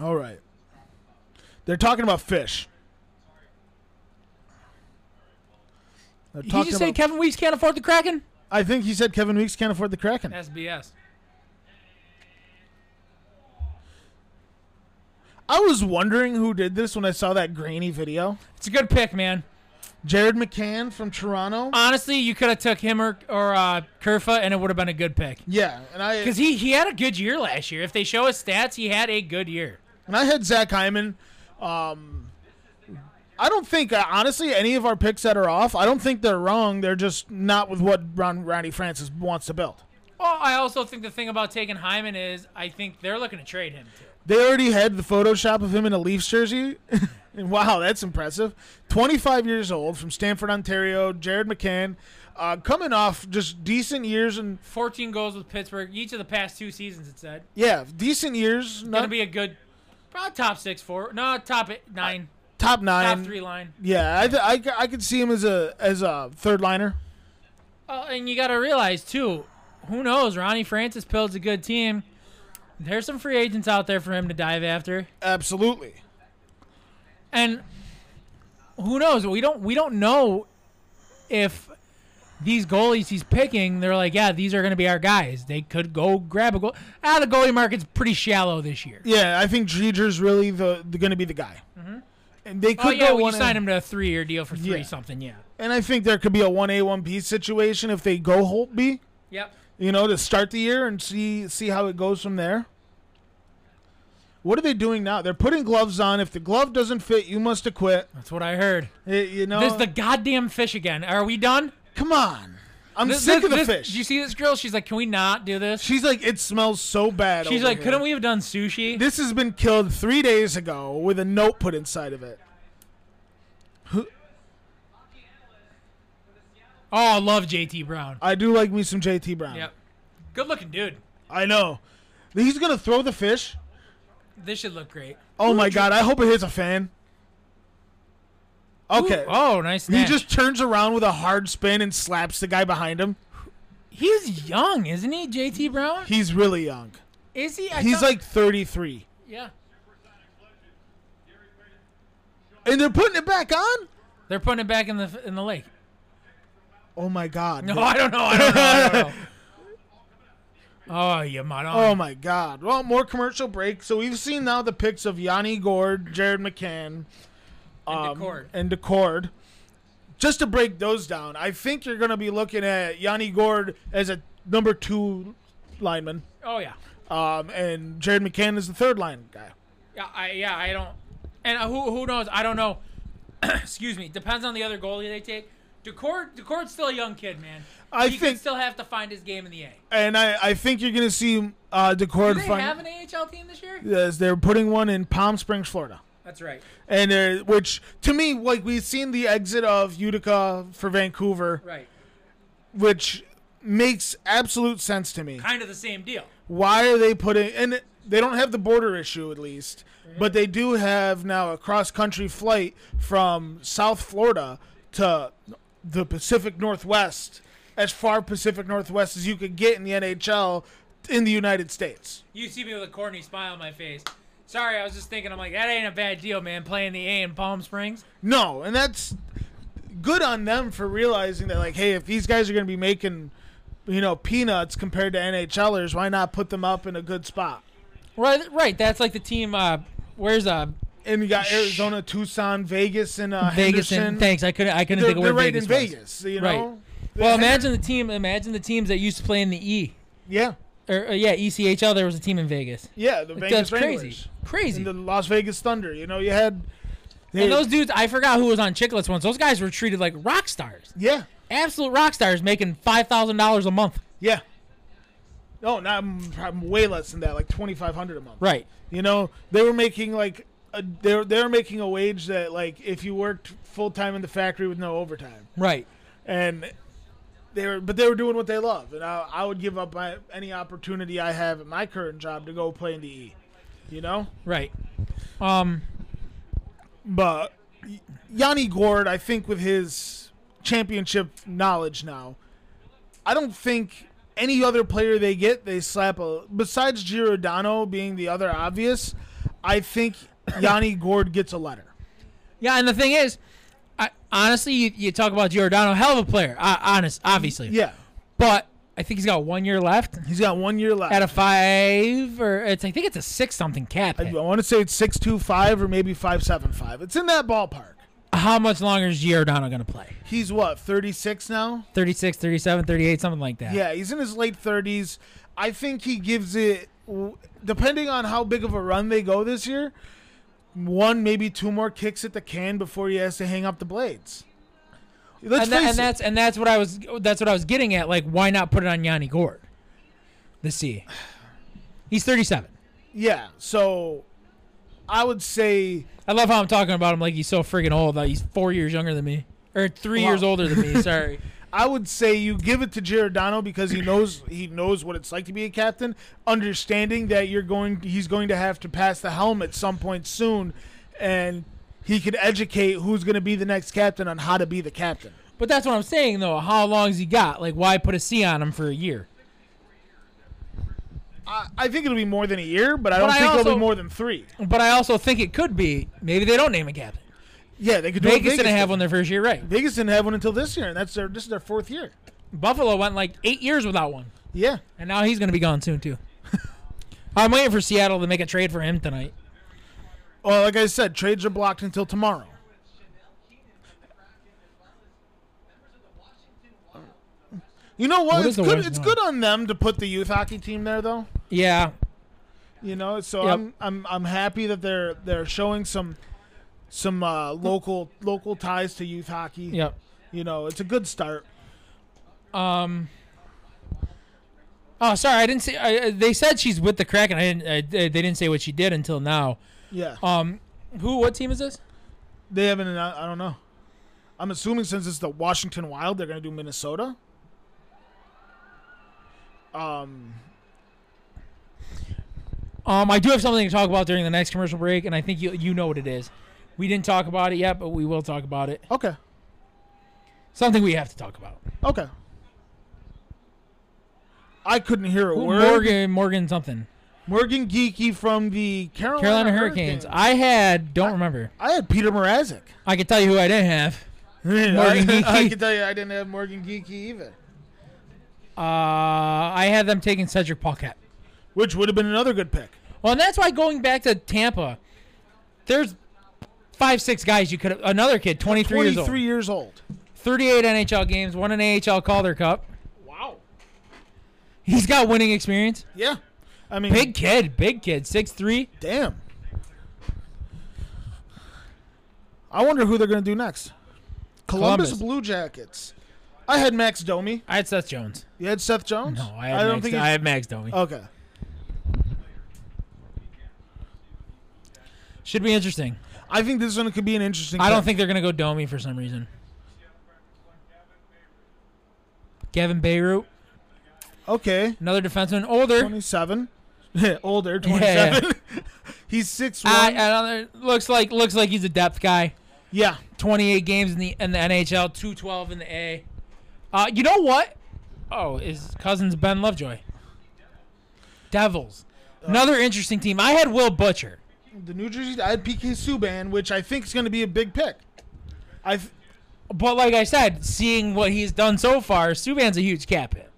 [SPEAKER 1] All right. They're talking about fish. They're
[SPEAKER 2] Did you
[SPEAKER 1] talking
[SPEAKER 2] just
[SPEAKER 1] about,
[SPEAKER 2] say Kevin Weeks can't afford the Kraken?
[SPEAKER 1] I think he said Kevin Weeks can't afford the Kraken.
[SPEAKER 2] That's BS.
[SPEAKER 1] I was wondering who did this when I saw that grainy video.
[SPEAKER 2] It's a good pick, man.
[SPEAKER 1] Jared McCann from Toronto.
[SPEAKER 2] Honestly, you could have took him or or uh, Kerfa, and it would have been a good pick.
[SPEAKER 1] yeah, and I
[SPEAKER 2] Because he, he had a good year last year. If they show his stats, he had a good year.
[SPEAKER 1] And I had Zach Hyman. Um, I don't think, uh, honestly, any of our picks that are off, I don't think they're wrong. They're just not with what Ron, Ronnie Francis wants to build.
[SPEAKER 2] Well, I also think the thing about taking Hyman is I think they're looking to trade him too.
[SPEAKER 1] They already had the Photoshop of him in a Leafs jersey. And wow, that's impressive. 25 years old from Stamford, Ontario, Jared McCann, uh, coming off just decent years and,
[SPEAKER 2] 14 goals with Pittsburgh each of the past two seasons. It said
[SPEAKER 1] yeah, decent years. Not
[SPEAKER 2] gonna be a good, probably top six four, no top eight, nine,
[SPEAKER 1] top nine.
[SPEAKER 2] top three line.
[SPEAKER 1] Yeah, I, th- I, c- I could see him as a as a third liner.
[SPEAKER 2] Oh, and you got to realize too, who knows? Ronnie Francis builds a good team. There's some free agents out there for him to dive after,
[SPEAKER 1] Absolutely.
[SPEAKER 2] and who knows? We don't we don't know if these goalies he's picking, they're like, yeah, these are going to be our guys. They could go grab a goal. Ah, the goalie market's pretty shallow this year.
[SPEAKER 1] Yeah, I think Dreger's really the, the going to be the guy. And they could
[SPEAKER 2] Mm-hmm. oh yeah,
[SPEAKER 1] go
[SPEAKER 2] well, you
[SPEAKER 1] one
[SPEAKER 2] signed him to a three-year deal for three
[SPEAKER 1] Yeah.
[SPEAKER 2] something. Yeah.
[SPEAKER 1] And I think there could be a one A one B situation if they go Holtby,
[SPEAKER 2] Yep.
[SPEAKER 1] you know, to start the year and see see how it goes from there. What are they doing now? They're putting gloves on. If the glove doesn't fit, you must acquit.
[SPEAKER 2] That's what I heard.
[SPEAKER 1] Eh, you know,
[SPEAKER 2] There's the goddamn fish again. Are we done?
[SPEAKER 1] come on. I'm
[SPEAKER 2] This-
[SPEAKER 1] sick
[SPEAKER 2] this-
[SPEAKER 1] of the
[SPEAKER 2] this-
[SPEAKER 1] fish.
[SPEAKER 2] Did you see this girl? She's like, can we not do this?
[SPEAKER 1] She's like, it smells so bad.
[SPEAKER 2] She's
[SPEAKER 1] over
[SPEAKER 2] like,
[SPEAKER 1] here."
[SPEAKER 2] couldn't we have done sushi?
[SPEAKER 1] This has been killed three days ago with a note put inside of it.
[SPEAKER 2] oh, I love JT Brown.
[SPEAKER 1] I do like me some JT Brown.
[SPEAKER 2] Yep. Good looking dude.
[SPEAKER 1] I know. He's gonna throw the fish.
[SPEAKER 2] This should look great.
[SPEAKER 1] Oh my god, I hope it hits a fan. Okay.
[SPEAKER 2] Ooh, oh, nice.
[SPEAKER 1] he
[SPEAKER 2] snatch.
[SPEAKER 1] just turns around with a hard spin and slaps the guy behind him.
[SPEAKER 2] he's young, isn't he? JT Brown?
[SPEAKER 1] He's really young.
[SPEAKER 2] Is he? I
[SPEAKER 1] He's
[SPEAKER 2] thought-
[SPEAKER 1] like 33.
[SPEAKER 2] yeah.
[SPEAKER 1] And they're putting it back on?
[SPEAKER 2] They're putting it back in the in the lake.
[SPEAKER 1] Oh my god.
[SPEAKER 2] No, I don't know. I don't know. I don't know. oh, you mud.
[SPEAKER 1] Oh my god. Well, more commercial break. So we've seen now the pics of Yanni Gord, Jared McCann, um,
[SPEAKER 2] Decord.
[SPEAKER 1] and Decord. Just to break those down, I think you're going to be looking at Yanni Gord as a number two lineman,
[SPEAKER 2] oh yeah.
[SPEAKER 1] um, and Jared McCann is the third line guy.
[SPEAKER 2] Yeah, I yeah, I don't. And who who knows? I don't know. Excuse me. Depends on the other goalie they take. Decord Decord's still a young kid, man.
[SPEAKER 1] I
[SPEAKER 2] he
[SPEAKER 1] think-
[SPEAKER 2] can still have to find his game in the A.
[SPEAKER 1] and I, I think you're gonna see uh, Decord
[SPEAKER 2] Do they
[SPEAKER 1] fin-
[SPEAKER 2] have an AHL team this year?
[SPEAKER 1] yes, they're putting one in Palm Springs, Florida,
[SPEAKER 2] That's right.
[SPEAKER 1] and they're- which to me, like we've seen the exit of Utica for Vancouver,
[SPEAKER 2] Right.
[SPEAKER 1] which makes absolute sense to me.
[SPEAKER 2] Kind of the same deal.
[SPEAKER 1] Why are they putting? And they don't have the border issue at least, but they do have now a cross country flight from South Florida to the Pacific Northwest, as far Pacific Northwest as you could get in the NHL in the United States.
[SPEAKER 2] You see me with a corny smile on my face. Sorry, I was just thinking. I'm like, that ain't a bad deal, man. Playing the A in Palm Springs.
[SPEAKER 1] No, and that's good on them for realizing that, like, hey, if these guys are going to be making, you know, peanuts compared to NHLers, why not put them up in a good spot?
[SPEAKER 2] Right, right. That's like the team. Uh, where's uh
[SPEAKER 1] And you got Arizona, Tucson, Vegas, and uh,
[SPEAKER 2] Vegas?
[SPEAKER 1] Henderson.
[SPEAKER 2] And, thanks, I couldn't. I couldn't
[SPEAKER 1] they're
[SPEAKER 2] think of where
[SPEAKER 1] they're right
[SPEAKER 2] Vegas
[SPEAKER 1] in
[SPEAKER 2] was.
[SPEAKER 1] Vegas, you
[SPEAKER 2] Right.
[SPEAKER 1] know.
[SPEAKER 2] Well,
[SPEAKER 1] They-
[SPEAKER 2] imagine the team. Imagine the teams that used to play in the E.
[SPEAKER 1] yeah,
[SPEAKER 2] Or, or yeah, E ECHL. There was a team in Vegas.
[SPEAKER 1] yeah, the
[SPEAKER 2] Like,
[SPEAKER 1] Vegas
[SPEAKER 2] that's crazy.
[SPEAKER 1] Wranglers
[SPEAKER 2] Crazy.
[SPEAKER 1] and the
[SPEAKER 2] And,
[SPEAKER 1] Las Vegas Thunder. You know, you had they-
[SPEAKER 2] those dudes, I forgot who was on Chicklets once. Those guys were treated like rock stars,
[SPEAKER 1] yeah,
[SPEAKER 2] absolute rock stars, making five thousand dollars a month.
[SPEAKER 1] yeah. No, not I'm, I'm way less than that, like twenty five hundred a month.
[SPEAKER 2] Right.
[SPEAKER 1] You know, they were making like a, they were, they were making a wage that like if you worked full time in the factory with no overtime,
[SPEAKER 2] Right.
[SPEAKER 1] and they were, but they were doing what they love, and I, I would give up my, any opportunity I have at my current job to go play in the E. You know,
[SPEAKER 2] Right. Um,
[SPEAKER 1] but Y- Yanni Gord, I think with his championship knowledge now, I don't think any other player they get they slap a. Besides Giordano being the other obvious, I think Yanni Gord gets a letter.
[SPEAKER 2] yeah, and the thing is, I, honestly, you, you talk about Giordano, hell of a player. Uh, honest, obviously.
[SPEAKER 1] Yeah,
[SPEAKER 2] But I think he's got one year left
[SPEAKER 1] he's got one year left.
[SPEAKER 2] at a five, or it's I think it's a six something cap.
[SPEAKER 1] I
[SPEAKER 2] hit.
[SPEAKER 1] want to say it's six two five or maybe five seven five. It's in that ballpark.
[SPEAKER 2] How much longer is Giordano going to play?
[SPEAKER 1] He's what thirty six now.
[SPEAKER 2] 36, 37, 38, something like that.
[SPEAKER 1] Yeah, he's in his late thirties. I think he gives it, depending on how big of a run they go this year, one maybe two more kicks at the can before he has to hang up the blades. Let's
[SPEAKER 2] and, tha-
[SPEAKER 1] face
[SPEAKER 2] and
[SPEAKER 1] it.
[SPEAKER 2] that's and that's what I was that's what I was getting at. Like, why not put it on Yanni Gord? The C. He's 37.
[SPEAKER 1] yeah. So, I would say
[SPEAKER 2] I love how I'm talking about him like he's so friggin' old. Like he's four years younger than me, or three
[SPEAKER 1] Wow.
[SPEAKER 2] years older than me. Sorry.
[SPEAKER 1] I would say you give it to Giordano because he knows he knows what it's like to be a captain, understanding that you're going he's going to have to pass the helm at some point soon and he can educate who's going to be the next captain on how to be the captain.
[SPEAKER 2] but that's what I'm saying though. How long's he got? Like, why put a C on him for a year?
[SPEAKER 1] I, I think it'll be more than a year, but I don't
[SPEAKER 2] But I
[SPEAKER 1] think it'll
[SPEAKER 2] also-
[SPEAKER 1] be more than 3.
[SPEAKER 2] But I also think it could be maybe they don't name a captain.
[SPEAKER 1] Yeah, they could do it.
[SPEAKER 2] Vegas didn't have
[SPEAKER 1] did.
[SPEAKER 2] one their first year, right?
[SPEAKER 1] Vegas didn't have one until this year and that's their this is their fourth year.
[SPEAKER 2] Buffalo went like eight years without one,
[SPEAKER 1] Yeah.
[SPEAKER 2] and now he's gonna be gone soon too. I'm waiting for Seattle to make a trade for him tonight.
[SPEAKER 1] Well, like I said, trades are blocked until tomorrow. You know what?
[SPEAKER 2] What is
[SPEAKER 1] it's
[SPEAKER 2] the
[SPEAKER 1] good.
[SPEAKER 2] worst
[SPEAKER 1] It's
[SPEAKER 2] one?
[SPEAKER 1] good on them to put the youth hockey team there, though.
[SPEAKER 2] Yeah,
[SPEAKER 1] You know, so
[SPEAKER 2] Yep.
[SPEAKER 1] I'm I'm I'm happy that they're they're showing some some uh, local local ties to youth hockey.
[SPEAKER 2] yep.
[SPEAKER 1] You know, it's a good start.
[SPEAKER 2] Um. Oh, sorry, I didn't see. I, I- they said she's with the Kraken. I didn't. I, they didn't say what she did until now.
[SPEAKER 1] Yeah,
[SPEAKER 2] Um, who? What team is this?
[SPEAKER 1] they haven't. annou- I don't know. I'm assuming since it's the Washington Wild, they're gonna do Minnesota. Um,
[SPEAKER 2] Um, I do have something to talk about during the next commercial break, and I think you you know what it is. We didn't talk about it yet, but we will talk about it.
[SPEAKER 1] okay,
[SPEAKER 2] Something we have to talk about.
[SPEAKER 1] Okay. I couldn't hear a word. Morgan,
[SPEAKER 2] Morgan Morgan something.
[SPEAKER 1] Geeky from the Carolina,
[SPEAKER 2] Carolina Hurricanes.
[SPEAKER 1] Hurricanes.
[SPEAKER 2] I had don't remember.
[SPEAKER 1] I had Peter Mrazek.
[SPEAKER 2] I can tell you who I didn't have.
[SPEAKER 1] I, I
[SPEAKER 2] Geekie.
[SPEAKER 1] can tell you I didn't have Morgan Geeky either.
[SPEAKER 2] Uh, I had them taking Cedric Paquette.
[SPEAKER 1] Which would have been another good pick.
[SPEAKER 2] Well, and that's why going back to Tampa, there's five, six guys you could have. Another kid, 23, years old,
[SPEAKER 1] 23 years old.
[SPEAKER 2] 38 NHL games, won an AHL Calder Cup.
[SPEAKER 1] Wow.
[SPEAKER 2] He's got winning experience.
[SPEAKER 1] Yeah. I mean,
[SPEAKER 2] Big kid, big kid, six three.
[SPEAKER 1] damn. I wonder who they're going to do next. Columbus,
[SPEAKER 2] Columbus.
[SPEAKER 1] Blue Jackets. I had Max Domi.
[SPEAKER 2] I had Seth Jones.
[SPEAKER 1] You had Seth Jones?
[SPEAKER 2] No, I had Max,
[SPEAKER 1] he-
[SPEAKER 2] I had Max Domi.
[SPEAKER 1] Okay.
[SPEAKER 2] Should be interesting.
[SPEAKER 1] I think this one could be an interesting
[SPEAKER 2] I don't
[SPEAKER 1] pick.
[SPEAKER 2] think they're gonna go Domi for some reason. Gavin Beirut,
[SPEAKER 1] Okay.
[SPEAKER 2] another defenseman, older.
[SPEAKER 1] 27. Older, 27. He's 6'1.
[SPEAKER 2] I, another looks like looks like he's a depth guy.
[SPEAKER 1] yeah.
[SPEAKER 2] 28 games in the in the NHL, 212 in the A. Uh, you know what? Oh, is cousins Ben Lovejoy. Devils. Another interesting team. I had Will Butcher.
[SPEAKER 1] The New Jersey, I had PK Subban, which I think is going to be a big pick. I th-
[SPEAKER 2] But like I said, seeing what he's done so far, Subban's a huge cap hit.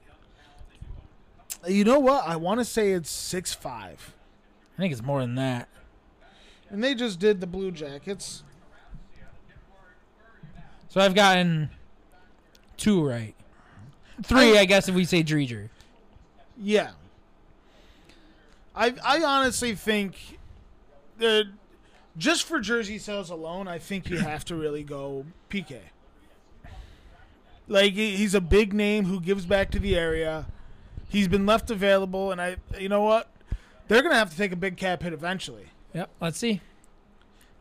[SPEAKER 1] You know what? I want to say it's 6'5.
[SPEAKER 2] I think it's more than that.
[SPEAKER 1] And they just did the Blue Jackets.
[SPEAKER 2] So I've gotten two right. Three, I, guess, if we say Dreger.
[SPEAKER 1] Yeah. I I honestly think that just for jersey sales alone, I think you have to really go PK. Like he- he's a big name who gives back to the area. He's been left available, and I you know what? They're gonna have to take a big cap hit eventually.
[SPEAKER 2] Yep. Let's see.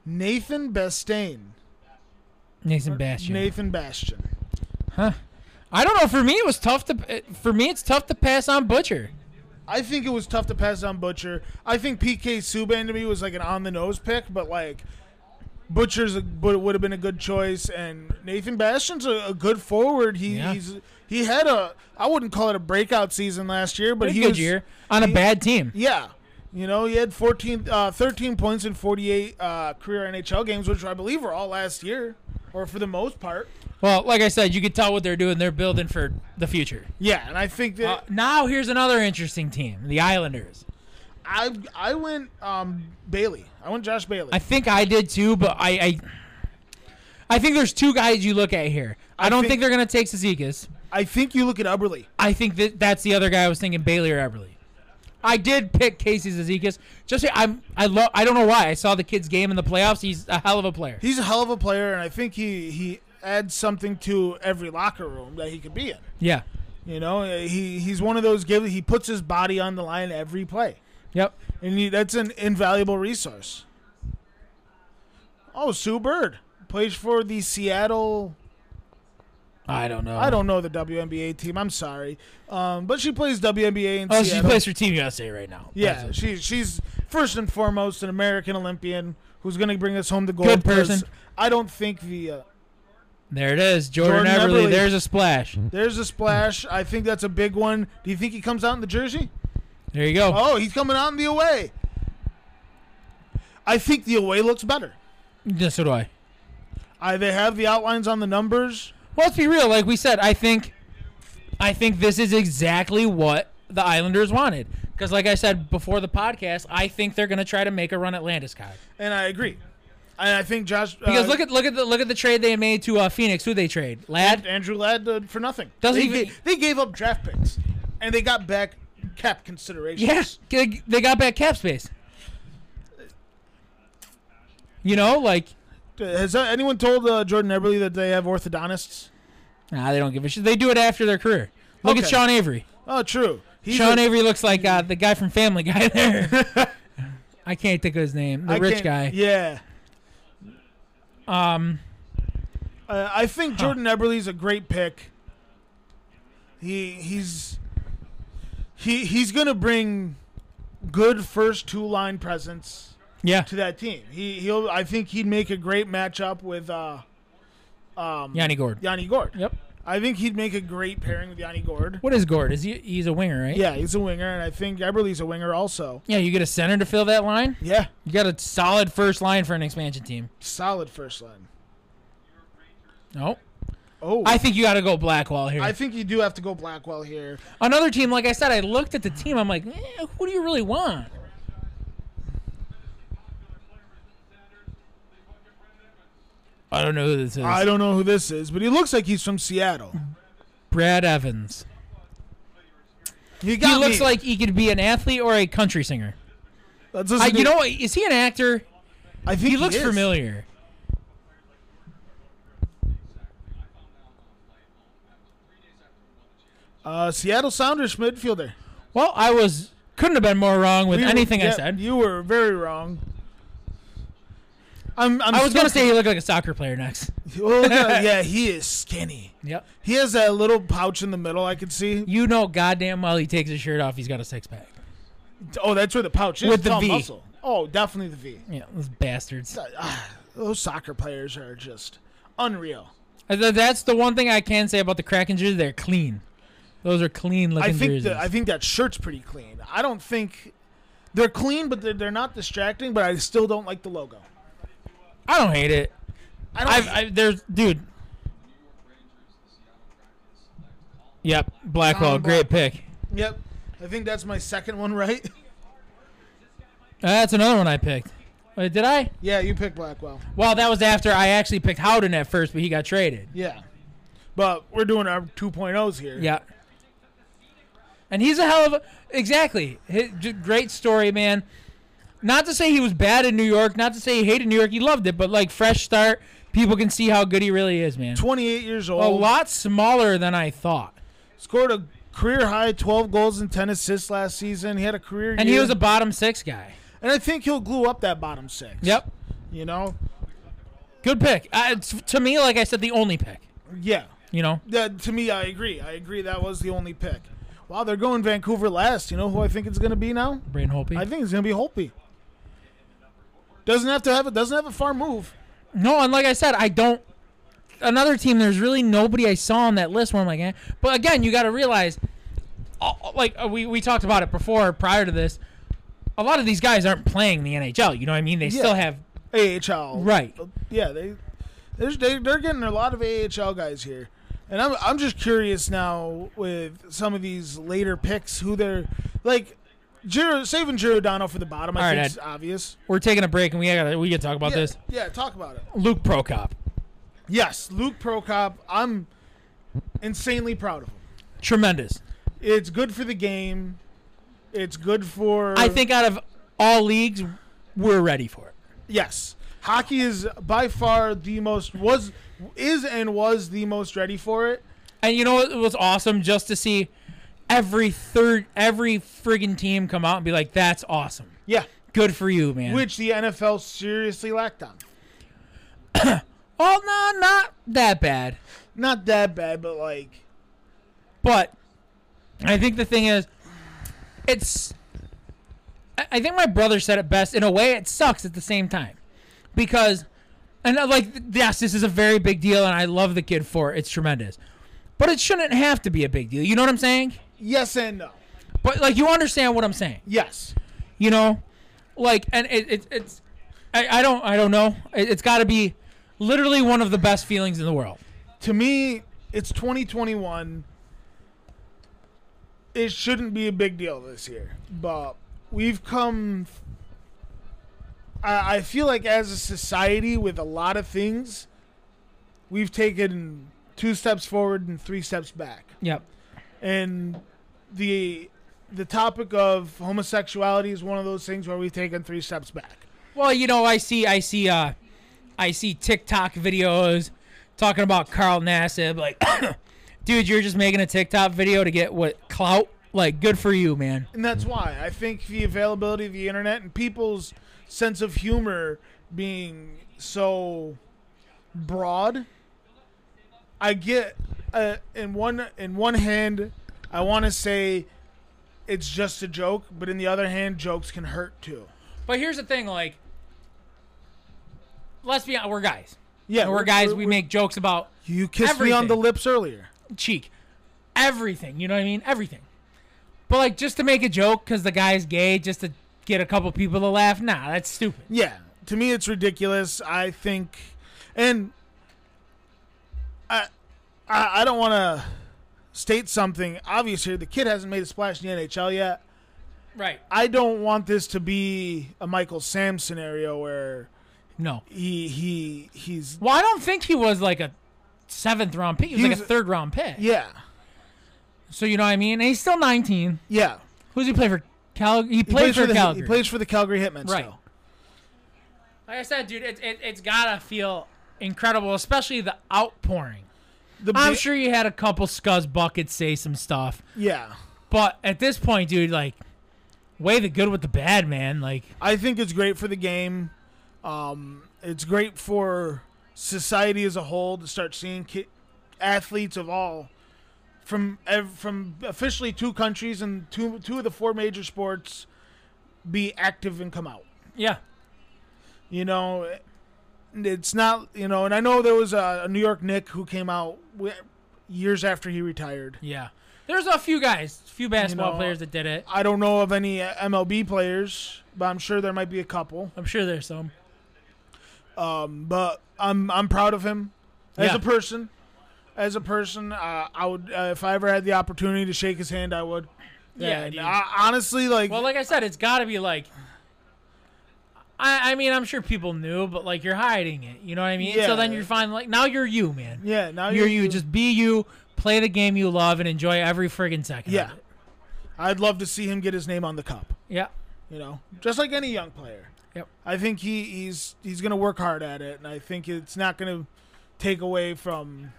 [SPEAKER 1] Nathan Bastain.
[SPEAKER 2] Nathan Bastion.
[SPEAKER 1] Nathan Bastion.
[SPEAKER 2] Huh. I don't know. For me, it was tough to. eh, For me, it's tough to pass on Butcher.
[SPEAKER 1] I think it was tough to pass on Butcher. I think PK Subban to me was like an on the nose pick, but like Butcher's a, but would have been a good choice, and Nathan Bastion's a, a good forward. He,
[SPEAKER 2] Yeah.
[SPEAKER 1] He's he had a I wouldn't call it a breakout season last year, but
[SPEAKER 2] Pretty
[SPEAKER 1] he
[SPEAKER 2] good
[SPEAKER 1] was
[SPEAKER 2] year on a bad team.
[SPEAKER 1] yeah. You know, he had 14, uh, 13 points in 48 uh, career NHL games, which I believe were all last year, or for the most part.
[SPEAKER 2] Well, like I said, you could tell what they're doing. They're building for the future.
[SPEAKER 1] Yeah, and I think that
[SPEAKER 2] Uh, now here's another interesting team, the Islanders.
[SPEAKER 1] I I went um, Bailey. I went Josh Bailey.
[SPEAKER 2] I think I did too, but I, I, I think there's two guys you look at here. I,
[SPEAKER 1] I
[SPEAKER 2] don't think,
[SPEAKER 1] think-
[SPEAKER 2] they're gonna take Sezikis.
[SPEAKER 1] I think you look at Uberly.
[SPEAKER 2] I think that that's the other guy I was thinking, Bailey or Eberle. I did pick Casey Zizekas. Just I'm I love I don't know why I saw the kid's game in the playoffs. He's a hell of a player.
[SPEAKER 1] He's a hell of a player, and I think he he adds something to every locker room that he could be in.
[SPEAKER 2] Yeah.
[SPEAKER 1] You know, eh, he he's one of those give. He puts his body on the line every play,
[SPEAKER 2] Yep.
[SPEAKER 1] and he, that's an invaluable resource. Oh, Sue Bird plays for the Seattle.
[SPEAKER 2] I don't know.
[SPEAKER 1] I don't know the WNBA team. I'm sorry, um, but she plays WNBA in
[SPEAKER 2] Oh, she
[SPEAKER 1] Seattle.
[SPEAKER 2] plays for Team USA right now.
[SPEAKER 1] Yeah,
[SPEAKER 2] That's-
[SPEAKER 1] she, she's first and foremost an American Olympian who's going to bring us home the gold.
[SPEAKER 2] Good person.
[SPEAKER 1] 'cause I don't think the uh,
[SPEAKER 2] There it is, Jordan,
[SPEAKER 1] Jordan
[SPEAKER 2] Everly.
[SPEAKER 1] Eberle.
[SPEAKER 2] There's a splash.
[SPEAKER 1] there's a splash. I think that's a big one. Do you think he comes out in the jersey?
[SPEAKER 2] There you go.
[SPEAKER 1] Oh, he's coming out in the away. I think the away looks better.
[SPEAKER 2] Yeah, so do I.
[SPEAKER 1] I, they have the outlines on the numbers.
[SPEAKER 2] Well, let's be real. Like we said, I think, I think this is exactly what the Islanders wanted. Because, like I said before the podcast, I think they're going to try to make a run at Landeskog.
[SPEAKER 1] And I agree. And I think Josh.
[SPEAKER 2] Because
[SPEAKER 1] uh,
[SPEAKER 2] look at look at the look at the trade they made to uh, Phoenix. Who they trade? Lad.
[SPEAKER 1] Andrew Ladd uh, for nothing.
[SPEAKER 2] Doesn't
[SPEAKER 1] they,
[SPEAKER 2] even-
[SPEAKER 1] ga- they gave up draft picks, and they got back cap considerations.
[SPEAKER 2] Yes. They, they got back cap space. You know, like
[SPEAKER 1] Has uh, anyone told uh, Jordan Eberle that they have orthodontists?
[SPEAKER 2] nah, they don't give a shit. They do it after their career. Look at
[SPEAKER 1] Okay.
[SPEAKER 2] Sean Avery.
[SPEAKER 1] Oh, true. He's
[SPEAKER 2] Sean
[SPEAKER 1] a-
[SPEAKER 2] Avery looks like uh, the guy from Family Guy. There. I can't think of his name. The
[SPEAKER 1] I
[SPEAKER 2] rich
[SPEAKER 1] can't-
[SPEAKER 2] guy.
[SPEAKER 1] Yeah.
[SPEAKER 2] Um.
[SPEAKER 1] Uh, I think Jordan Eberle's a great pick. He he's he he's gonna bring good first two line presence
[SPEAKER 2] Yeah.
[SPEAKER 1] to that team. He he'll I think he'd make a great matchup with uh um
[SPEAKER 2] Yanni Gord.
[SPEAKER 1] Yanni Gord.
[SPEAKER 2] Yep.
[SPEAKER 1] I think he'd make a great pairing with Yanni Gord.
[SPEAKER 2] What is Gord? Is he? He's a winger, right?
[SPEAKER 1] Yeah, he's a winger, and I think Eberle's a winger also.
[SPEAKER 2] Yeah. You get a center to fill that line.
[SPEAKER 1] Yeah,
[SPEAKER 2] You got a solid first line for an expansion team.
[SPEAKER 1] solid first line.
[SPEAKER 2] No.
[SPEAKER 1] Oh,
[SPEAKER 2] I think you got to go Blackwall here.
[SPEAKER 1] I think you do have to go Blackwell here.
[SPEAKER 2] Another team, like I said, I looked at the team. I'm like, eh, who do you really want? I don't know who this is.
[SPEAKER 1] I don't know who this is, but he looks like he's from Seattle.
[SPEAKER 2] Mm-hmm. Brad Evans.
[SPEAKER 1] He,
[SPEAKER 2] He
[SPEAKER 1] got
[SPEAKER 2] looks
[SPEAKER 1] me.
[SPEAKER 2] like he could be an athlete or a country singer.
[SPEAKER 1] That's
[SPEAKER 2] I,
[SPEAKER 1] just-
[SPEAKER 2] you know, what? is he an actor?
[SPEAKER 1] I think
[SPEAKER 2] He looks
[SPEAKER 1] is.
[SPEAKER 2] familiar.
[SPEAKER 1] Uh, Seattle Sounders midfielder.
[SPEAKER 2] Well, I was couldn't have been more wrong with
[SPEAKER 1] You-
[SPEAKER 2] anything I
[SPEAKER 1] yeah,
[SPEAKER 2] said.
[SPEAKER 1] You were very wrong. I'm, I'm
[SPEAKER 2] I was
[SPEAKER 1] still-
[SPEAKER 2] gonna say he looked like a soccer player next.
[SPEAKER 1] Oh, God, yeah, he is skinny.
[SPEAKER 2] Yep.
[SPEAKER 1] He has that little pouch in the middle. I could see.
[SPEAKER 2] You know, goddamn well, he takes his shirt off. He's got a six pack.
[SPEAKER 1] Oh, that's where the pouch is.
[SPEAKER 2] With the
[SPEAKER 1] Tall
[SPEAKER 2] V.
[SPEAKER 1] Muscle. Oh, definitely the V. Uh,
[SPEAKER 2] Yeah, those bastards.
[SPEAKER 1] Those soccer players are just unreal.
[SPEAKER 2] Uh, th- That's the one thing I can say about the Kraken jerseys. They're clean. Those are clean looking
[SPEAKER 1] I think
[SPEAKER 2] jerseys.
[SPEAKER 1] that I think that shirt's pretty clean. I don't think they're clean, but they're, they're not distracting. But I still don't like the logo.
[SPEAKER 2] I don't hate it.
[SPEAKER 1] I don't.
[SPEAKER 2] I've, I there's dude. Yep, Blackwell,
[SPEAKER 1] Colin
[SPEAKER 2] great pick.
[SPEAKER 1] yep. I think that's my second one, right?
[SPEAKER 2] Uh, that's another one I picked. Wait, did I?
[SPEAKER 1] yeah, you picked Blackwell.
[SPEAKER 2] Well, that was after I actually picked Howden at first, but he got traded.
[SPEAKER 1] Yeah. But we're doing our 2.0s here.
[SPEAKER 2] Yeah. And he's a hell of a exactly Hi- j- great story, man. Not to say he was bad in New York, not to say he hated New York, he loved it, but like fresh start, people can see how good he really is, man.
[SPEAKER 1] 28 years old.
[SPEAKER 2] A lot smaller than I thought,
[SPEAKER 1] Scored a career high 12 goals and 10 assists last season. He had a career
[SPEAKER 2] and
[SPEAKER 1] year.
[SPEAKER 2] he was a bottom six guy.
[SPEAKER 1] and I think he'll glue up that bottom six.
[SPEAKER 2] Yep,
[SPEAKER 1] You know?
[SPEAKER 2] good pick. Uh, it's, to me, like I said, the only pick.
[SPEAKER 1] Yeah.
[SPEAKER 2] You know,
[SPEAKER 1] That to me, I agree. I agree. That was the only pick. Wow, they're going Vancouver last. You know who I think it's going to be now?
[SPEAKER 2] Braden Holpe.
[SPEAKER 1] I think it's going to be Holpe. Doesn't have to have it. Doesn't have a far move.
[SPEAKER 2] No, and like I said, I don't. Another team, there's really nobody I saw on that list where I'm like, eh. But again, you got to realize, all- like uh, we, we talked about it before, prior to this, a lot of these guys aren't playing the NHL. You know what I mean? They still have.
[SPEAKER 1] AHL.
[SPEAKER 2] Right.
[SPEAKER 1] Uh, Yeah, they they're they- they're getting a lot of AHL guys here. And I'm I'm just curious now with some of these later picks who they're like Giro, saving Giordano for the bottom, I
[SPEAKER 2] All right,
[SPEAKER 1] think is
[SPEAKER 2] Ed.
[SPEAKER 1] obvious.
[SPEAKER 2] We're taking a break, and we got to we got to talk about
[SPEAKER 1] Yeah,
[SPEAKER 2] this.
[SPEAKER 1] yeah, talk about it.
[SPEAKER 2] Luke Prokop,
[SPEAKER 1] Yes, Luke Prokop, I'm insanely proud of him.
[SPEAKER 2] tremendous.
[SPEAKER 1] It's good for the game. It's good for
[SPEAKER 2] I think out of all leagues, we're ready for it.
[SPEAKER 1] Yes. Hockey is by far the most was is and was the most ready for it.
[SPEAKER 2] And you know what was awesome? Just to see every third, every friggin' team come out and be like, "That's awesome.
[SPEAKER 1] Yeah.
[SPEAKER 2] Good for you, man."
[SPEAKER 1] which the NFL seriously lacked on.
[SPEAKER 2] Oh no, not that bad.
[SPEAKER 1] Not that bad, but like,
[SPEAKER 2] But I think the thing is, it's. I- I think my brother said it best. In a way, it sucks at the same time, because, and I like yes, this is a very big deal, and I love the kid for it. It's tremendous, but it shouldn't have to be a big deal. You know what I'm saying?
[SPEAKER 1] yes and no.
[SPEAKER 2] But like, you understand what I'm saying?
[SPEAKER 1] Yes.
[SPEAKER 2] You know, like, and it, it it's. I, I don't I don't know. It, it's got to be literally one of the best feelings in the world.
[SPEAKER 1] To me, it's 2021. It shouldn't be a big deal this year, but we've come. I, I feel like as a society, with a lot of things, we've taken two steps forward and three steps back.
[SPEAKER 2] Yep.
[SPEAKER 1] and the the topic of homosexuality is one of those things where we've taken three steps back.
[SPEAKER 2] Well, you know, I see, I see, uh, I see TikTok videos talking about Carl Nassib. Like, dude, you're just making a TikTok video to get what clout? Like, good for you, man.
[SPEAKER 1] And that's why I think the availability of the internet and people's sense of humor being so broad. I get uh, in one in one hand, I want to say it's just a joke, but in the other hand, jokes can hurt too.
[SPEAKER 2] But here's the thing, like, let's be honest, we're guys.
[SPEAKER 1] Yeah,
[SPEAKER 2] We're, guys. we make jokes about
[SPEAKER 1] you kissed me on
[SPEAKER 2] everything.
[SPEAKER 1] the lips earlier.
[SPEAKER 2] cheek, everything. You know what I mean? Everything. But like, just to make a joke because the guy's gay, just to get a couple people to laugh. Nah, that's stupid.
[SPEAKER 1] Yeah, to me it's ridiculous. I think, and I, I, I don't want to state something obvious here. The kid hasn't made a splash in the NHL yet.
[SPEAKER 2] Right.
[SPEAKER 1] I don't want this to be a Michael Sam scenario where
[SPEAKER 2] No.
[SPEAKER 1] he he he's
[SPEAKER 2] Well, I don't think he was like a seventh round pick. He was
[SPEAKER 1] He
[SPEAKER 2] like a
[SPEAKER 1] was-
[SPEAKER 2] third round pick.
[SPEAKER 1] yeah
[SPEAKER 2] So you know what I mean. And he's still 19.
[SPEAKER 1] yeah.
[SPEAKER 2] Who's he play for? Calgary. He,
[SPEAKER 1] He
[SPEAKER 2] played for
[SPEAKER 1] the
[SPEAKER 2] Calgary.
[SPEAKER 1] he plays for the Calgary Hitmen.
[SPEAKER 2] right.
[SPEAKER 1] still.
[SPEAKER 2] Like I said, dude, it, it, it's gotta feel incredible, especially the outpouring.
[SPEAKER 1] The
[SPEAKER 2] I'm
[SPEAKER 1] big-
[SPEAKER 2] sure you had a couple scuzz buckets say some stuff,
[SPEAKER 1] Yeah,
[SPEAKER 2] but at this point, dude, like, weigh the good with the bad, man. Like,
[SPEAKER 1] I think it's great for the game. Um, it's great for society as a whole to start seeing ki- athletes of all from ev- from officially two countries and two two of the four major sports be active and come out.
[SPEAKER 2] yeah,
[SPEAKER 1] You know, it's not you know, and I know there was a, a New York Nick who came out wi years after he retired.
[SPEAKER 2] yeah. There's a few guys, a few basketball
[SPEAKER 1] know,
[SPEAKER 2] players that did it.
[SPEAKER 1] I don't know of any uh, MLB players, but I'm sure there might be a couple.
[SPEAKER 2] I'm sure there's some.
[SPEAKER 1] but I'm I'm proud of him as
[SPEAKER 2] Yeah.
[SPEAKER 1] a person. As a person, uh, I would uh, if I ever had the opportunity to shake his hand, I would.
[SPEAKER 2] Yeah,
[SPEAKER 1] And
[SPEAKER 2] dude.
[SPEAKER 1] I, honestly, like,
[SPEAKER 2] Well, like I said, it's got to be like. I, I mean, I'm sure people knew, but like you're hiding it. You know what I mean? So then
[SPEAKER 1] Yeah.
[SPEAKER 2] you're fine. Like now you're you, man.
[SPEAKER 1] yeah, now
[SPEAKER 2] You're you. Just be you. Play the game you love and enjoy every friggin' second. of
[SPEAKER 1] yeah.
[SPEAKER 2] it.
[SPEAKER 1] I'd love to see him get his name on the cup.
[SPEAKER 2] Yeah.
[SPEAKER 1] You know, just like any young player.
[SPEAKER 2] Yep.
[SPEAKER 1] I think he, he's he's gonna work hard at it, and I think it's not gonna take away from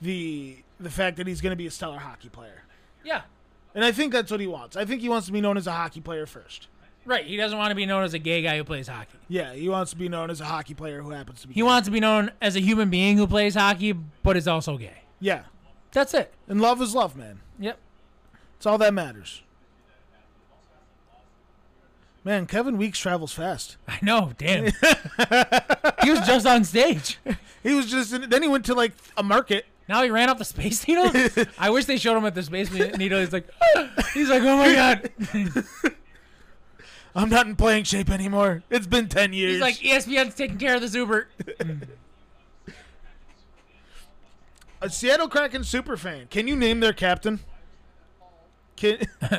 [SPEAKER 1] the the fact that he's gonna be a stellar hockey player.
[SPEAKER 2] Yeah.
[SPEAKER 1] And I think that's what he wants. I think he wants to be known as a hockey player first.
[SPEAKER 2] Right. He doesn't want to be known as a gay guy who plays hockey.
[SPEAKER 1] Yeah, he wants to be known as a hockey player who happens to be.
[SPEAKER 2] He wants to be known as a human being who plays hockey, but is also gay.
[SPEAKER 1] Yeah,
[SPEAKER 2] That's it.
[SPEAKER 1] and love is love, man.
[SPEAKER 2] Yep.
[SPEAKER 1] It's all that matters. Man, Kevin Weeks travels fast.
[SPEAKER 2] I know. Damn. he was just on stage.
[SPEAKER 1] He was just in, then he went to like a market.
[SPEAKER 2] Now he ran off the space needle. I wish they showed him at the space needle. He's like, he's like, oh my god.
[SPEAKER 1] I'm not in playing shape anymore. It's been ten years.
[SPEAKER 2] He's like, "E ESPN's taking care of this Uber.
[SPEAKER 1] a Seattle Kraken superfan. Can you name their captain? Can...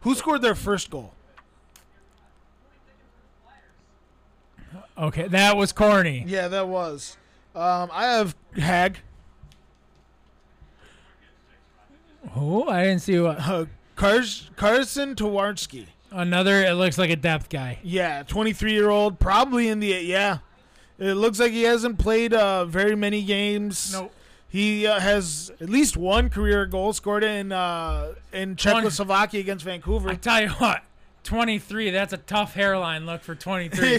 [SPEAKER 1] Who scored their first goal?
[SPEAKER 2] Okay, that was corny.
[SPEAKER 1] Yeah, that was. Um, I have Hag,
[SPEAKER 2] Oh, I didn't see what.
[SPEAKER 1] uh, Kars- Karson Towarski.
[SPEAKER 2] Another. It looks like a depth guy.
[SPEAKER 1] Yeah, 23 year old, probably in the yeah. It looks like he hasn't played uh, very many games.
[SPEAKER 2] Nope.
[SPEAKER 1] He uh, has at least one career goal scored in uh, in Czechoslovakia against Vancouver.
[SPEAKER 2] I tell you what, 23. That's a tough hairline look for 23.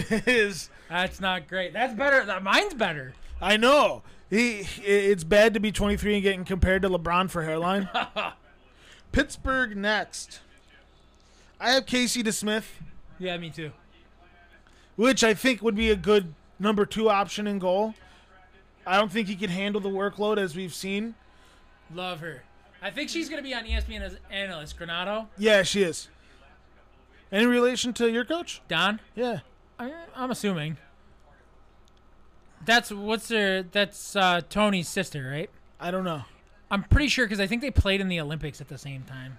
[SPEAKER 1] It is.
[SPEAKER 2] that's not great. That's better. That mine's better.
[SPEAKER 1] I know. He, i- it's bad to be 23 and getting compared to LeBron for hairline. Pittsburgh next. I have Casey DeSmith,
[SPEAKER 2] Yeah, me too.
[SPEAKER 1] which I think would be a good number two option in goal. I don't think he could handle the workload as we've seen.
[SPEAKER 2] Love her. I think she's gonna be on E ESPN as analyst. Granado,
[SPEAKER 1] Yeah, she is. Any relation to your coach?
[SPEAKER 2] Don.
[SPEAKER 1] Yeah.
[SPEAKER 2] I, I'm assuming. That's what's her. That's uh, Tony's sister, right?
[SPEAKER 1] I don't know.
[SPEAKER 2] I'm pretty sure because I think they played in the Olympics at the same time.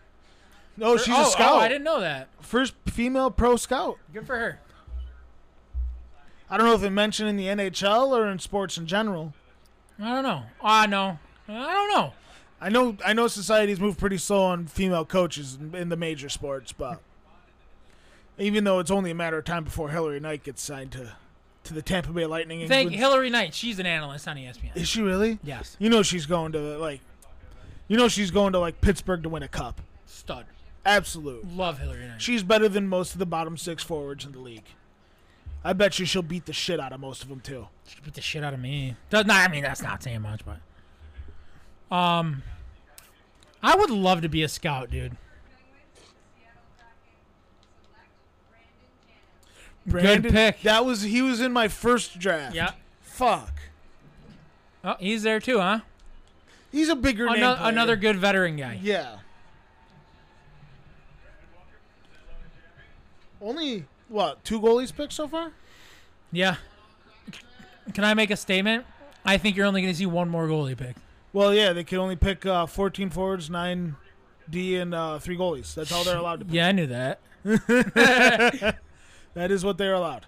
[SPEAKER 1] No, she's
[SPEAKER 2] oh,
[SPEAKER 1] a scout.
[SPEAKER 2] Oh, I didn't know that.
[SPEAKER 1] First female pro scout.
[SPEAKER 2] Good for her.
[SPEAKER 1] I don't know if they mentioned in the NHL or in sports in general.
[SPEAKER 2] I don't know. Ah, no. I don't know.
[SPEAKER 1] I know I know society's moved pretty slow on female coaches in, in the major sports, but even though it's only a matter of time before Hillary Knight gets signed to to the Tampa Bay Lightning. and
[SPEAKER 2] Thank
[SPEAKER 1] wins-
[SPEAKER 2] Hillary Knight. She's an analyst on E ESPN.
[SPEAKER 1] Is she really?
[SPEAKER 2] Yes.
[SPEAKER 1] You know she's going to like you know she's going to like Pittsburgh to win a cup.
[SPEAKER 2] Stud.
[SPEAKER 1] Absolute.
[SPEAKER 2] Love Hillary Knight.
[SPEAKER 1] She's better than most of the bottom six forwards in the league. I bet you she'll beat the shit out of most of them too.
[SPEAKER 2] She could beat the shit out of me. Does not. I mean, that's not saying much, but. Um, I would love to be a scout, dude.
[SPEAKER 1] Brandon-
[SPEAKER 2] pick.
[SPEAKER 1] That was he was in my first draft.
[SPEAKER 2] Yeah.
[SPEAKER 1] Fuck.
[SPEAKER 2] Oh, he's there too, huh?
[SPEAKER 1] He's a bigger name
[SPEAKER 2] Ano-
[SPEAKER 1] player.
[SPEAKER 2] another good veteran guy.
[SPEAKER 1] Yeah. Only what two goalies picked so far?
[SPEAKER 2] Yeah. Can I make a statement? I think you're only going to see one more goalie pick.
[SPEAKER 1] Well, yeah, they could only pick uh, 14 forwards, nine D, and uh, three goalies. That's all they're allowed to. Pick.
[SPEAKER 2] Yeah, I knew that.
[SPEAKER 1] That is what they're allowed.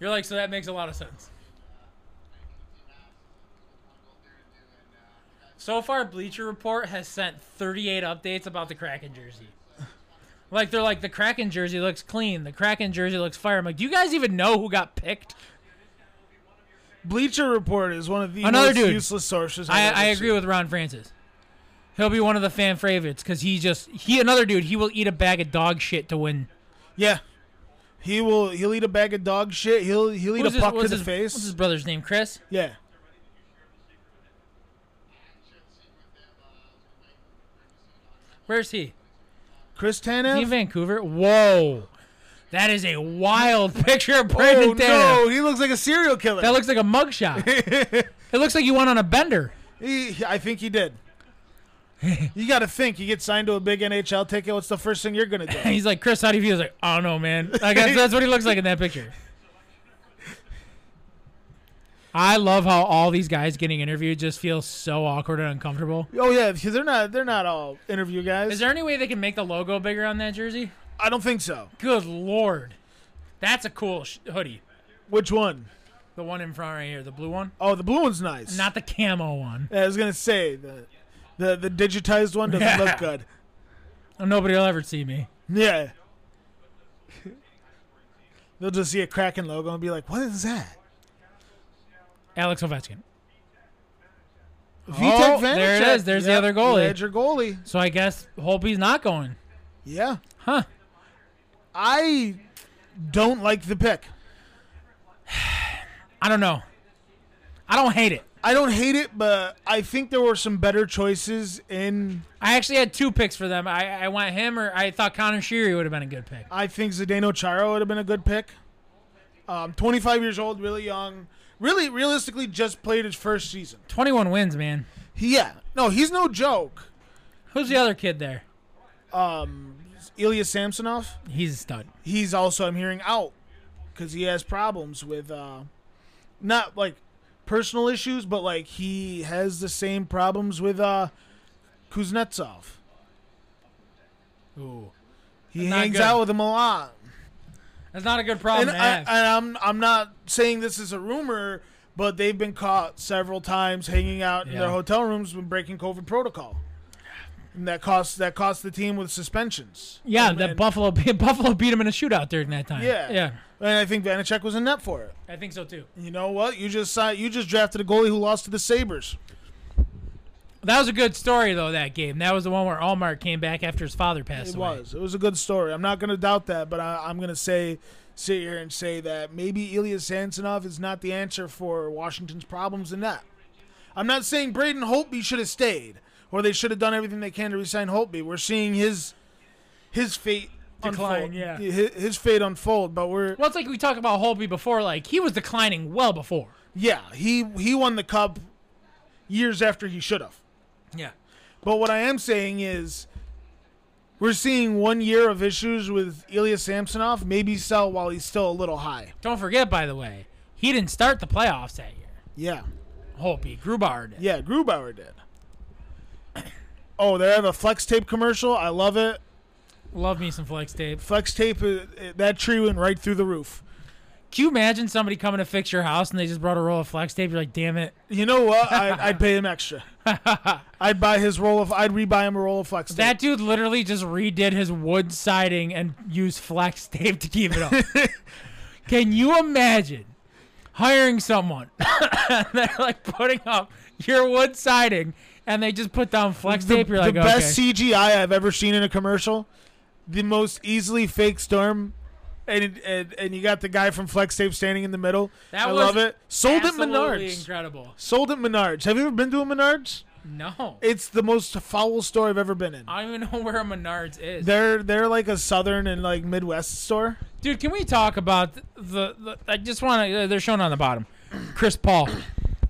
[SPEAKER 2] You're like, so that makes a lot of sense. So far, Bleacher Report has sent 38 updates about the Kraken jersey. Like they're like the Kraken jersey looks clean, the Kraken jersey looks fire. I'm like, do you guys even know who got picked?
[SPEAKER 1] Bleacher Report is one of the
[SPEAKER 2] Another
[SPEAKER 1] most
[SPEAKER 2] dude.
[SPEAKER 1] useless sources. I've
[SPEAKER 2] I, I
[SPEAKER 1] ever
[SPEAKER 2] agree
[SPEAKER 1] seen.
[SPEAKER 2] with Ron Francis. He'll be one of the fan favorites because he just he another dude. He will eat a bag of dog shit to win.
[SPEAKER 1] Yeah, he will. He'll eat a bag of dog shit. He'll he'll eat
[SPEAKER 2] What's
[SPEAKER 1] a
[SPEAKER 2] his-
[SPEAKER 1] puck to
[SPEAKER 2] what's
[SPEAKER 1] the
[SPEAKER 2] his-
[SPEAKER 1] face.
[SPEAKER 2] What's his brother's name? Chris.
[SPEAKER 1] yeah.
[SPEAKER 2] Where's he?
[SPEAKER 1] Chris
[SPEAKER 2] Is
[SPEAKER 1] Tanev.
[SPEAKER 2] he in Vancouver? Whoa. That is a wild picture of Brandon
[SPEAKER 1] oh
[SPEAKER 2] Tanev.
[SPEAKER 1] no, he looks like a serial killer.
[SPEAKER 2] That looks like a mugshot. it looks like you went on a bender.
[SPEAKER 1] He, I think he did. you got to think. You get signed to a big NHL ticket. What's the first thing you're gonna do?
[SPEAKER 2] And he's like, Chris, how do you feel? He's like, I don't know, man. Like, that's, that's what he looks like in that picture. I love how all these guys getting interviewed just feel so awkward and uncomfortable.
[SPEAKER 1] oh yeah, because they're not they're not all interview guys.
[SPEAKER 2] Is there any way they can make the logo bigger on that jersey?
[SPEAKER 1] I don't think so.
[SPEAKER 2] Good lord. That's a cool sh- hoodie.
[SPEAKER 1] Which one?
[SPEAKER 2] The one in front right here, the blue one.
[SPEAKER 1] Oh, the blue one's nice.
[SPEAKER 2] Not the camo one.
[SPEAKER 1] I was gonna say the the the digitized one doesn't
[SPEAKER 2] Yeah.
[SPEAKER 1] look good.
[SPEAKER 2] Nobody will ever see me.
[SPEAKER 1] Yeah. They'll just see a Kraken logo and be like, "What is that?"
[SPEAKER 2] Alex Ovechkin.
[SPEAKER 1] Vitek
[SPEAKER 2] Oh, there it
[SPEAKER 1] Vanacek.
[SPEAKER 2] is. There's the
[SPEAKER 1] Yep,
[SPEAKER 2] other goalie.
[SPEAKER 1] There's your goalie.
[SPEAKER 2] So I guess Holby's not going.
[SPEAKER 1] Yeah.
[SPEAKER 2] Huh.
[SPEAKER 1] I don't like the pick.
[SPEAKER 2] I don't know. I don't hate it.
[SPEAKER 1] I don't hate it, but I think there were some better choices in.
[SPEAKER 2] I actually had two picks for them. I, I want him, or I thought Connor Sheary would have been a good pick.
[SPEAKER 1] I think Zdeno Chara would have been a good pick. Um, 25 years old, really young. Really, realistically, just played his first season.
[SPEAKER 2] 21 wins, man.
[SPEAKER 1] Yeah. No, he's no joke.
[SPEAKER 2] Who's the other kid there?
[SPEAKER 1] Um, Ilya Samsonov.
[SPEAKER 2] He's a stud.
[SPEAKER 1] He's also, I'm hearing, out because he has problems with, uh, not like personal issues, but like he has the same problems with uh, Kuznetsov.
[SPEAKER 2] Ooh.
[SPEAKER 1] He
[SPEAKER 2] Not
[SPEAKER 1] hangs
[SPEAKER 2] good. Oh,
[SPEAKER 1] out with him a lot.
[SPEAKER 2] That's not a good
[SPEAKER 1] and,
[SPEAKER 2] problem to
[SPEAKER 1] I,
[SPEAKER 2] have.
[SPEAKER 1] and I'm I'm not saying this is a rumor, but they've been caught several times hanging out in
[SPEAKER 2] Yeah.
[SPEAKER 1] their hotel rooms when breaking COVID protocol, and that cost that cost the team with suspensions.
[SPEAKER 2] yeah,
[SPEAKER 1] and,
[SPEAKER 2] that
[SPEAKER 1] and-
[SPEAKER 2] Buffalo beat, Buffalo beat him in a shootout during that time.
[SPEAKER 1] Yeah.
[SPEAKER 2] Yeah.
[SPEAKER 1] and I think Vanacek was in net for it.
[SPEAKER 2] I think so too.
[SPEAKER 1] You know what? You just signed, you just drafted a goalie who lost to the Sabers.
[SPEAKER 2] That was a good story though. That game. That was the one where Allmark came back after his father passed
[SPEAKER 1] It
[SPEAKER 2] away.
[SPEAKER 1] was it was a good story. I'm not going to doubt that, but I, I'm going to say sit here and say that maybe Ilya Samsonov is not the answer for Washington's problems in that. I'm not saying Braden Holtby should have stayed or they should have done everything they can to resign Holtby. We're seeing his his fate
[SPEAKER 2] Decline,
[SPEAKER 1] unfold.
[SPEAKER 2] yeah.
[SPEAKER 1] his, his fate unfold. But we're
[SPEAKER 2] Well, it's like we talked about Holby before. Like he was declining well before.
[SPEAKER 1] yeah, he he won the cup years after he should have.
[SPEAKER 2] Yeah.
[SPEAKER 1] But what I am saying is, we're seeing one year of issues with Ilya Samsonov. Maybe sell while he's still a little high.
[SPEAKER 2] Don't forget, by the way, he didn't start the playoffs that year.
[SPEAKER 1] Yeah,
[SPEAKER 2] Holby Grubauer did.
[SPEAKER 1] yeah. Grubauer did. Oh, they have a flex tape commercial. I love it.
[SPEAKER 2] Love me some flex tape.
[SPEAKER 1] Flex tape. uh, uh, That tree went right through the roof.
[SPEAKER 2] Can you imagine somebody coming to fix your house and they just brought a roll of flex tape? You're like, damn it.
[SPEAKER 1] You know what? I'd, I'd pay him extra. I'd buy his roll of. I'd rebuy him a roll of flex tape.
[SPEAKER 2] That dude literally just redid his wood siding and used flex tape to keep it up. Can you imagine hiring someone and they're like putting up your wood siding and they just put down flex
[SPEAKER 1] the,
[SPEAKER 2] tape? You're like,
[SPEAKER 1] the
[SPEAKER 2] okay.
[SPEAKER 1] best CGI I've ever seen in a commercial. The most easily fake storm, and and, and you got the guy from Flex Tape standing in the middle.
[SPEAKER 2] That
[SPEAKER 1] I
[SPEAKER 2] was
[SPEAKER 1] love it. Sold at
[SPEAKER 2] Absolutely
[SPEAKER 1] Menards.
[SPEAKER 2] incredible.
[SPEAKER 1] Sold at Menards. Have you ever been to a Menards?
[SPEAKER 2] No.
[SPEAKER 1] It's the most foul store I've ever been in.
[SPEAKER 2] I don't even know where a Menards is.
[SPEAKER 1] They're they're like a southern and like Midwest store.
[SPEAKER 2] Dude, can we talk about the? the I just want to. They're shown on the bottom. Chris Paul.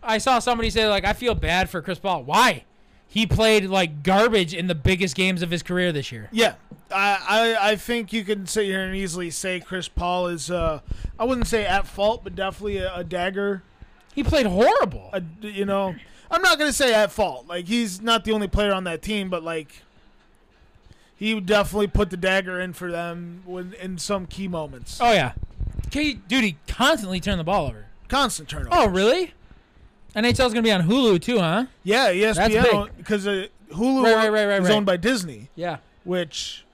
[SPEAKER 2] I saw somebody say like, I feel bad for Chris Paul. Why? He played like garbage in the biggest games of his career this year.
[SPEAKER 1] Yeah, I, I I think you can sit here and easily say Chris Paul is uh I wouldn't say at fault, but definitely a, a dagger
[SPEAKER 2] He played horrible.
[SPEAKER 1] a- you know, I'm not gonna say at fault. Like he's not the only player on that team, but like he definitely put the dagger in for them when in some key moments.
[SPEAKER 2] Oh yeah. Okay, dude, he constantly turned the ball over.
[SPEAKER 1] Constant turnover.
[SPEAKER 2] Oh really? NHL's gonna be on Hulu too, huh?
[SPEAKER 1] yeah, E
[SPEAKER 2] big.
[SPEAKER 1] ESPN because uh, Hulu
[SPEAKER 2] Right, right, right, right,
[SPEAKER 1] is
[SPEAKER 2] right.
[SPEAKER 1] owned by Disney,
[SPEAKER 2] Yeah.
[SPEAKER 1] which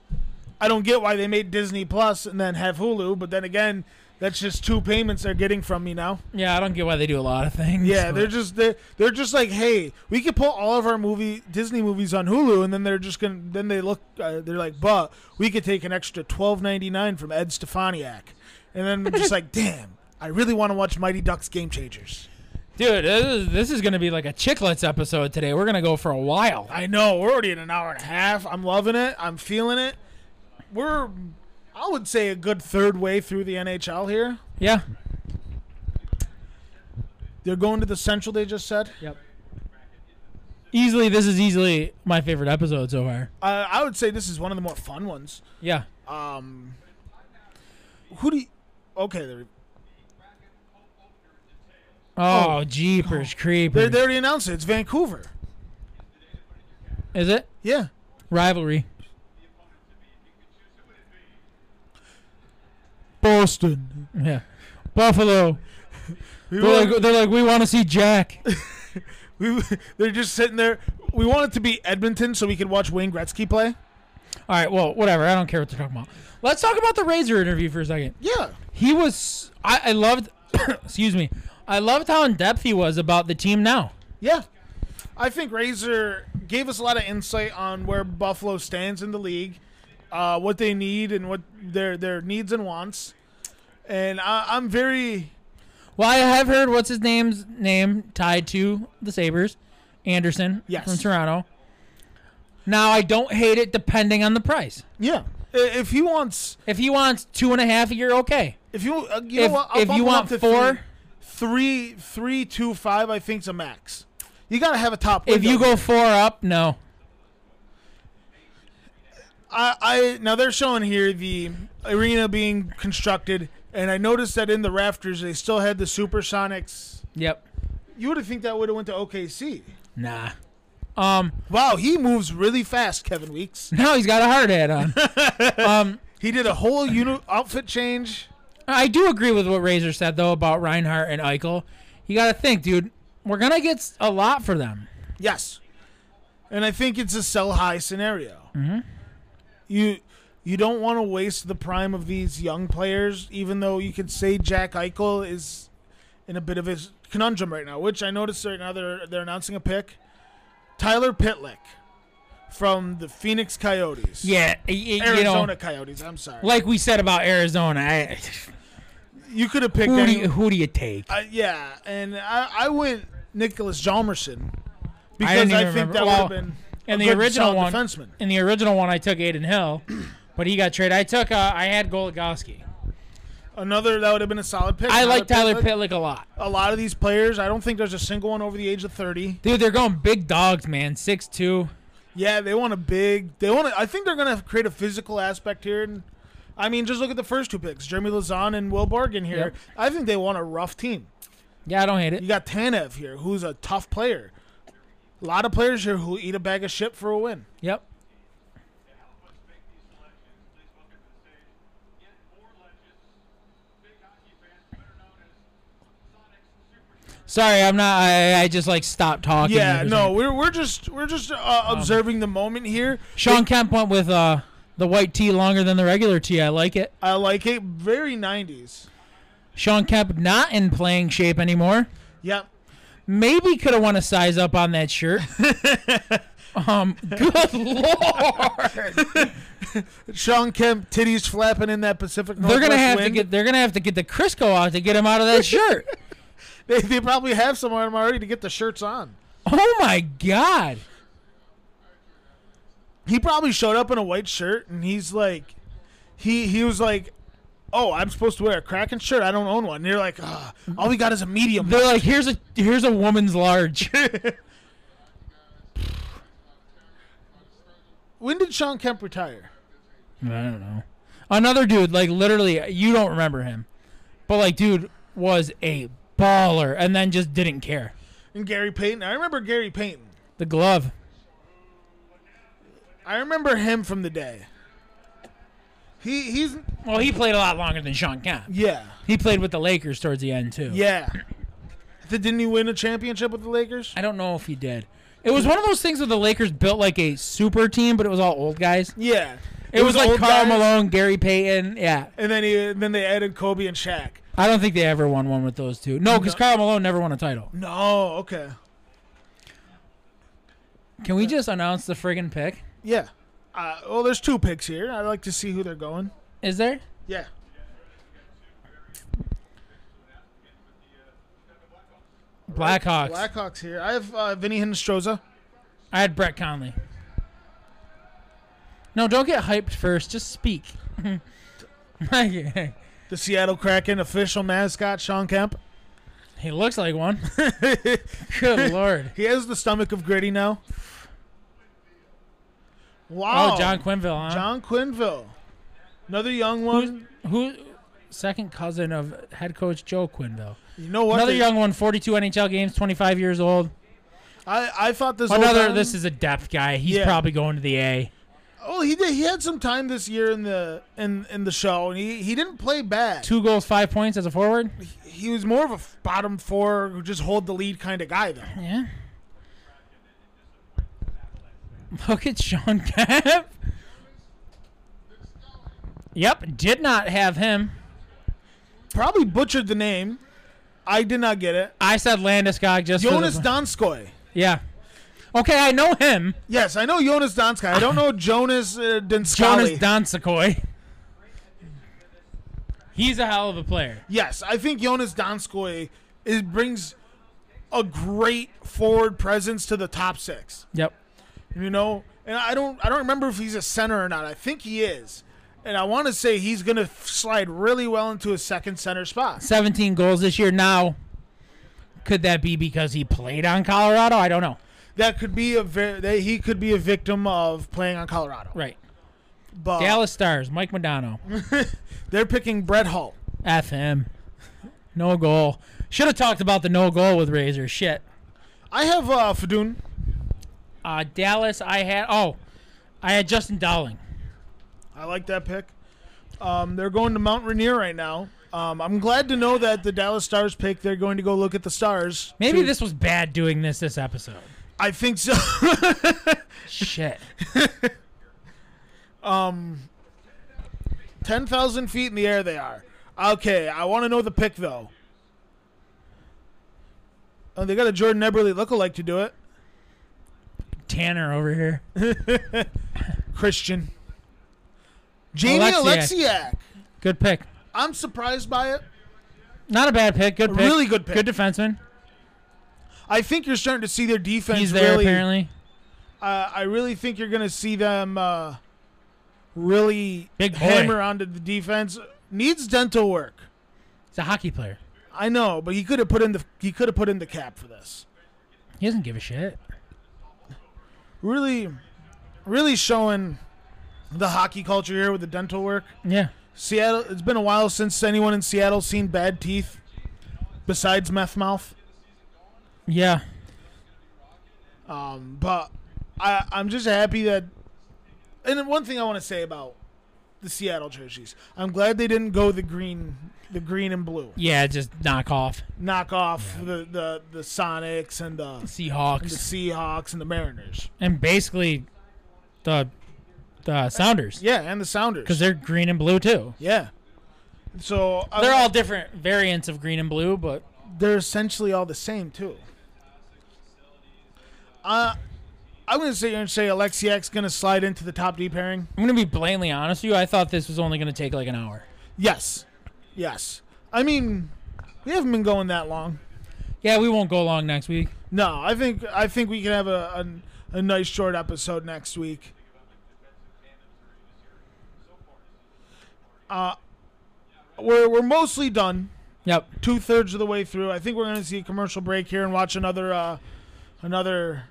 [SPEAKER 1] I don't get why they made Disney Plus and then have Hulu. But then again, that's just two payments they're getting from me now.
[SPEAKER 2] Yeah, I don't get why they do a lot of things.
[SPEAKER 1] Yeah,
[SPEAKER 2] but-
[SPEAKER 1] they're just they they're just like, hey, we could put all of our movie Disney movies on Hulu, and then they're just gonna then they look uh, they're like, but we could take an extra twelve ninety nine from Ed Stefaniak, and then we're just like, damn, I really want to watch Mighty Ducks Game Changers.
[SPEAKER 2] dude. This is, this is gonna be like a Chicklets episode today. We're gonna go for a while.
[SPEAKER 1] I know we're already in an hour and a half. I'm loving it. I'm feeling it. We're I would say a good third way through the NHL here.
[SPEAKER 2] Yeah.
[SPEAKER 1] They're going to the Central. They just said.
[SPEAKER 2] Yep. Easily, this is easily my favorite episode so far.
[SPEAKER 1] Uh, I would say this is one of the more fun ones.
[SPEAKER 2] Yeah.
[SPEAKER 1] Um, who do you? Okay, they're,
[SPEAKER 2] Oh, jeepers creepers!
[SPEAKER 1] they they already announced it. It's Vancouver.
[SPEAKER 2] Is it
[SPEAKER 1] Yeah.
[SPEAKER 2] rivalry?
[SPEAKER 1] Boston.
[SPEAKER 2] Yeah. Buffalo.
[SPEAKER 1] We
[SPEAKER 2] They're like,
[SPEAKER 1] want-
[SPEAKER 2] they're like we want to see Jack.
[SPEAKER 1] we, they're just sitting there. We want it to be Edmonton so we can watch Wayne Gretzky play.
[SPEAKER 2] All right. Well, whatever. I don't care what they're talking about. Let's talk about the Razor interview for a second.
[SPEAKER 1] Yeah.
[SPEAKER 2] He was. I, I loved. excuse me. I loved how in depth he was about the team now.
[SPEAKER 1] Yeah. I think Razor gave us a lot of insight on where Buffalo stands in the league. uh, what they need and what their their needs and wants. And I, I'm very
[SPEAKER 2] Well, I have heard what's his name's name tied to the Sabers, Anderson
[SPEAKER 1] Yes.
[SPEAKER 2] from Toronto. Now I don't hate it, depending on the price.
[SPEAKER 1] yeah. I- If he wants,
[SPEAKER 2] If he wants two and a half a year, okay.
[SPEAKER 1] if you uh, you
[SPEAKER 2] If-
[SPEAKER 1] know what, I'll
[SPEAKER 2] if
[SPEAKER 1] bump
[SPEAKER 2] you
[SPEAKER 1] him up
[SPEAKER 2] want
[SPEAKER 1] to
[SPEAKER 2] four-
[SPEAKER 1] three, three, two, five, I think's a max. You gotta have a top.
[SPEAKER 2] If you
[SPEAKER 1] window.
[SPEAKER 2] go four up, no.
[SPEAKER 1] I, I now they're showing here the arena being constructed, and I noticed that in the rafters they still had the Supersonics.
[SPEAKER 2] Yep.
[SPEAKER 1] You would have think that would have went to OKC.
[SPEAKER 2] Nah. Um.
[SPEAKER 1] Wow, he moves really fast, Kevin Weeks.
[SPEAKER 2] Now he's got a hard hat on. um.
[SPEAKER 1] He did a whole uni- outfit change.
[SPEAKER 2] I do agree with what Razor said though about Reinhardt and Eichel. You got to think, dude. We're gonna get s- a lot for them.
[SPEAKER 1] Yes, and I think it's a sell high scenario. Mm-hmm. You you don't want to waste the prime of these young players, even though you could say Jack Eichel is in a bit of a conundrum right now. Which I noticed right now they're they're announcing a pick, Tyler Pitlick from the Phoenix Coyotes.
[SPEAKER 2] Yeah. y- y- You
[SPEAKER 1] Arizona
[SPEAKER 2] know,
[SPEAKER 1] Coyotes. I'm sorry.
[SPEAKER 2] like we said about Arizona, I,
[SPEAKER 1] you could have picked.
[SPEAKER 2] who do
[SPEAKER 1] any-
[SPEAKER 2] you, who do you take?
[SPEAKER 1] Uh, yeah, and I, I went Nicholas Jalmerson because
[SPEAKER 2] didn't
[SPEAKER 1] I,
[SPEAKER 2] even
[SPEAKER 1] think
[SPEAKER 2] remember-
[SPEAKER 1] that
[SPEAKER 2] well,
[SPEAKER 1] would have been
[SPEAKER 2] And
[SPEAKER 1] a
[SPEAKER 2] the
[SPEAKER 1] good,
[SPEAKER 2] original
[SPEAKER 1] solid
[SPEAKER 2] one,
[SPEAKER 1] defenseman.
[SPEAKER 2] in the original one, I took Aiden Hill, but he got traded. I took uh, I had Goligoski.
[SPEAKER 1] Another that would have been a solid pick.
[SPEAKER 2] I like Tyler
[SPEAKER 1] Pitlick.
[SPEAKER 2] Pitlick a lot,
[SPEAKER 1] A lot of these players, I don't think there's a single one over the age of thirty.
[SPEAKER 2] dude. They're going big dogs, man. Six two.
[SPEAKER 1] Yeah, they want a big. They want. To, I think they're going to create a physical aspect here. And I mean, just look at the first two picks, Jeremy Lazan and Will Bargan here.
[SPEAKER 2] Yep.
[SPEAKER 1] I think they want a rough team.
[SPEAKER 2] Yeah, I don't hate it.
[SPEAKER 1] You got Tanev here, who's a tough player. A lot of players here who eat a bag of shit for a win.
[SPEAKER 2] Yep. Sorry, I'm not. I, I just like stopped talking.
[SPEAKER 1] Yeah,
[SPEAKER 2] It was
[SPEAKER 1] no,
[SPEAKER 2] like-
[SPEAKER 1] we're we're just we're just uh,
[SPEAKER 2] Um,
[SPEAKER 1] observing the moment here.
[SPEAKER 2] Sean Kemp went with uh the white tee longer than the regular tee. I like it.
[SPEAKER 1] I like it. Very '90s.
[SPEAKER 2] Sean Kemp not in playing shape anymore.
[SPEAKER 1] Yep.
[SPEAKER 2] Maybe could have won a size up on that shirt. um, good lord.
[SPEAKER 1] Sean Kemp titties flapping in that Pacific
[SPEAKER 2] They're
[SPEAKER 1] Northwest
[SPEAKER 2] gonna have to
[SPEAKER 1] wind.
[SPEAKER 2] get. They're gonna have to get the Crisco out to get him out of that shirt.
[SPEAKER 1] They, they probably have some of them already to get the shirts on.
[SPEAKER 2] Oh my god.
[SPEAKER 1] He probably showed up in a white shirt, and he's like, he he was like, "Oh, I'm supposed to wear a Kraken shirt. I don't own one." And you're like, "Ah, all we got is a medium."
[SPEAKER 2] They're like, here's a here's a woman's large.
[SPEAKER 1] when did Sean Kemp retire?
[SPEAKER 2] I don't know. Another dude, like literally, you don't remember him, but like, dude was a baller, and then just didn't care.
[SPEAKER 1] And Gary Payton. I remember Gary Payton.
[SPEAKER 2] The glove.
[SPEAKER 1] I remember him from the day. He he's
[SPEAKER 2] Well, he played a lot longer than Sean Kemp.
[SPEAKER 1] yeah.
[SPEAKER 2] He played with the Lakers towards the end too.
[SPEAKER 1] Yeah. Th- Didn't he win a championship with the Lakers?
[SPEAKER 2] I don't know if he did. It was one of those things where the Lakers built like a super team, but it was all old guys.
[SPEAKER 1] Yeah.
[SPEAKER 2] It, was, like
[SPEAKER 1] old
[SPEAKER 2] Carl
[SPEAKER 1] guys,
[SPEAKER 2] Malone, Gary Payton. Yeah,
[SPEAKER 1] And then he and then they added Kobe and Shaq.
[SPEAKER 2] I don't think they ever won one with those two. No, because
[SPEAKER 1] No.
[SPEAKER 2] Carl Malone never won a title.
[SPEAKER 1] No, okay.
[SPEAKER 2] Can we just announce the friggin' pick?
[SPEAKER 1] Yeah. Uh, well, there's two picks here. I'd like to see who they're going.
[SPEAKER 2] Is there?
[SPEAKER 1] Yeah.
[SPEAKER 2] Blackhawks.
[SPEAKER 1] Blackhawks here. I have uh, Vinny Hinostroza.
[SPEAKER 2] I had Brett Conley. No, don't get hyped first. Just speak. he
[SPEAKER 1] The Seattle Kraken official mascot, Sean Kemp.
[SPEAKER 2] looks like one. Good lord.
[SPEAKER 1] He has the stomach of gritty now. Wow.
[SPEAKER 2] Oh, John Quinville, huh?
[SPEAKER 1] John Quinville. Another young one.
[SPEAKER 2] Who? Second cousin of head coach Joe Quinville.
[SPEAKER 1] you know what?
[SPEAKER 2] Another
[SPEAKER 1] They-
[SPEAKER 2] young one, 42 NHL games, 25 years old.
[SPEAKER 1] I, I thought this whole
[SPEAKER 2] Another.
[SPEAKER 1] time-
[SPEAKER 2] This is a depth guy. He's
[SPEAKER 1] Yeah.
[SPEAKER 2] probably going to the A.
[SPEAKER 1] Oh, he did. He had some time this year in the in in the show, and he he didn't play bad.
[SPEAKER 2] Two goals, five points as a forward.
[SPEAKER 1] He was more of a f- bottom four, who just hold the lead kind of guy, though.
[SPEAKER 2] Yeah. Look at Sean Kemp. Yep, did not have him.
[SPEAKER 1] Probably butchered the name. I did not get it.
[SPEAKER 2] I said Landeskog just for
[SPEAKER 1] Jonas
[SPEAKER 2] the-
[SPEAKER 1] Donskoy.
[SPEAKER 2] yeah. Okay, I know him.
[SPEAKER 1] Yes, I know Jonas Donskoy. I don't know Jonas uh,
[SPEAKER 2] Jonas
[SPEAKER 1] Donskoy.
[SPEAKER 2] Donskoy. He's a hell of a player.
[SPEAKER 1] yes, I think Jonas Donskoy is brings a great forward presence to the top six.
[SPEAKER 2] Yep.
[SPEAKER 1] You know, and I don't I don't remember if he's a center or not. I think he is, and I want to say he's going to slide really well into a second center spot.
[SPEAKER 2] 17 goals this year. Now, could that be because he played on Colorado? I don't know.
[SPEAKER 1] That could be a ver- that he could be a victim of playing on Colorado.
[SPEAKER 2] Right.
[SPEAKER 1] But
[SPEAKER 2] Dallas Stars, Mike Modano.
[SPEAKER 1] they're picking Brett Hull.
[SPEAKER 2] F him. No goal. Should have talked about the no goal with Razor. Shit.
[SPEAKER 1] I have uh, Fadoon.
[SPEAKER 2] Uh, Dallas, I had. Oh, I had Justin Dowling.
[SPEAKER 1] I like that pick. Um, they're going to Mount Rainier right now. Um, I'm glad to know that the Dallas Stars pick. They're going to go look at the stars.
[SPEAKER 2] Maybe this was bad doing this this episode.
[SPEAKER 1] I think so.
[SPEAKER 2] Shit.
[SPEAKER 1] Ten thousand feet in the air. They are. Okay. I want to know the pick though. Oh, they got a Jordan Eberle lookalike to do it.
[SPEAKER 2] Tanner over here.
[SPEAKER 1] Christian. Jamie
[SPEAKER 2] Alexiak.
[SPEAKER 1] Alexiak.
[SPEAKER 2] Good pick.
[SPEAKER 1] I'm surprised by it.
[SPEAKER 2] Not a bad pick. Good pick.
[SPEAKER 1] Really good pick.
[SPEAKER 2] Good defenseman.
[SPEAKER 1] I think you're starting to see their defense.
[SPEAKER 2] He's there
[SPEAKER 1] really,
[SPEAKER 2] apparently.
[SPEAKER 1] uh, I really think you're going to see them uh, really
[SPEAKER 2] Big boy.
[SPEAKER 1] hammer onto the defense. Needs dental work.
[SPEAKER 2] He's a hockey player.
[SPEAKER 1] I know, but he could have put in the he could have put in the cap for this.
[SPEAKER 2] He doesn't give a shit.
[SPEAKER 1] Really, really showing the hockey culture here with the dental work.
[SPEAKER 2] Yeah.
[SPEAKER 1] Seattle. It's been a while since anyone in Seattle's seen bad teeth, besides meth mouth.
[SPEAKER 2] Yeah.
[SPEAKER 1] Um, but I, I'm just happy that. And then one thing I want to say about the Seattle jerseys, I'm glad they didn't go the green, the green and blue.
[SPEAKER 2] Yeah, just knock off.
[SPEAKER 1] Knock off the, the the Sonics and the the
[SPEAKER 2] Seahawks.
[SPEAKER 1] Seahawks and the Mariners.
[SPEAKER 2] And basically the the Sounders.
[SPEAKER 1] Yeah, and the Sounders.
[SPEAKER 2] Because they're green and blue too.
[SPEAKER 1] yeah. So I-
[SPEAKER 2] They're all different variants of green and blue, but
[SPEAKER 1] they're essentially all the same too. Uh, I'm gonna sit here and say Alexiak's gonna slide into the top D pairing.
[SPEAKER 2] I'm gonna be blatantly honest with you. I thought this was only gonna take like an hour.
[SPEAKER 1] Yes. Yes. I mean, we haven't been going that long.
[SPEAKER 2] Yeah, we won't go long next week.
[SPEAKER 1] No, I think I think we can have a, a, a nice short episode next week. Uh, we're we're mostly done,
[SPEAKER 2] Yep.
[SPEAKER 1] two thirds of the way through. I think we're gonna see a commercial break here and watch another uh, another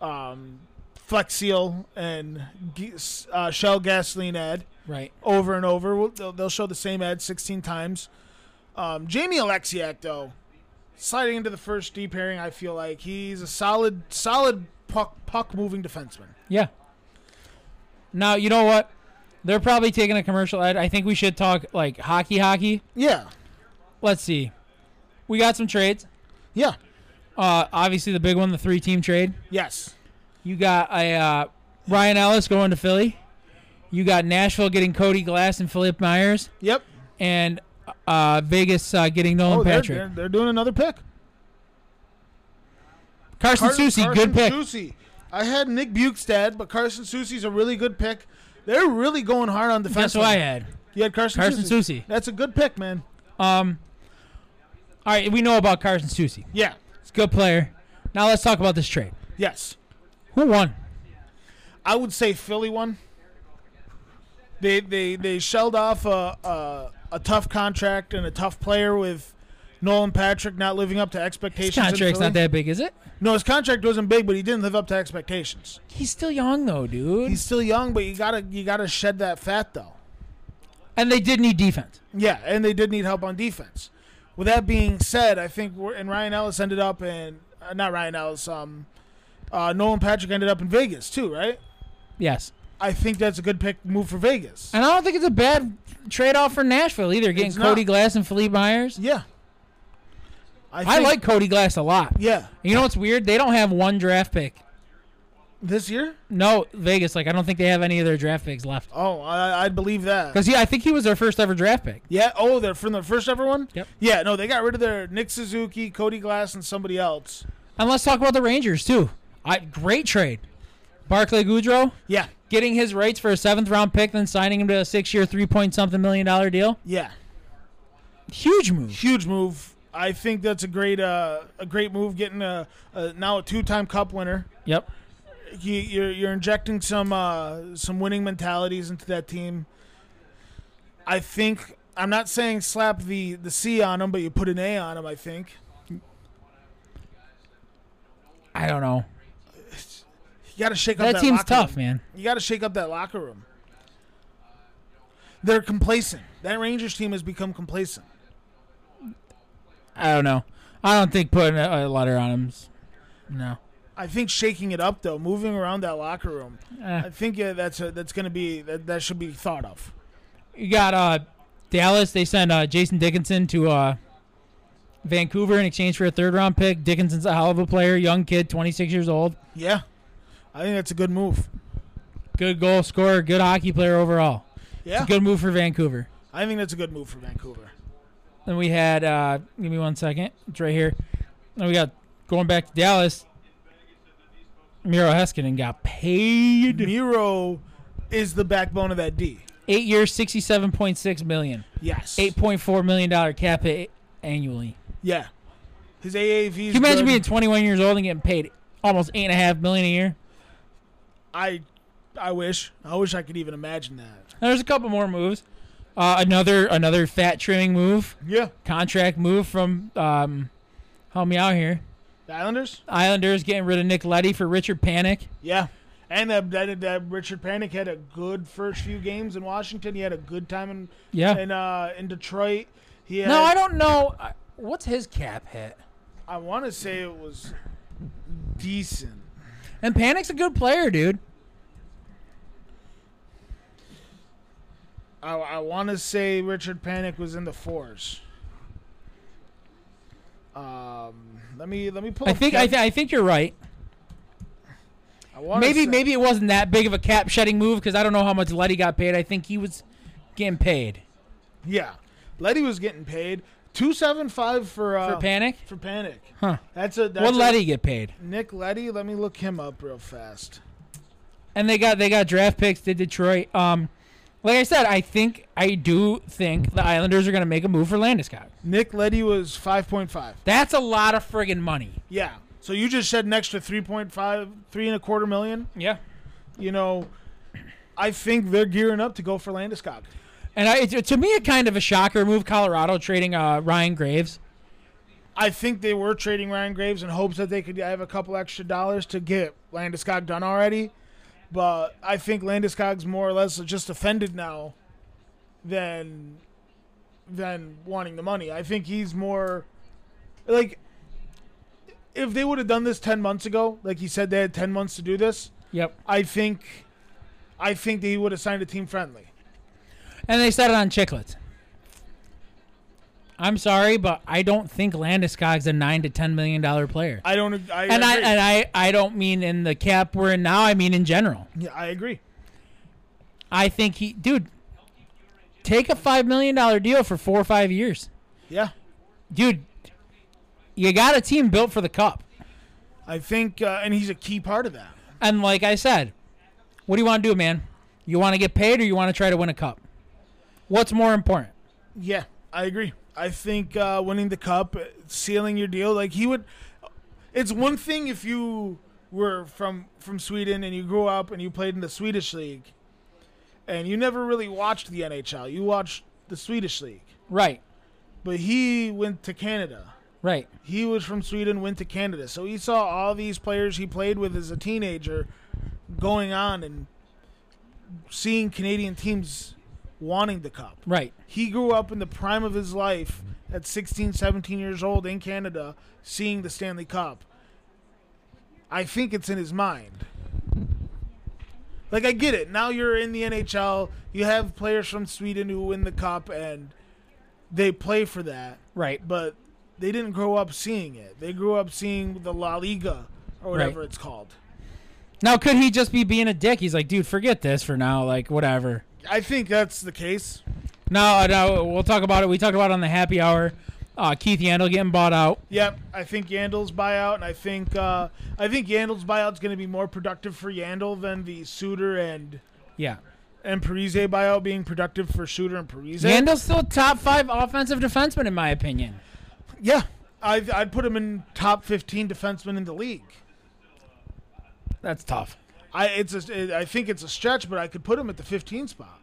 [SPEAKER 1] um, Flex Seal and G- uh, Shell gasoline ad.
[SPEAKER 2] Right.
[SPEAKER 1] over and over. We'll, they'll, they'll show the same ad 16 times. Um, Jamie Alexiak, though, sliding into the first D pairing, I feel like he's a solid, solid puck puck moving defenseman.
[SPEAKER 2] Yeah. Now you know what? They're probably taking a commercial ad. I think we should talk like hockey hockey.
[SPEAKER 1] Yeah,
[SPEAKER 2] Let's see. We got some trades.
[SPEAKER 1] yeah,
[SPEAKER 2] Uh obviously the big one, the three team trade.
[SPEAKER 1] yes,
[SPEAKER 2] You got a uh, Ryan Ellis going to Philly. You got Nashville getting Cody Glass and Philip Myers,
[SPEAKER 1] yep.
[SPEAKER 2] and uh, Vegas uh, getting Nolan
[SPEAKER 1] Oh, they're,
[SPEAKER 2] Patrick.
[SPEAKER 1] they're, they're doing another pick.
[SPEAKER 2] Carson Susie, good pick.
[SPEAKER 1] Susie. I had Nick Bukestad, but Carson Susie's a really good pick. They're really going hard on defense.
[SPEAKER 2] That's what I had.
[SPEAKER 1] You had Carson,
[SPEAKER 2] Carson
[SPEAKER 1] Susie.
[SPEAKER 2] Soucy.
[SPEAKER 1] That's a good pick, man.
[SPEAKER 2] Um, all right, we know about Carson Susie.
[SPEAKER 1] Yeah.
[SPEAKER 2] He's a good player. Now let's talk about this trade.
[SPEAKER 1] Yes.
[SPEAKER 2] Who won?
[SPEAKER 1] I would say Philly one. They they they shelled off a, a a tough contract and a tough player with Nolan Patrick not living up to
[SPEAKER 2] His
[SPEAKER 1] expectations. in
[SPEAKER 2] contract's not
[SPEAKER 1] Philly.
[SPEAKER 2] that big, is it?
[SPEAKER 1] No, his contract wasn't big, but he didn't live up to expectations.
[SPEAKER 2] He's still young though, dude.
[SPEAKER 1] He's still young, but you gotta you gotta shed that fat though.
[SPEAKER 2] and they did need defense.
[SPEAKER 1] Yeah, and they did need help on defense. With that being said, I think we're, and Ryan Ellis ended up in uh, not Ryan Ellis, um, uh, Nolan Patrick ended up in Vegas too, right?
[SPEAKER 2] Yes.
[SPEAKER 1] I think that's a good pick move for Vegas.
[SPEAKER 2] And I don't think it's a bad trade off for Nashville either, getting
[SPEAKER 1] It's not.
[SPEAKER 2] Cody Glass and Philip Myers.
[SPEAKER 1] Yeah.
[SPEAKER 2] I
[SPEAKER 1] think-
[SPEAKER 2] like Cody Glass a lot.
[SPEAKER 1] Yeah.
[SPEAKER 2] You know what's weird? They don't have one draft pick.
[SPEAKER 1] This year?
[SPEAKER 2] No, Vegas. Like I don't think they have any of their draft picks left.
[SPEAKER 1] Oh, I, I'd believe that.
[SPEAKER 2] Because yeah, I think he was their first ever draft pick.
[SPEAKER 1] Yeah. Oh, they're from the first ever one?
[SPEAKER 2] Yep.
[SPEAKER 1] Yeah, no, they got rid of their Nick Suzuki, Cody Glass, and somebody else.
[SPEAKER 2] And let's talk about the Rangers too. I great trade. Barclay Goudreau
[SPEAKER 1] Yeah,
[SPEAKER 2] getting his rights for a seventh round pick, then signing him to a six year, three point something million dollar deal.
[SPEAKER 1] yeah.
[SPEAKER 2] Huge move.
[SPEAKER 1] Huge move. I think that's a great uh, a great move. Getting a, a now a two time Cup winner.
[SPEAKER 2] Yep.
[SPEAKER 1] You, you're you're injecting some uh, some winning mentalities into that team. I think I'm not saying slap the the C on them, but you put an A on them. I think
[SPEAKER 2] I don't know.
[SPEAKER 1] you got to shake up
[SPEAKER 2] That
[SPEAKER 1] that
[SPEAKER 2] team's
[SPEAKER 1] locker
[SPEAKER 2] tough,
[SPEAKER 1] room.
[SPEAKER 2] man.
[SPEAKER 1] You got to shake up that locker room. They're complacent. That Rangers team has become complacent.
[SPEAKER 2] I don't know. I don't think putting a, a letter on him's no.
[SPEAKER 1] I think shaking it up though, moving around that locker room,
[SPEAKER 2] Eh.
[SPEAKER 1] I think yeah, that's a, that's going to be that, that should be thought of.
[SPEAKER 2] You got uh Dallas. They sent uh, Jason Dickinson to uh Vancouver in exchange for a third round pick. Dickinson's a hell of a player, young kid, 26 years old,
[SPEAKER 1] Yeah, I think that's a good move.
[SPEAKER 2] good goal scorer, good hockey player overall.
[SPEAKER 1] Yeah,
[SPEAKER 2] Good move for Vancouver.
[SPEAKER 1] I think that's a good move for Vancouver.
[SPEAKER 2] Then we had uh give me one second. It's right here. Then we got going back to Dallas. Miro Heskinen got paid
[SPEAKER 1] Miro is the backbone of that D.
[SPEAKER 2] eight years, sixty-seven point six million,
[SPEAKER 1] Yes.
[SPEAKER 2] eight point four million dollar cap hit annually.
[SPEAKER 1] Yeah. His AAV.
[SPEAKER 2] Can you imagine being twenty-one years old and getting paid almost eight and a half million a year?
[SPEAKER 1] I, I wish. I wish I could even imagine that.
[SPEAKER 2] Now, There's a couple more moves. Uh, another another fat trimming move,
[SPEAKER 1] Yeah.
[SPEAKER 2] contract move from um, help me out here.
[SPEAKER 1] The Islanders.
[SPEAKER 2] Islanders getting rid of Nick Letty for Richard Panic.
[SPEAKER 1] Yeah. And that, that, that Richard Panic had a good first few games in Washington. He had a good time in
[SPEAKER 2] Yeah.
[SPEAKER 1] in, uh, in Detroit. He had,
[SPEAKER 2] no, I don't know. I- What's his cap hit?
[SPEAKER 1] I want to say it was decent.
[SPEAKER 2] And Panic's a good player, dude.
[SPEAKER 1] I, I want to say Richard Panic was in the fours. Um, let me let me pull.
[SPEAKER 2] I
[SPEAKER 1] up
[SPEAKER 2] think I,
[SPEAKER 1] Kev-
[SPEAKER 2] th- I think you're right.
[SPEAKER 1] I wanna
[SPEAKER 2] Maybe
[SPEAKER 1] say-
[SPEAKER 2] maybe it wasn't that big of a cap shedding move because I don't know how much Letty got paid. I think he was getting paid
[SPEAKER 1] Yeah, Letty was getting paid two seven five for uh,
[SPEAKER 2] for Panic.
[SPEAKER 1] for Panic.
[SPEAKER 2] Huh?
[SPEAKER 1] That's a that's
[SPEAKER 2] What
[SPEAKER 1] a-
[SPEAKER 2] Letty get paid?
[SPEAKER 1] Nick Letty. Let me look him up real fast.
[SPEAKER 2] and they got they got draft picks to Detroit. Um, like I said, I think I do think the Islanders are gonna make a move for Landeskog.
[SPEAKER 1] Nick Letty was five point five.
[SPEAKER 2] That's a lot of friggin' money.
[SPEAKER 1] Yeah. So you just said an extra 3.5, three and a quarter million.
[SPEAKER 2] Yeah,
[SPEAKER 1] You know, I think they're gearing up to go for Landeskog.
[SPEAKER 2] and I it, to me it kind of a shocker move. Colorado trading uh Ryan Graves.
[SPEAKER 1] I think they were trading Ryan Graves in hopes that they could have a couple extra dollars to get Landeskog done already. But I think Landeskog's more or less just offended now than than wanting the money. I think he's more like if they would have done this 10 months ago, like he said they had 10 months to do this,
[SPEAKER 2] Yep,
[SPEAKER 1] I think I think that he would have signed a team friendly.
[SPEAKER 2] and they set it on Chicklets. I'm sorry, but I don't think Landeskog's a nine to ten million dollar player.
[SPEAKER 1] I don't ag- I
[SPEAKER 2] and I
[SPEAKER 1] agree.
[SPEAKER 2] and I I don't mean in the cap we're in now. I mean in general.
[SPEAKER 1] yeah, I agree.
[SPEAKER 2] I think he, dude, take a five million dollar deal for four or five years,
[SPEAKER 1] Yeah.
[SPEAKER 2] dude. You got a team built for the cup,
[SPEAKER 1] I think uh, and he's a key part of that.
[SPEAKER 2] and like I said, what do you want to do, man? You want to get paid, or you want to try to win a cup? What's more important?
[SPEAKER 1] Yeah, I agree. I think uh, winning the cup, sealing your deal, like he would. It's one thing if you were from from Sweden and you grew up and you played in the Swedish league, and you never really watched the NHL. You watched the Swedish league,
[SPEAKER 2] Right,
[SPEAKER 1] but he went to Canada.
[SPEAKER 2] right.
[SPEAKER 1] He was from Sweden, went to Canada, so he saw all these players he played with as a teenager going on and seeing Canadian teams wanting the cup
[SPEAKER 2] Right.
[SPEAKER 1] he grew up in the prime of his life at 16 17 years old in canada seeing the stanley cup i think it's in his mind like i get it now you're in the nhl you have players from sweden who win the cup and they play for that
[SPEAKER 2] Right.
[SPEAKER 1] but they didn't grow up seeing it they grew up seeing the la liga or whatever
[SPEAKER 2] Right.
[SPEAKER 1] it's called
[SPEAKER 2] Now, could he just be being a dick? He's like, dude, forget this for now. Like, whatever. uh,
[SPEAKER 1] i think that's the case
[SPEAKER 2] No, no, we'll talk about it. We talked about it on the happy hour. uh, Keith Yandel getting bought out.
[SPEAKER 1] Yep, I think Yandel's buyout, and I think uh, I think Yandel's buyout's going to be more productive for Yandel than the Suter and
[SPEAKER 2] Yeah.
[SPEAKER 1] and Parise buyout being productive for Suter and Parise.
[SPEAKER 2] Yandel's still top five offensive defenseman, in my opinion.
[SPEAKER 1] yeah, I'd, I'd put him in top fifteen defensemen in the league.
[SPEAKER 2] That's tough.
[SPEAKER 1] I it's a, it, I think it's a stretch, but I could put him at the fifteen spot.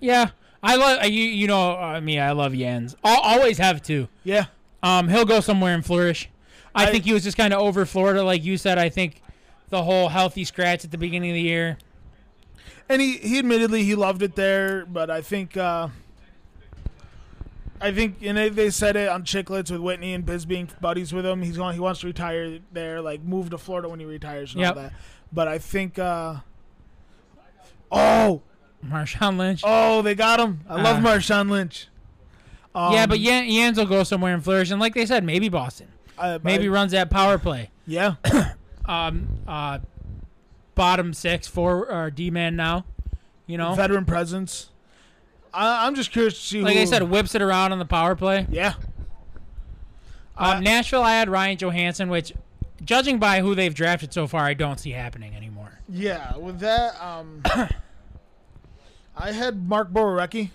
[SPEAKER 2] Yeah. I love, you, you know, I mean, I love Yans. I'll always have to.
[SPEAKER 1] Yeah,
[SPEAKER 2] Um, he'll go somewhere and flourish. I,
[SPEAKER 1] I-
[SPEAKER 2] think he was just kind of over Florida, like you said. I think the whole healthy scratch at the beginning of the year.
[SPEAKER 1] and he, he admittedly he loved it there, but I think uh, I think and they, they said it on Chicklets with Whitney and Biz being buddies with him. He's going he wants to retire there, like move to Florida when he retires and
[SPEAKER 2] Yep.
[SPEAKER 1] all that. But I think uh, oh
[SPEAKER 2] Marshawn Lynch.
[SPEAKER 1] oh they got him. I love
[SPEAKER 2] Uh.
[SPEAKER 1] Marshawn Lynch. Um,
[SPEAKER 2] yeah, but Yan- Yans will go somewhere and flourish. And like they said, maybe Boston.
[SPEAKER 1] I-
[SPEAKER 2] Maybe
[SPEAKER 1] I-
[SPEAKER 2] runs that power play.
[SPEAKER 1] yeah.
[SPEAKER 2] Um, uh, bottom six, four or D man now. You know,
[SPEAKER 1] Veteran presence. I, I'm just curious to see.
[SPEAKER 2] like
[SPEAKER 1] who,
[SPEAKER 2] I said, whips it around on the power play.
[SPEAKER 1] yeah.
[SPEAKER 2] Um, Nashville, I had Ryan Johansson, which, judging by who they've drafted so far, I don't see happening anymore.
[SPEAKER 1] Yeah, with that, um, I had Mark Bororecki,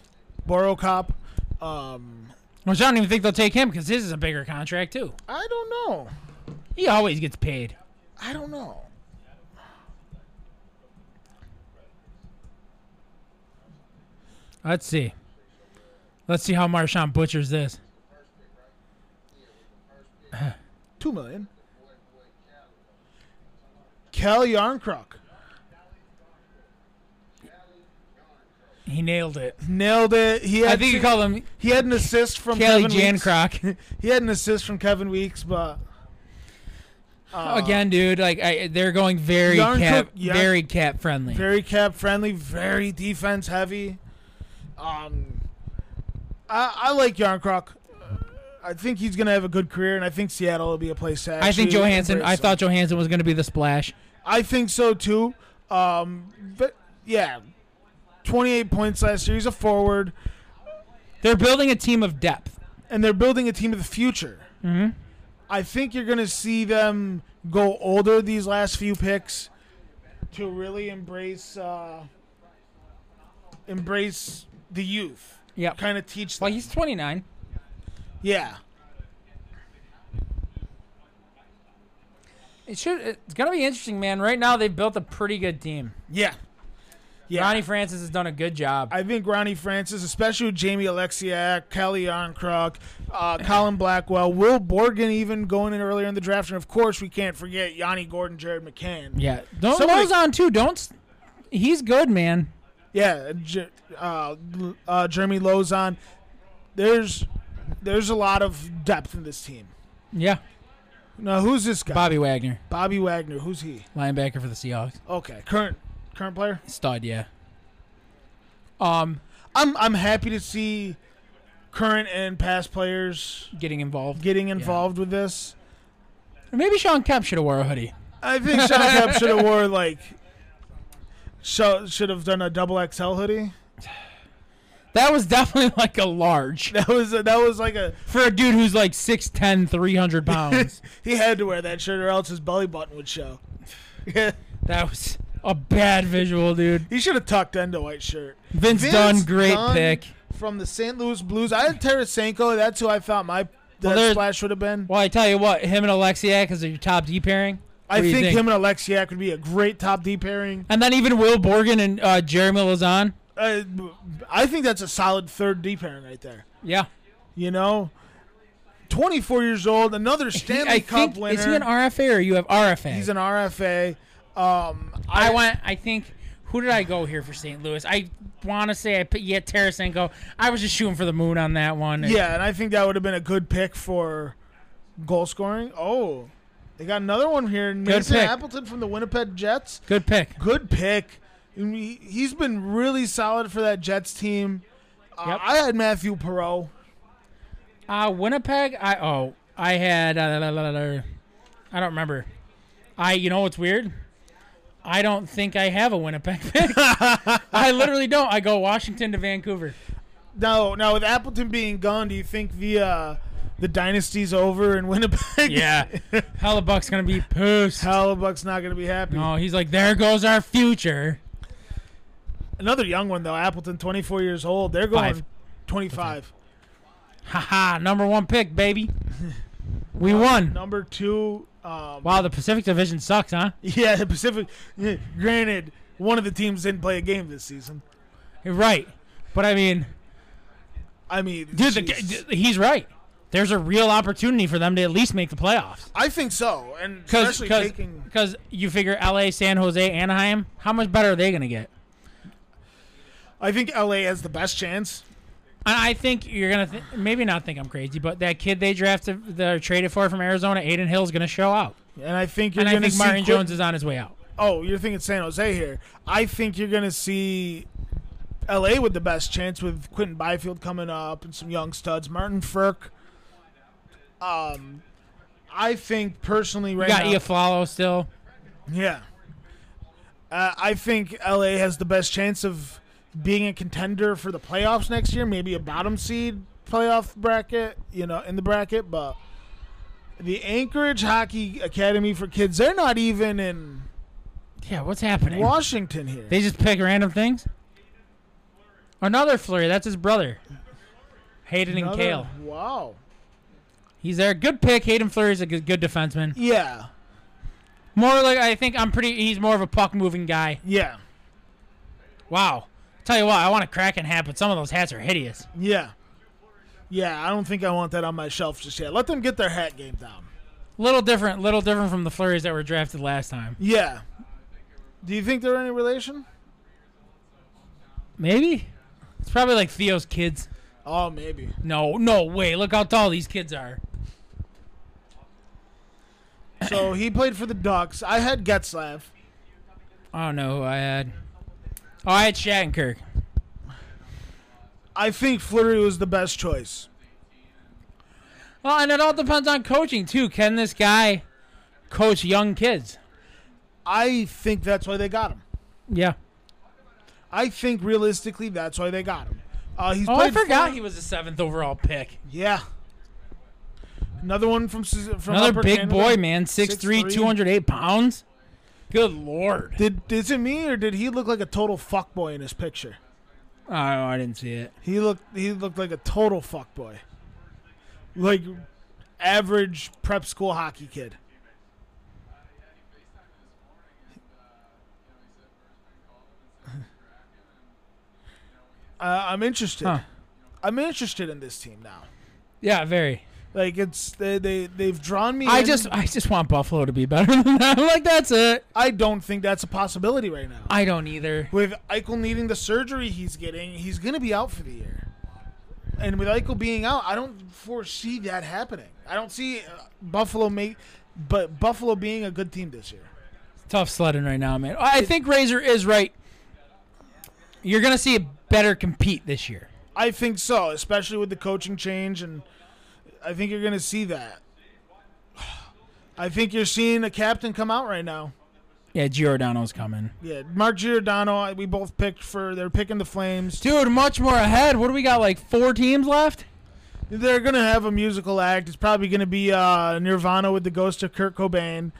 [SPEAKER 1] Borocop. Um,
[SPEAKER 2] Which I don't even think they'll take him because his is a bigger contract too.
[SPEAKER 1] I don't know.
[SPEAKER 2] He always gets paid.
[SPEAKER 1] I don't know.
[SPEAKER 2] Let's see. Let's see how Marshawn butchers this.
[SPEAKER 1] Two million. Cal Yarncrock
[SPEAKER 2] He nailed it.
[SPEAKER 1] nailed it. He had
[SPEAKER 2] I think you
[SPEAKER 1] two-
[SPEAKER 2] call him
[SPEAKER 1] he had an assist from
[SPEAKER 2] Kelly
[SPEAKER 1] Kevin Weeks.
[SPEAKER 2] Jancrock.
[SPEAKER 1] He had an assist from Kevin Weeks, but uh,
[SPEAKER 2] Again, dude, like I, they're going very
[SPEAKER 1] Yarn
[SPEAKER 2] cap,
[SPEAKER 1] cook- yarn-
[SPEAKER 2] very cap friendly.
[SPEAKER 1] very cap friendly, very defense heavy. Um, I, I like Yarncroc. I think he's gonna have a good career, and I think Seattle will be a place to.
[SPEAKER 2] I think
[SPEAKER 1] actually
[SPEAKER 2] Johansson.
[SPEAKER 1] embrace
[SPEAKER 2] I
[SPEAKER 1] him.
[SPEAKER 2] thought Johansson was going to be the splash.
[SPEAKER 1] I think so too. Um, but yeah, twenty-eight points last year. He's a forward,
[SPEAKER 2] They're building a team of depth.
[SPEAKER 1] and they're building a team of the future. Mm-hmm. I think you're gonna see them go older these last few picks to really embrace uh, embrace the youth.
[SPEAKER 2] Yeah.
[SPEAKER 1] Kind of teach them.
[SPEAKER 2] Well, he's 29.
[SPEAKER 1] Yeah.
[SPEAKER 2] It should. It's going to be interesting, man. Right now, they've built a pretty good team.
[SPEAKER 1] Yeah. Yeah.
[SPEAKER 2] Ronnie Francis has done a good job.
[SPEAKER 1] I think Ronnie Francis, especially with Jamie Alexiak, Kelly Oncrock, uh, Colin Blackwell, Will Borgen even going in earlier in the draft. And of course, we can't forget Yanni Gordon, Jared McCann.
[SPEAKER 2] yeah. Don't
[SPEAKER 1] Somebody-
[SPEAKER 2] Lowe's on too. Don't. s- He's good, man.
[SPEAKER 1] Yeah, J- uh, L- uh, Jeremy Lozon. There's there's a lot of depth in this team.
[SPEAKER 2] Yeah.
[SPEAKER 1] Now, who's this guy?
[SPEAKER 2] Bobby Wagner,
[SPEAKER 1] Bobby Wagner. Who's he?
[SPEAKER 2] linebacker for the Seahawks.
[SPEAKER 1] Okay, current current player.
[SPEAKER 2] Stud, yeah. Um,
[SPEAKER 1] I'm I'm happy to see current and past players
[SPEAKER 2] getting involved.
[SPEAKER 1] getting involved with this.
[SPEAKER 2] Maybe Sean Kemp should have wore a hoodie.
[SPEAKER 1] I think Sean Kemp should have wore like sho- should have done a double XL hoodie.
[SPEAKER 2] That was definitely like a large
[SPEAKER 1] That was that was like a
[SPEAKER 2] for a dude who's like 6'10", 300 pounds.
[SPEAKER 1] he had to wear that shirt or else his belly button would show.
[SPEAKER 2] that was a bad visual, dude.
[SPEAKER 1] he should have tucked into a white shirt.
[SPEAKER 2] Vince, Dunn, great
[SPEAKER 1] Dunn
[SPEAKER 2] pick.
[SPEAKER 1] from the St. Louis Blues. I had Tarasenko. That's who I thought my that
[SPEAKER 2] there's-
[SPEAKER 1] splash would have been.
[SPEAKER 2] Well, I tell you what, him and Alexiak is your top D pairing.
[SPEAKER 1] I
[SPEAKER 2] What do you
[SPEAKER 1] think, him and Alexiak would be a great top D pairing.
[SPEAKER 2] and then even Will Borgen and uh, Jeremy Lazan.
[SPEAKER 1] Uh, I think that's a solid third D pairing right there.
[SPEAKER 2] Yeah,
[SPEAKER 1] You know, 24 years old, another Stanley
[SPEAKER 2] I
[SPEAKER 1] Cup
[SPEAKER 2] think
[SPEAKER 1] winner.
[SPEAKER 2] is he an RFA or you have RFA?
[SPEAKER 1] He's an RFA. Um,
[SPEAKER 2] I went. I think. Who did I go here for St. Louis? I want to say I put yeah Tarasenko. I was just shooting for the moon on that one.
[SPEAKER 1] yeah, and I think that would have been a good pick for goal scoring. Oh, they got another one here. Mason
[SPEAKER 2] pick.
[SPEAKER 1] Appleton from the Winnipeg Jets.
[SPEAKER 2] Good pick.
[SPEAKER 1] Good pick. And he- He's been really solid for that Jets team. Uh,
[SPEAKER 2] Yep.
[SPEAKER 1] I had Matthew Perot.
[SPEAKER 2] Uh, Winnipeg. I oh I had. Uh, la, la, la, la. I don't remember. I you know what's weird? I don't think I have a Winnipeg pick. I literally don't. I go Washington to Vancouver.
[SPEAKER 1] Now, now with Appleton being gone, do you think the uh, the dynasty's over in Winnipeg?
[SPEAKER 2] Yeah. Hellebuck's going to be pissed.
[SPEAKER 1] Hellebuck's not going to be happy.
[SPEAKER 2] No, he's like, there goes our future.
[SPEAKER 1] Another young one though, Appleton, 24 years old. They're going
[SPEAKER 2] Five.
[SPEAKER 1] 25.
[SPEAKER 2] Haha, number one pick, baby. We won.
[SPEAKER 1] Number two. Um,
[SPEAKER 2] Wow, the Pacific Division sucks, huh?
[SPEAKER 1] Yeah, the Pacific. yeah, Granted, one of the teams didn't play a game this season.
[SPEAKER 2] You're right. But I mean,
[SPEAKER 1] I mean,
[SPEAKER 2] dude, the,
[SPEAKER 1] jeez.
[SPEAKER 2] g- d- he's right. There's a real opportunity for them to at least make the playoffs.
[SPEAKER 1] I think so, and
[SPEAKER 2] Because
[SPEAKER 1] especially taking
[SPEAKER 2] you figure LA, San Jose, Anaheim, how much better are they going to get?
[SPEAKER 1] I think LA has the best chance.
[SPEAKER 2] And I think you're going to th- maybe not think I'm crazy, but that kid they drafted, they're traded for from Arizona, Aiden Hill, is going to show out.
[SPEAKER 1] And I think you're
[SPEAKER 2] and I
[SPEAKER 1] going to
[SPEAKER 2] think
[SPEAKER 1] see
[SPEAKER 2] Martin
[SPEAKER 1] Quin-
[SPEAKER 2] Jones is on his way out.
[SPEAKER 1] Oh, you're thinking San Jose here. I think you're going to see LA with the best chance with Quentin Byfield coming up and some young studs, Martin Furk. Um, I think personally right
[SPEAKER 2] You got
[SPEAKER 1] now,
[SPEAKER 2] Iafallo still.
[SPEAKER 1] yeah, uh, I think LA has the best chance of being a contender for the playoffs next year. Maybe a bottom seed playoff bracket, you know, in the bracket, but. The Anchorage Hockey Academy for kids, they're not even in
[SPEAKER 2] Yeah, what's happening?
[SPEAKER 1] Washington here.
[SPEAKER 2] They just pick random things. Another Flurry. That's his brother, Hayden and
[SPEAKER 1] Another-
[SPEAKER 2] Kale.
[SPEAKER 1] Wow.
[SPEAKER 2] He's there. Good pick. Hayden Flurry's a good, good defenseman.
[SPEAKER 1] Yeah.
[SPEAKER 2] More like I think I'm pretty. He's more of a puck moving guy.
[SPEAKER 1] Yeah.
[SPEAKER 2] Wow. Tell you what, I want a Kraken hat, but some of those hats are hideous.
[SPEAKER 1] Yeah. Yeah. I don't think I want that on my shelf just yet. Let them get their hat game down.
[SPEAKER 2] Little different. Little different from the Flurries that were drafted last time.
[SPEAKER 1] Yeah. Do you think they're any relation?
[SPEAKER 2] Maybe. It's probably like Theo's kids.
[SPEAKER 1] Oh, maybe.
[SPEAKER 2] No, no way. Look how tall these kids are.
[SPEAKER 1] So he played for the Ducks. I had Getzlav.
[SPEAKER 2] I don't know who I had. Oh, I had Shattenkirk.
[SPEAKER 1] I think Fleury was the best choice.
[SPEAKER 2] Well, and it all depends on coaching too. Can this guy coach young kids?
[SPEAKER 1] I think that's why they got him.
[SPEAKER 2] Yeah.
[SPEAKER 1] I think realistically that's why they got him. Uh, he's
[SPEAKER 2] Oh, I
[SPEAKER 1] played
[SPEAKER 2] forgot
[SPEAKER 1] for-
[SPEAKER 2] he was the seventh overall pick.
[SPEAKER 1] yeah. Another one from Sus- from
[SPEAKER 2] Another
[SPEAKER 1] Upper
[SPEAKER 2] big
[SPEAKER 1] Canada.
[SPEAKER 2] boy, man. 6'3",
[SPEAKER 1] 6'3".
[SPEAKER 2] 208 pounds. Good lord.
[SPEAKER 1] Did is it me or did he look like a total fuckboy in his picture?
[SPEAKER 2] Oh, I didn't see it.
[SPEAKER 1] He looked he looked like a total fuckboy. Like average prep school hockey kid. Uh, I'm interested.
[SPEAKER 2] Huh.
[SPEAKER 1] I'm interested in this team now.
[SPEAKER 2] Yeah, very.
[SPEAKER 1] Like it's they they they've drawn me.
[SPEAKER 2] I
[SPEAKER 1] in.
[SPEAKER 2] just I just want Buffalo to be better than that. I'm like, that's it.
[SPEAKER 1] I don't think that's a possibility right now.
[SPEAKER 2] I don't either.
[SPEAKER 1] With Eichel needing the surgery he's getting, he's going to be out for the year. And with Eichel being out, I don't foresee that happening. I don't see uh, Buffalo make, but Buffalo being a good team this year.
[SPEAKER 2] Tough sledding right now, man. I think Razor is right. You're gonna see it better compete this year.
[SPEAKER 1] I think so, especially with the coaching change, and I think you're going to see that. I think you're seeing a captain come out right now.
[SPEAKER 2] Yeah, Giordano's coming.
[SPEAKER 1] Yeah, Mark Giordano. I- We both picked for they're picking the Flames.
[SPEAKER 2] Dude, much more ahead. What do we got? Like four teams left?
[SPEAKER 1] They're going to have a musical act. It's probably going to be uh, Nirvana with the ghost of Kurt Cobain.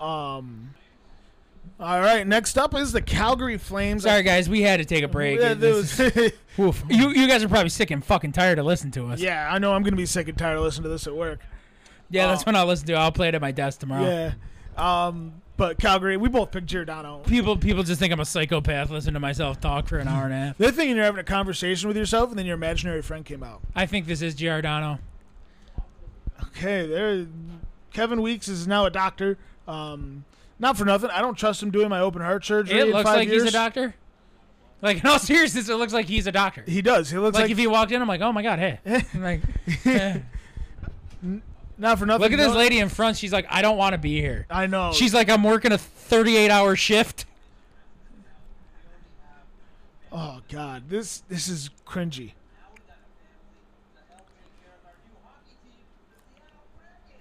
[SPEAKER 1] Um, all right, next up is the Calgary Flames.
[SPEAKER 2] Sorry, guys, we had to take a break.
[SPEAKER 1] Yeah,
[SPEAKER 2] This
[SPEAKER 1] there
[SPEAKER 2] is-
[SPEAKER 1] was-
[SPEAKER 2] Oof. You you guys are probably sick and fucking tired to listen to us.
[SPEAKER 1] yeah, I know I'm going to be sick and tired of listening to this at work.
[SPEAKER 2] Yeah, that's when I'll listen to. it. I'll play it at my desk tomorrow.
[SPEAKER 1] Yeah. Um, but Calgary, we both picked Giordano.
[SPEAKER 2] People people just think I'm a psychopath. Listen to myself talk for an hour and a half.
[SPEAKER 1] They're thinking you're having a conversation with yourself, and then your imaginary friend came out.
[SPEAKER 2] I think this is Giordano.
[SPEAKER 1] Okay, there. Kevin Weeks is now a doctor. Um, not for nothing. I don't trust him doing my open heart surgery.
[SPEAKER 2] It
[SPEAKER 1] in
[SPEAKER 2] looks
[SPEAKER 1] five
[SPEAKER 2] like
[SPEAKER 1] years.
[SPEAKER 2] he's a doctor. Like in all seriousness, it looks like he's a doctor.
[SPEAKER 1] He does. He looks
[SPEAKER 2] like,
[SPEAKER 1] like,
[SPEAKER 2] if he walked in, I'm like, oh my god, hey. I'm like, eh.
[SPEAKER 1] not for nothing.
[SPEAKER 2] look at this
[SPEAKER 1] No-
[SPEAKER 2] lady in front. She's like, I don't want to be here.
[SPEAKER 1] I know.
[SPEAKER 2] She's like, I'm working a 38 hour shift.
[SPEAKER 1] Oh God, this this is cringy.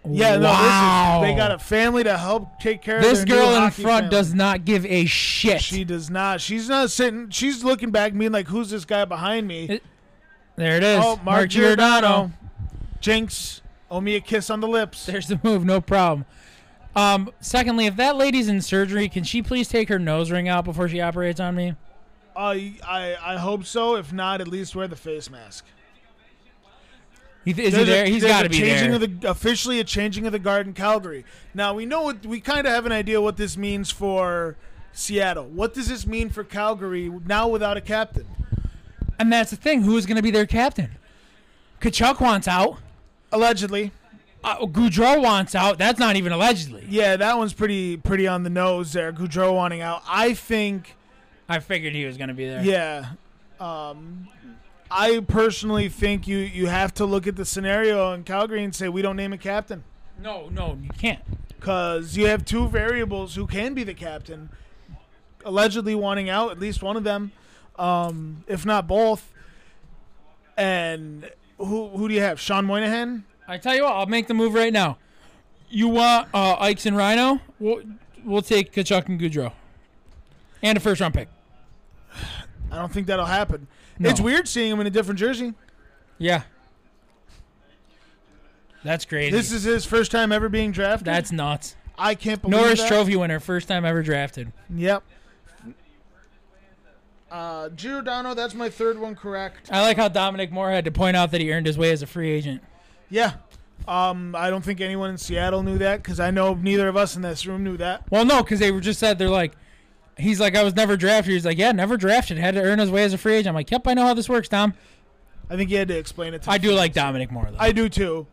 [SPEAKER 1] Yeah, no,
[SPEAKER 2] wow.
[SPEAKER 1] this is, they got a family to help take care
[SPEAKER 2] This
[SPEAKER 1] of their
[SPEAKER 2] girl
[SPEAKER 1] new
[SPEAKER 2] in
[SPEAKER 1] hockey
[SPEAKER 2] front
[SPEAKER 1] family.
[SPEAKER 2] does not give a shit.
[SPEAKER 1] She does not. She's not sitting. She's looking back, being like, "Who's this guy behind me?"
[SPEAKER 2] It- There it is.
[SPEAKER 1] Oh, Mark, Giordano. Jinx, owe me a kiss on the lips.
[SPEAKER 2] There's the move, no problem. Um, secondly, if that lady's in surgery, can she please take her nose ring out before she operates on me?
[SPEAKER 1] I, I, I hope so. If not, at least wear the face mask.
[SPEAKER 2] He- Is he there?
[SPEAKER 1] A,
[SPEAKER 2] He's
[SPEAKER 1] there's
[SPEAKER 2] got
[SPEAKER 1] a
[SPEAKER 2] to be
[SPEAKER 1] changing
[SPEAKER 2] there.
[SPEAKER 1] Of the, officially a changing of the guard in Calgary. Now we know what we kind of have an idea what this means for Seattle. What does this mean for Calgary now without a captain?
[SPEAKER 2] and that's the thing. Who's going to be their captain? Kachuk wants out.
[SPEAKER 1] Allegedly,
[SPEAKER 2] Uh, Goudreau wants out. That's not even allegedly.
[SPEAKER 1] yeah, that one's pretty pretty on the nose there. Goudreau wanting out. I think,
[SPEAKER 2] I figured he was going to be there.
[SPEAKER 1] yeah, um, I personally think you you have to look at the scenario in Calgary and say we don't name a captain.
[SPEAKER 2] No, no, you can't.
[SPEAKER 1] because you have two variables who can be the captain, allegedly wanting out at least one of them, um, if not both. And who who do you have? Sean Moynihan.
[SPEAKER 2] I tell you what, I'll make the move right now. You want uh, Ikes and Rhino? We'll, we'll take Kachuk and Goudreau. And a first round pick.
[SPEAKER 1] I don't think that'll happen.
[SPEAKER 2] No.
[SPEAKER 1] It's weird seeing him in a different jersey.
[SPEAKER 2] Yeah. That's crazy.
[SPEAKER 1] This is his first time ever being drafted.
[SPEAKER 2] That's nuts.
[SPEAKER 1] I can't believe
[SPEAKER 2] Norris
[SPEAKER 1] that.
[SPEAKER 2] Trophy winner, first time ever drafted.
[SPEAKER 1] Yep. Uh, Giordano, that's my third one correct.
[SPEAKER 2] I like how Dominic Moore had to point out that he earned his way as a free agent.
[SPEAKER 1] Yeah. Um, I don't think anyone in Seattle knew that because I know neither of us in this room knew that.
[SPEAKER 2] Well, no, because they were just said they're like, he's like, I was never drafted. He's like, yeah, never drafted. Had to earn his way as a free agent. I'm like, yep, I know how this works, Dom.
[SPEAKER 1] I think you had to explain it to
[SPEAKER 2] I do like Dominic Moore though.
[SPEAKER 1] I do too.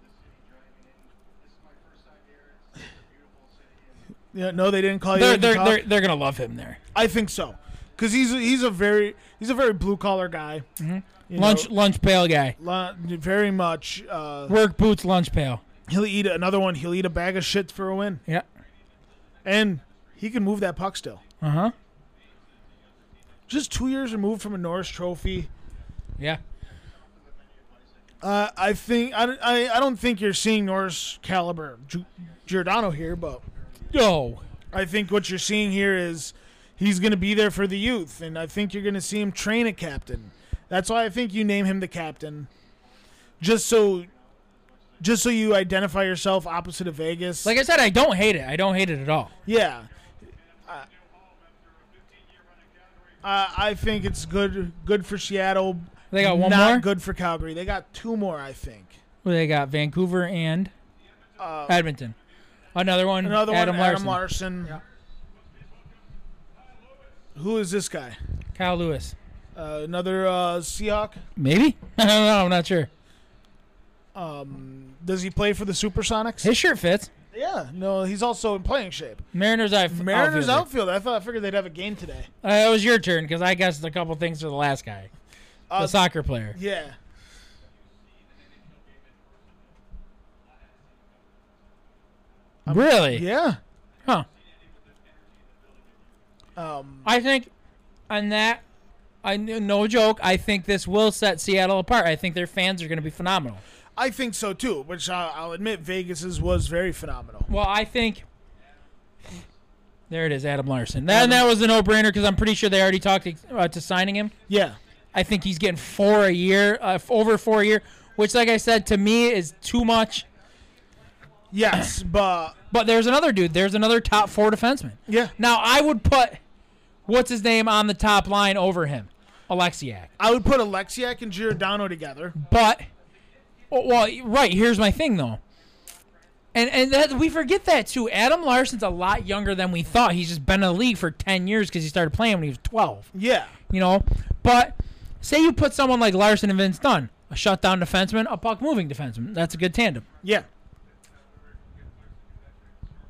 [SPEAKER 1] Yeah, no, they didn't call you.
[SPEAKER 2] they're
[SPEAKER 1] in to
[SPEAKER 2] they're,
[SPEAKER 1] talk.
[SPEAKER 2] they're, they're gonna love him there.
[SPEAKER 1] I think so, because he's he's a very he's a very blue collar guy. You
[SPEAKER 2] Mm-hmm. Lunch
[SPEAKER 1] know,
[SPEAKER 2] lunch pail guy.
[SPEAKER 1] lu- very much. Uh,
[SPEAKER 2] Work boots lunch pail.
[SPEAKER 1] he'll eat another one. He'll eat a bag of shit for a win,
[SPEAKER 2] Yeah.
[SPEAKER 1] and he can move that puck still.
[SPEAKER 2] Uh huh.
[SPEAKER 1] Just two years removed from a Norris Trophy.
[SPEAKER 2] Yeah.
[SPEAKER 1] Uh, I think I, don't- I I don't think you're seeing Norris caliber Gi- Giordano here, but
[SPEAKER 2] Yo.
[SPEAKER 1] I think what you're seeing here is he's going to be there for the youth, and I think you're going to see him train a captain. That's why I think you name him the captain, just so, just so you identify yourself opposite of Vegas.
[SPEAKER 2] Like I said, I don't hate it. I don't hate it at all.
[SPEAKER 1] yeah, uh, I think it's good, good for Seattle.
[SPEAKER 2] They got one
[SPEAKER 1] not
[SPEAKER 2] more?
[SPEAKER 1] good for Calgary. They got two more, I think.
[SPEAKER 2] Well, They got Vancouver and Edmonton. Another one.
[SPEAKER 1] Uh, Another
[SPEAKER 2] Adam
[SPEAKER 1] one, Adam
[SPEAKER 2] Larson.
[SPEAKER 1] Larson. Who is this guy?
[SPEAKER 2] Kyle Lewis.
[SPEAKER 1] Uh, another uh, Seahawk.
[SPEAKER 2] Maybe. I don't know. I'm not sure.
[SPEAKER 1] Um, does he play for the Supersonics?
[SPEAKER 2] His shirt fits.
[SPEAKER 1] yeah, no, he's also in playing shape.
[SPEAKER 2] Mariners. I
[SPEAKER 1] Mariners outfield. I thought I figured they'd have a game today.
[SPEAKER 2] Uh, it was your turn because I guessed a couple things for the last guy,
[SPEAKER 1] Uh,
[SPEAKER 2] the soccer player.
[SPEAKER 1] Yeah.
[SPEAKER 2] really?
[SPEAKER 1] Yeah.
[SPEAKER 2] Huh.
[SPEAKER 1] Um,
[SPEAKER 2] I think on that, I no joke. I think this will set Seattle apart. I think their fans are going to be phenomenal.
[SPEAKER 1] I think so too, which I, I'll admit Vegas's was very phenomenal.
[SPEAKER 2] Well, I think. There it is, Adam Larson. That, and that was a no-brainer because I'm pretty sure they already talked to, uh, to signing him.
[SPEAKER 1] Yeah.
[SPEAKER 2] I think he's getting four a year, uh, f- over four a year, which, like I said, to me is too much.
[SPEAKER 1] Yes, but
[SPEAKER 2] But there's another dude. There's another top four defenseman.
[SPEAKER 1] yeah,
[SPEAKER 2] Now I would put what's his name on the top line over him, Alexiak.
[SPEAKER 1] I would put Alexiak and Giordano together.
[SPEAKER 2] But oh, well, right here's my thing though, and and that we forget that too. Adam Larson's a lot younger than we thought. He's just been in the league for ten years because he started playing when he was twelve.
[SPEAKER 1] Yeah.
[SPEAKER 2] You know, but say you put someone like Larson and Vince Dunn, a shutdown defenseman, a puck moving defenseman. That's a good tandem.
[SPEAKER 1] Yeah.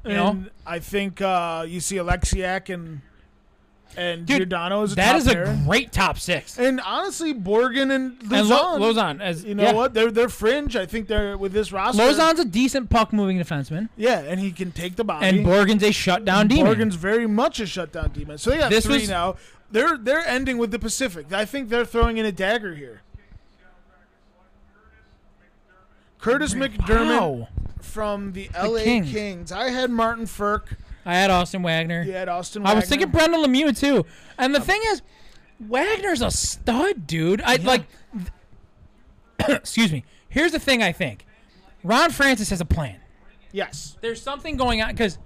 [SPEAKER 2] You know?
[SPEAKER 1] And I think uh, you see Alexiak and and
[SPEAKER 2] Dude,
[SPEAKER 1] Giordano is a
[SPEAKER 2] That
[SPEAKER 1] top
[SPEAKER 2] is a
[SPEAKER 1] pair.
[SPEAKER 2] great top six.
[SPEAKER 1] and honestly, Borgen and Luzon.
[SPEAKER 2] And Lo- Lozon, as
[SPEAKER 1] You know
[SPEAKER 2] yeah.
[SPEAKER 1] what? They're they're fringe. I think they're with this roster.
[SPEAKER 2] Lozon's a decent puck moving defenseman.
[SPEAKER 1] yeah, and he can take the body.
[SPEAKER 2] and Borgen's a shutdown demon.
[SPEAKER 1] Morgan's very much a shutdown demon. So they got
[SPEAKER 2] This
[SPEAKER 1] three
[SPEAKER 2] was-
[SPEAKER 1] now. They're they're ending with the Pacific. I think they're throwing in a dagger here. Curtis McDermott
[SPEAKER 2] Wow.
[SPEAKER 1] from the LA
[SPEAKER 2] Kings.
[SPEAKER 1] Kings. I had Martin Furk.
[SPEAKER 2] I had Austin Wagner.
[SPEAKER 1] You had Austin.
[SPEAKER 2] I
[SPEAKER 1] Wagner.
[SPEAKER 2] was
[SPEAKER 1] Uh,
[SPEAKER 2] thinking Brendan Lemieux too. And the thing is, Wagner's a stud, dude. I like. th- Excuse me. Here's the thing I think Ron Francis has a plan.
[SPEAKER 1] Yes.
[SPEAKER 2] There's something going on because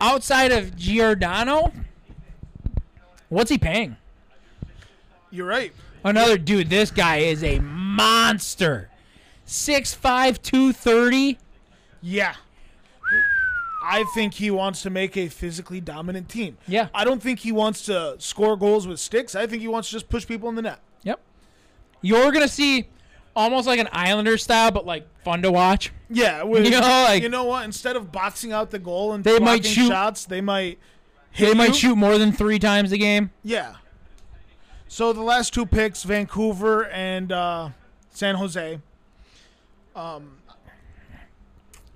[SPEAKER 2] outside of Giordano, what's he paying?
[SPEAKER 1] You're right.
[SPEAKER 2] Another dude, this guy is a monster. 6'5, 230.
[SPEAKER 1] Yeah. I think he wants to make a physically dominant team.
[SPEAKER 2] Yeah.
[SPEAKER 1] I don't think he wants to score goals with sticks. I think he wants to just push people in the net.
[SPEAKER 2] Yep. You're going to see almost like an Islander style, but like fun to watch.
[SPEAKER 1] Yeah, with,
[SPEAKER 2] You know, like-
[SPEAKER 1] you know what? Instead of boxing out the goal and
[SPEAKER 2] They
[SPEAKER 1] blocking
[SPEAKER 2] might shoot-
[SPEAKER 1] shots, they might
[SPEAKER 2] They might
[SPEAKER 1] you?
[SPEAKER 2] shoot more than three times a game.
[SPEAKER 1] yeah. So the last two picks, Vancouver and uh, San Jose. Um,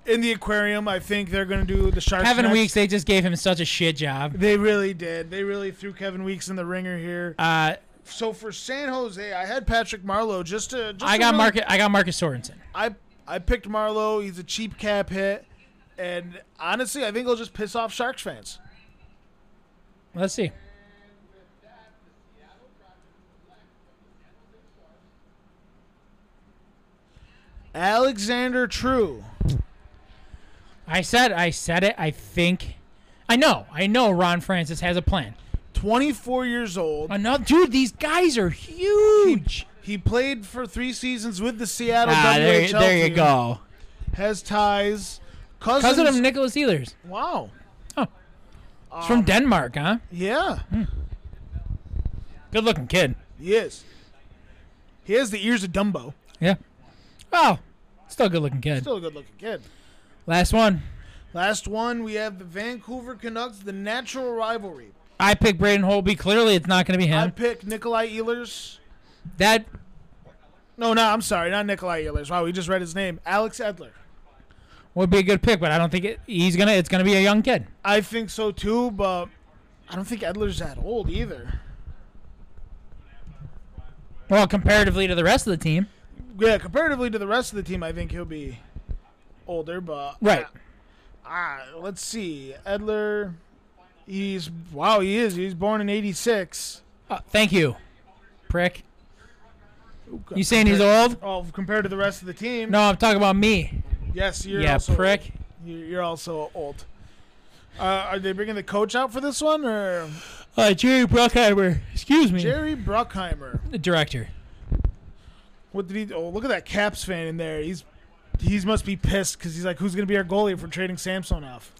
[SPEAKER 1] in the aquarium, I think they're going to do the Sharks.
[SPEAKER 2] Kevin
[SPEAKER 1] next.
[SPEAKER 2] Weeks, they just gave him such a shit job.
[SPEAKER 1] They really did. They really threw Kevin Weeks in the ringer here.
[SPEAKER 2] Uh,
[SPEAKER 1] So for San Jose, I had Patrick Marlowe just to. Just
[SPEAKER 2] I
[SPEAKER 1] to
[SPEAKER 2] got
[SPEAKER 1] really-
[SPEAKER 2] Marcus. I got Marcus Sorensen.
[SPEAKER 1] I I picked Marlowe. He's a cheap cap hit, and honestly, I think he'll just piss off Sharks fans.
[SPEAKER 2] Let's see.
[SPEAKER 1] Alexander True.
[SPEAKER 2] I said. I said it. I think. I know. I know. Ron Francis has a plan.
[SPEAKER 1] 24 years old.
[SPEAKER 2] Another dude. These guys are huge.
[SPEAKER 1] He played for three seasons with the Seattle
[SPEAKER 2] Ah, there,
[SPEAKER 1] WHL
[SPEAKER 2] there you
[SPEAKER 1] team.
[SPEAKER 2] go.
[SPEAKER 1] Has ties. Cousins.
[SPEAKER 2] Cousin of Nicholas Ehlers.
[SPEAKER 1] wow.
[SPEAKER 2] He's from Denmark, huh?
[SPEAKER 1] Yeah.
[SPEAKER 2] Good looking kid.
[SPEAKER 1] He is. He has the ears of Dumbo.
[SPEAKER 2] Yeah. Oh, still a good looking kid.
[SPEAKER 1] Still a good looking kid.
[SPEAKER 2] Last one.
[SPEAKER 1] Last one, we have the Vancouver Canucks, the natural rivalry.
[SPEAKER 2] I picked Braden Holby. Clearly, it's not going to be
[SPEAKER 1] I
[SPEAKER 2] him.
[SPEAKER 1] picked Nikolai Ehlers.
[SPEAKER 2] that
[SPEAKER 1] No, no, I'm sorry, not Nikolai Ehlers. Wow, we just read his name. Alex Edler.
[SPEAKER 2] would be a good pick, but I don't think it, he's gonna. It's gonna be a young kid.
[SPEAKER 1] I think so too, but I don't think Edler's that old either.
[SPEAKER 2] Well, comparatively to the rest of the team,
[SPEAKER 1] Yeah, comparatively to the rest of the team, I think he'll be older, but
[SPEAKER 2] right?
[SPEAKER 1] Ah, let's see. Edler, he's wow, he is. He's born in '86.
[SPEAKER 2] Uh, thank you, prick. You saying he's old?
[SPEAKER 1] Oh, compared to the rest of the team.
[SPEAKER 2] No, I'm talking about me.
[SPEAKER 1] Yes, you're
[SPEAKER 2] yeah,
[SPEAKER 1] also
[SPEAKER 2] prick.
[SPEAKER 1] You're, you're also old. Uh, are they bringing the coach out for this one or
[SPEAKER 2] Uh, Jerry Bruckheimer. Excuse me.
[SPEAKER 1] Jerry Bruckheimer?
[SPEAKER 2] The director.
[SPEAKER 1] What did he? Oh, look at that Caps fan in there. He's he must be pissed because he's like, who's gonna be our goalie for trading Samson off?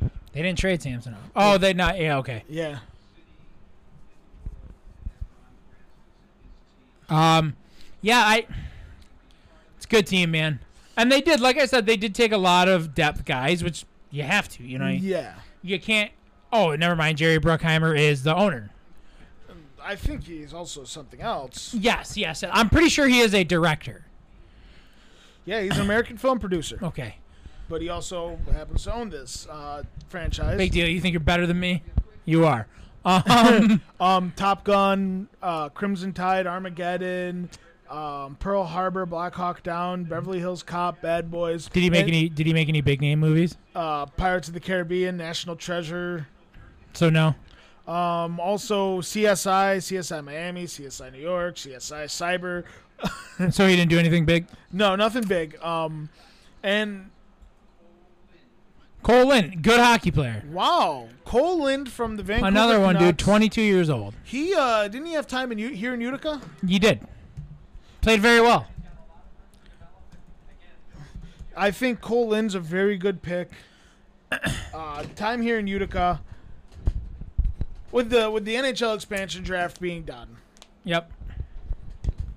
[SPEAKER 2] They didn't trade Samson. off. Oh, they not. Yeah, okay.
[SPEAKER 1] Yeah.
[SPEAKER 2] Um, yeah, I. It's a good team, man. And they did, like I said, they did take a lot of depth guys, which you have to. You know, you,
[SPEAKER 1] Yeah.
[SPEAKER 2] you can't. Oh, never mind. Jerry Bruckheimer is the owner.
[SPEAKER 1] I think he's also something else.
[SPEAKER 2] Yes, yes. I'm pretty sure he is a director.
[SPEAKER 1] Yeah, he's an American film producer,
[SPEAKER 2] Okay.
[SPEAKER 1] but he also happens to own this uh, franchise.
[SPEAKER 2] Big deal. You think you're better than me? You are. Um,
[SPEAKER 1] Um, Top Gun, uh, Crimson Tide, Armageddon, um, Pearl Harbor, Black Hawk Down, Beverly Hills Cop, Bad Boys.
[SPEAKER 2] did he make
[SPEAKER 1] and,
[SPEAKER 2] any? Did he make any big name movies?
[SPEAKER 1] Uh, Pirates of the Caribbean, National Treasure.
[SPEAKER 2] So no.
[SPEAKER 1] Um, also CSI, CSI Miami, CSI New York, CSI Cyber.
[SPEAKER 2] So he didn't do anything big.
[SPEAKER 1] No, nothing big. Um, and
[SPEAKER 2] Cole Lynn, good hockey player.
[SPEAKER 1] wow, Cole Lind from the Vancouver.
[SPEAKER 2] Another one, dude.
[SPEAKER 1] Canucks.
[SPEAKER 2] 22 years old.
[SPEAKER 1] He uh, didn't he have time in U- here in Utica?
[SPEAKER 2] You did. Played very well.
[SPEAKER 1] I think Cole Lynn's a very good pick. Uh, time here in Utica. With the with the NHL expansion draft being done
[SPEAKER 2] Yep.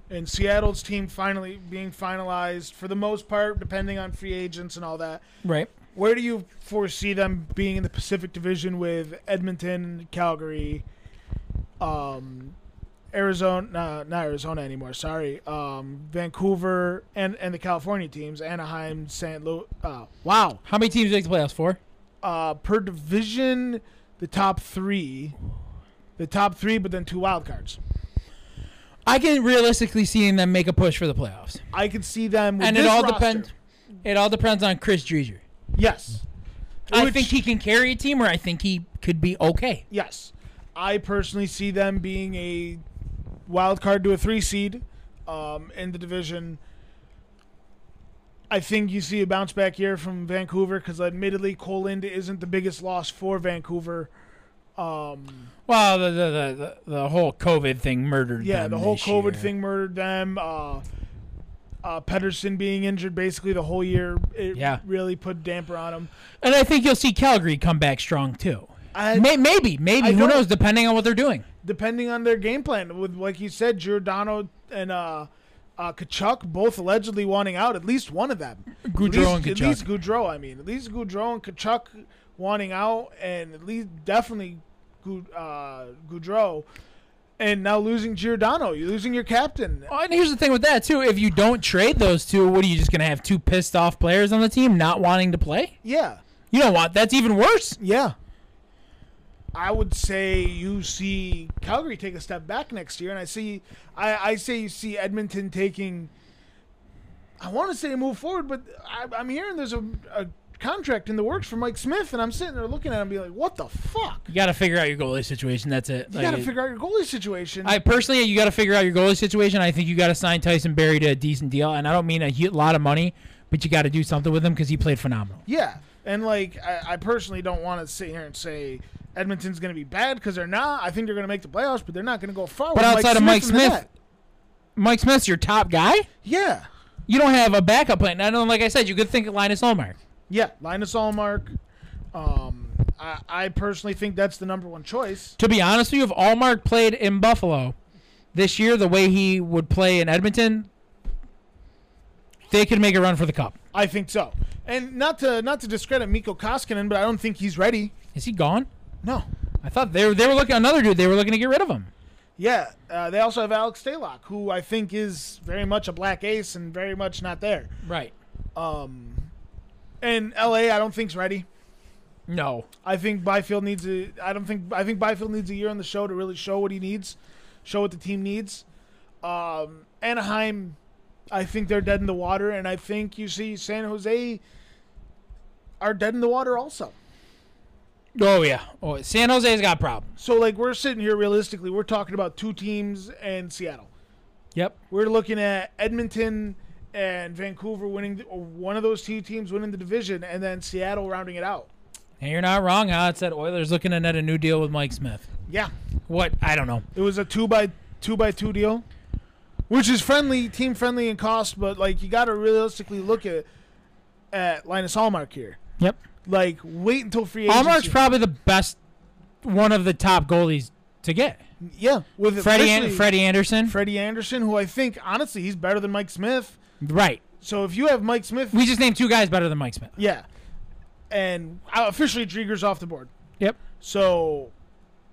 [SPEAKER 1] and Seattle's team finally being finalized for the most part, depending on free agents and all that,
[SPEAKER 2] Right.
[SPEAKER 1] where do you foresee them being in the Pacific Division with Edmonton, Calgary, um, Arizona, not Arizona anymore, sorry, um, Vancouver, and, and the California teams, Anaheim, St. Louis. Uh, wow.
[SPEAKER 2] How many teams make the playoffs for?
[SPEAKER 1] uh, per division, the top three, the top three, but then two wild cards.
[SPEAKER 2] I can realistically see them make a push for the playoffs,
[SPEAKER 1] I could see them. With
[SPEAKER 2] and
[SPEAKER 1] this
[SPEAKER 2] it all
[SPEAKER 1] roster.
[SPEAKER 2] depends. It all depends on Chris Dreger.
[SPEAKER 1] Yes,
[SPEAKER 2] I
[SPEAKER 1] Which-
[SPEAKER 2] think he can carry a team, or I think he could be okay.
[SPEAKER 1] yes. I personally see them being a wild card to a three seed um, in the division, I think you see a bounce back year from Vancouver because, admittedly, Cole Lind isn't the biggest loss for Vancouver. Um,
[SPEAKER 2] Well, the the, the, the, the whole COVID thing murdered
[SPEAKER 1] yeah,
[SPEAKER 2] them
[SPEAKER 1] the whole
[SPEAKER 2] this
[SPEAKER 1] COVID
[SPEAKER 2] year.
[SPEAKER 1] thing murdered them. Uh, uh, Pedersen being injured basically the whole year, it
[SPEAKER 2] Yeah.
[SPEAKER 1] really put damper on him.
[SPEAKER 2] And I think you'll see Calgary come back strong too.
[SPEAKER 1] I,
[SPEAKER 2] May, maybe, maybe.
[SPEAKER 1] I
[SPEAKER 2] Who
[SPEAKER 1] don't-
[SPEAKER 2] knows? Depending on what they're doing.
[SPEAKER 1] depending on their game plan, with like you said, Giordano and uh, uh, Kachuk both allegedly wanting out, at least one of them.
[SPEAKER 2] Goudreau
[SPEAKER 1] at least,
[SPEAKER 2] and
[SPEAKER 1] At
[SPEAKER 2] Kachuk.
[SPEAKER 1] least Goudreau, I mean. At least Goudreau and Kachuk wanting out, and at least definitely Goud, uh, Goudreau. And now losing Giordano, you're losing your captain.
[SPEAKER 2] Oh, and here's the thing with that too: if you don't trade those two, what are you just gonna have two pissed off players on the team not wanting to play?
[SPEAKER 1] Yeah,
[SPEAKER 2] You don't want that's even worse.
[SPEAKER 1] yeah. I would say you see Calgary take a step back next year, and I see, I, I say you see Edmonton taking. I want to say move forward, but I, I'm hearing there's a, a contract in the works for Mike Smith, and I'm sitting there looking at him, being like, "What the fuck?"
[SPEAKER 2] You got to figure out your goalie situation. That's it.
[SPEAKER 1] You got to figure out your goalie situation.
[SPEAKER 2] I personally, you got to figure out your goalie situation. I think you got to sign Tyson Berry to a decent deal, and I don't mean a hu- lot of money, but you got to do something with him because he played phenomenal.
[SPEAKER 1] yeah, and like I, I personally don't want to sit here and say Edmonton's going to be bad because they're not. I think they're going to make the playoffs, but they're not going to go far.
[SPEAKER 2] But
[SPEAKER 1] with
[SPEAKER 2] outside of Mike
[SPEAKER 1] in the
[SPEAKER 2] Smith-
[SPEAKER 1] net.
[SPEAKER 2] Mike Smith's your top guy.
[SPEAKER 1] yeah,
[SPEAKER 2] You don't have a backup plan. I don't like I said. You could think of Linus Allmark.
[SPEAKER 1] yeah, Linus Allmark. Um, I, I personally think that's the number one choice.
[SPEAKER 2] To be honest with you, if Allmark played in Buffalo this year the way he would play in Edmonton, they could make a run for the cup.
[SPEAKER 1] I think so, and not to not to discredit Miko Koskinen, but I don't think he's ready.
[SPEAKER 2] Is he gone?
[SPEAKER 1] No.
[SPEAKER 2] I thought they were, they were looking another dude. They were looking to get rid of him.
[SPEAKER 1] Yeah, uh, they also have Alex Stalock, who I think is very much a black ace and very much not there.
[SPEAKER 2] Right.
[SPEAKER 1] Um, and LA, I don't think's ready.
[SPEAKER 2] No.
[SPEAKER 1] I think Byfield needs a. I don't think I think Byfield needs a year on the show to really show what he needs, show what the team needs. Um, Anaheim, I think they're dead in the water, and I think you see San Jose are dead in the water also.
[SPEAKER 2] Oh yeah. Oh, San Jose's got problems.
[SPEAKER 1] So like we're sitting here realistically, we're talking about two teams and Seattle.
[SPEAKER 2] Yep.
[SPEAKER 1] We're looking at Edmonton and Vancouver winning the, or one of those two teams winning the division, and then Seattle rounding it out.
[SPEAKER 2] And you're not wrong, huh? It said Oilers looking to net a new deal with Mike Smith.
[SPEAKER 1] Yeah.
[SPEAKER 2] What? I don't know.
[SPEAKER 1] It was a two by two by two deal, which is friendly, team friendly in cost, but like you got to realistically look at at Linus Allmark here.
[SPEAKER 2] Yep.
[SPEAKER 1] Like wait until free agency.
[SPEAKER 2] Allmark's probably the best, one of the top goalies to get.
[SPEAKER 1] yeah with
[SPEAKER 2] Freddie, An-
[SPEAKER 1] especially
[SPEAKER 2] Freddie Anderson.
[SPEAKER 1] Freddie Anderson, who I think honestly he's better than Mike Smith.
[SPEAKER 2] right.
[SPEAKER 1] So if you have Mike Smith,
[SPEAKER 2] We just named two guys better than Mike Smith.
[SPEAKER 1] yeah, and uh, officially Drieger's off the board.
[SPEAKER 2] Yep.
[SPEAKER 1] So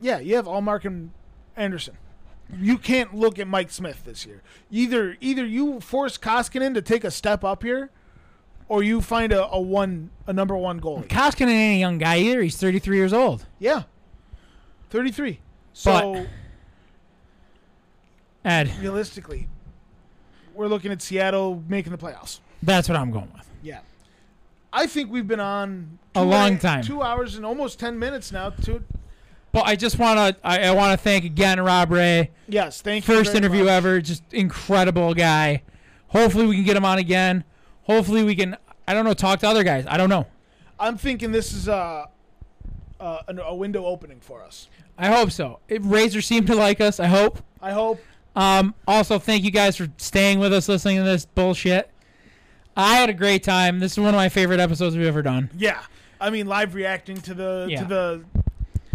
[SPEAKER 1] yeah, you have Allmark and Anderson. You can't look at Mike Smith this year. Either either you force Koskinen to take a step up here, or you find a, a one a number one goalie.
[SPEAKER 2] Koskinen ain't a young guy either. He's 33 years old.
[SPEAKER 1] Yeah. Thirty three. So
[SPEAKER 2] Ed,
[SPEAKER 1] realistically, we're looking at Seattle making the playoffs.
[SPEAKER 2] that's what I'm going with.
[SPEAKER 1] Yeah. I think we've been on
[SPEAKER 2] A
[SPEAKER 1] two
[SPEAKER 2] long
[SPEAKER 1] and-
[SPEAKER 2] time.
[SPEAKER 1] Two hours and almost ten minutes now. To
[SPEAKER 2] But I just want to I, I want to thank again Rob Ray.
[SPEAKER 1] yes, thank you.
[SPEAKER 2] First
[SPEAKER 1] very
[SPEAKER 2] interview
[SPEAKER 1] much.
[SPEAKER 2] ever. Just incredible guy. Hopefully we can get him on again. Hopefully we can I don't know talk to other guys. I don't know.
[SPEAKER 1] I'm thinking this is a a, a window opening for us.
[SPEAKER 2] I hope so. It, Razor seemed to like us. I hope.
[SPEAKER 1] I hope.
[SPEAKER 2] Um, also, thank you guys for staying with us, listening to this bullshit. I had a great time. This is one of my favorite episodes we've ever done.
[SPEAKER 1] Yeah, I mean, live reacting to the
[SPEAKER 2] Yeah.
[SPEAKER 1] to the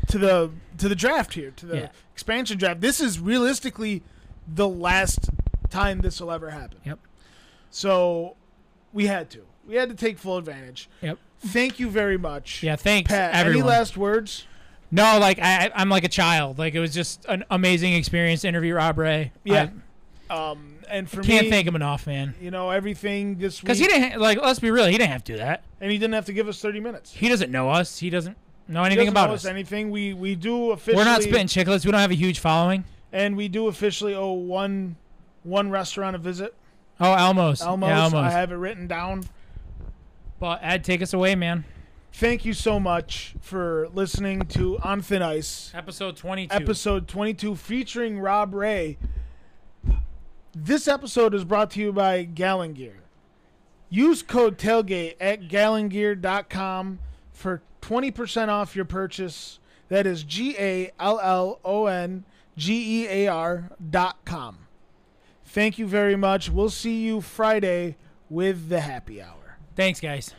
[SPEAKER 1] to the to the draft here, to the
[SPEAKER 2] Yeah.
[SPEAKER 1] expansion draft. This is realistically the last time this will ever happen.
[SPEAKER 2] Yep.
[SPEAKER 1] So we had to. We had to take full advantage.
[SPEAKER 2] Yep.
[SPEAKER 1] Thank you very much.
[SPEAKER 2] Yeah. Thanks,
[SPEAKER 1] Pat,
[SPEAKER 2] everyone.
[SPEAKER 1] any last words?
[SPEAKER 2] no, like I, I- I'm like a child. Like it was just an amazing experience. to Interview Rob Ray.
[SPEAKER 1] Yeah. Um, and for
[SPEAKER 2] I can't
[SPEAKER 1] me,
[SPEAKER 2] thank him enough, man.
[SPEAKER 1] you know everything this week,
[SPEAKER 2] Because he didn't. Ha- like, let's be real. He didn't have to do that.
[SPEAKER 1] and he didn't have to give us thirty minutes.
[SPEAKER 2] He doesn't know us. He doesn't know
[SPEAKER 1] He
[SPEAKER 2] anything
[SPEAKER 1] doesn't
[SPEAKER 2] about
[SPEAKER 1] owe
[SPEAKER 2] us.
[SPEAKER 1] anything. We we do officially
[SPEAKER 2] We're not spitting chicklets. We don't have a huge following.
[SPEAKER 1] and we do officially owe one one restaurant a visit.
[SPEAKER 2] Oh, Almost.
[SPEAKER 1] Almost,
[SPEAKER 2] Yeah,
[SPEAKER 1] I
[SPEAKER 2] Almost.
[SPEAKER 1] have it written down.
[SPEAKER 2] but Ed, take us away, man.
[SPEAKER 1] Thank you so much for listening to On Thin Ice,
[SPEAKER 2] Episode 22.
[SPEAKER 1] episode 22, featuring Rob Ray. This episode is brought to you by Gallen Gear. Use code tailgate at gallengear.com for 20% off your purchase. That is G A L L O N G E A R dot com. Thank you very much. We'll see you Friday with the happy hour.
[SPEAKER 2] Thanks, guys.